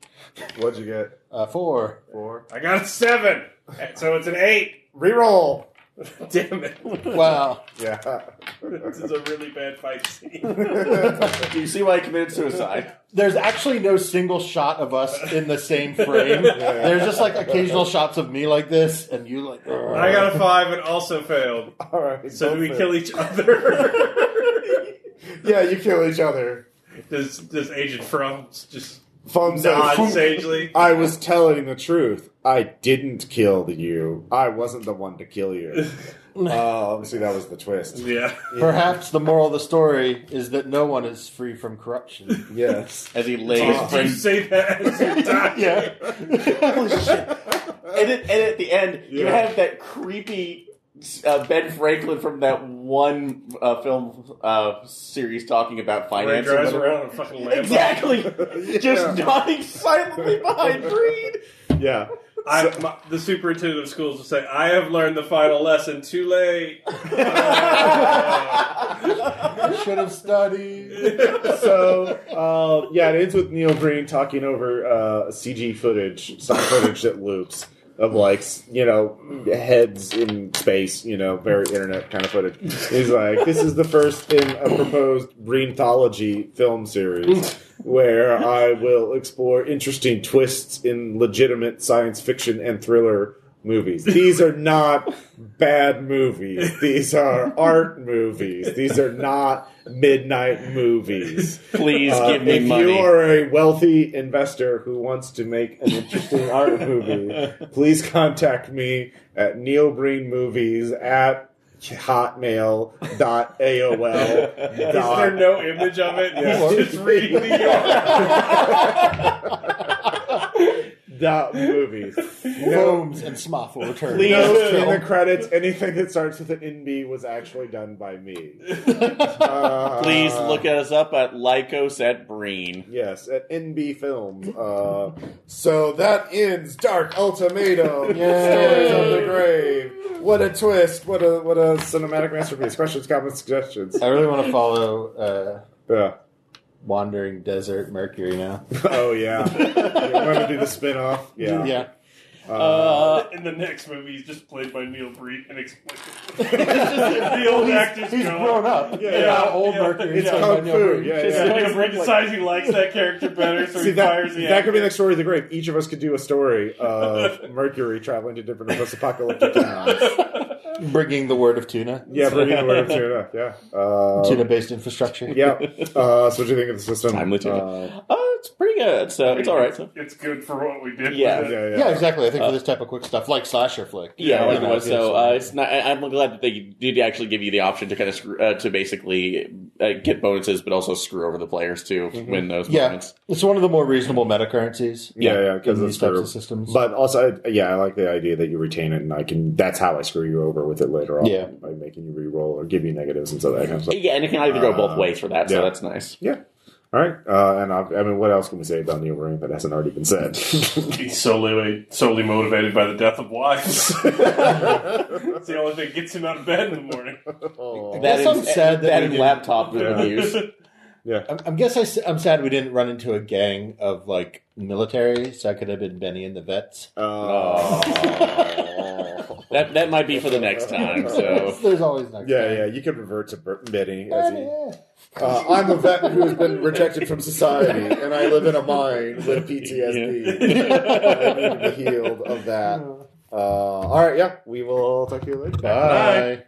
S1: What'd you get?
S4: Uh, four.
S1: Four.
S3: I got a seven, so it's an eight.
S1: Reroll.
S3: Damn it!
S4: Wow.
S1: Yeah.
S3: this is a really bad fight scene.
S2: Do you see why I committed suicide?
S4: There's actually no single shot of us in the same frame. There's just like occasional shots of me like this, and you like.
S3: I got a five and also failed.
S1: All right.
S3: So
S1: go
S3: do we
S1: for it.
S3: kill each other?
S1: Yeah, you kill each other.
S3: does Does Agent Frum just
S1: Thumbs up.
S3: nod sagely?
S1: I was telling the truth. I didn't kill you. I wasn't the one to kill you. Oh, see, that was the twist.
S3: Yeah.
S4: Perhaps the moral of the story is that no one is free from corruption.
S1: Yes.
S2: As he lays,
S1: Oh.
S3: Do you
S2: and,
S3: say that as you die?
S4: yeah.
S2: at, and at the end, you
S1: Yeah.
S2: have that creepy uh, Ben Franklin from that one uh, film uh, series talking about
S3: Where he
S2: finance. or
S3: drives
S2: whatever.
S3: around on a fucking lamp.
S2: Exactly,
S1: Yeah.
S2: just nodding silently behind Reed.
S1: Yeah.
S3: I, my, the superintendent of schools will say, "I have learned the final lesson too late." Uh,
S4: I should have studied.
S1: So, uh, yeah, it ends with Neil Green talking over uh, CG footage, stock footage that loops of like, s- you know, heads in space, you know, very internet kind of footage. He's like, this is the first in a proposed Greentology film series where I will explore interesting twists in legitimate science fiction and thriller movies. These are not bad movies. These are art movies. These are not midnight movies.
S2: Please
S1: Uh, if you are a wealthy investor who wants to make an interesting art movie, please contact me at Neil Green Movies at hotmail.aol.
S3: Is there no image of it? He's just reading the yard.
S1: dot movies. No,
S4: Gnomes and Smoth will return.
S1: no, in the
S4: Film.
S1: credits, anything that starts with an NB was actually done by me. Uh,
S2: Please look us up at Lycos at Breen.
S1: Yes, at NB Films. Uh, so that ends Dark Ultimatum. Stories of the Grave. What a twist! What a what a cinematic masterpiece. Questions, comments, suggestions.
S4: I really want to follow uh,
S1: Yeah.
S4: Wandering Desert Mercury now.
S1: Oh yeah. You want to do the spin off? Yeah. Uh,
S4: Yeah.
S2: Uh,
S3: In the next movie, he's just played by Neil Breen and the old actor's
S4: He's
S3: gone.
S4: grown up.
S1: Yeah,
S4: Yeah,
S1: yeah.
S4: old
S3: Yeah.
S4: Mercury.
S1: It's
S4: Yeah.
S1: kung fu. Yeah,
S4: Just-
S1: yeah.
S3: Neil Breen decides he likes that character better, so
S1: See
S3: he
S1: that,
S3: fires the
S1: that could be the
S3: actor.
S1: next story of the grave. Each of us could do a story of Mercury traveling to different post-apocalyptic towns.
S4: Bringing the word of tuna. Oh.
S1: Yeah, bringing the word of tuna. Yeah, uh,
S4: Tuna based infrastructure.
S1: Yeah. Uh, so, what do you think of the system?
S2: Timely tuna.
S1: Uh,
S2: Uh, it's pretty good. So it's all right. So.
S3: It's good for what we did.
S2: Yeah.
S3: with it.
S1: Uh, yeah, Uh,
S4: Yeah, exactly. I think for this type of quick stuff, like slasher flick.
S2: Yeah,
S1: Yeah,
S2: like
S1: yeah,
S2: it was. So
S4: yeah.
S2: uh, it's not. I- I'm glad that they did actually give you the option to kind of screw, uh, to basically uh, get bonuses, but also screw over the players to win those
S4: Yeah.
S2: moments.
S4: It's one of the more reasonable meta currencies.
S1: yeah, yeah,
S4: in
S1: because
S4: these
S1: it's
S4: types
S1: true.
S4: of systems.
S1: But also, I- yeah, I like the idea that you retain it, and I can. That's how I screw you over with it later on.
S4: Yeah.
S1: by making you re-roll or give you negatives and so that kind of stuff.
S2: Yeah, and it can either go both
S1: Uh,
S2: ways for that.
S1: yeah.
S2: So that's nice.
S1: Yeah. All right, uh, and I, I mean, what else can we say about Neil Ring that hasn't already been said?
S3: He's solely solely motivated by the death of wives. it's the only thing that gets him out of bed in the morning.
S1: Oh.
S4: guess
S2: That
S4: I'm
S2: is-
S4: sad that
S2: that
S4: we
S2: and
S4: didn't-
S2: laptop yeah. use.
S1: yeah,
S4: I'm, I'm guess I, s- I'm sad we didn't run into a gang of like military, so I could have been Benny and the vets.
S1: Oh.
S2: That that might be for the next time. So
S4: There's always next.
S1: yeah,
S4: time.
S1: yeah. You can revert to Bert- Benny. As
S4: Benny,
S1: he,
S4: yeah.
S1: uh, I'm a vet who has been rejected from society, and I live in a mine with PTSD. I need to be healed of that. Uh, all right, yeah. We will talk to you later.
S4: Bye.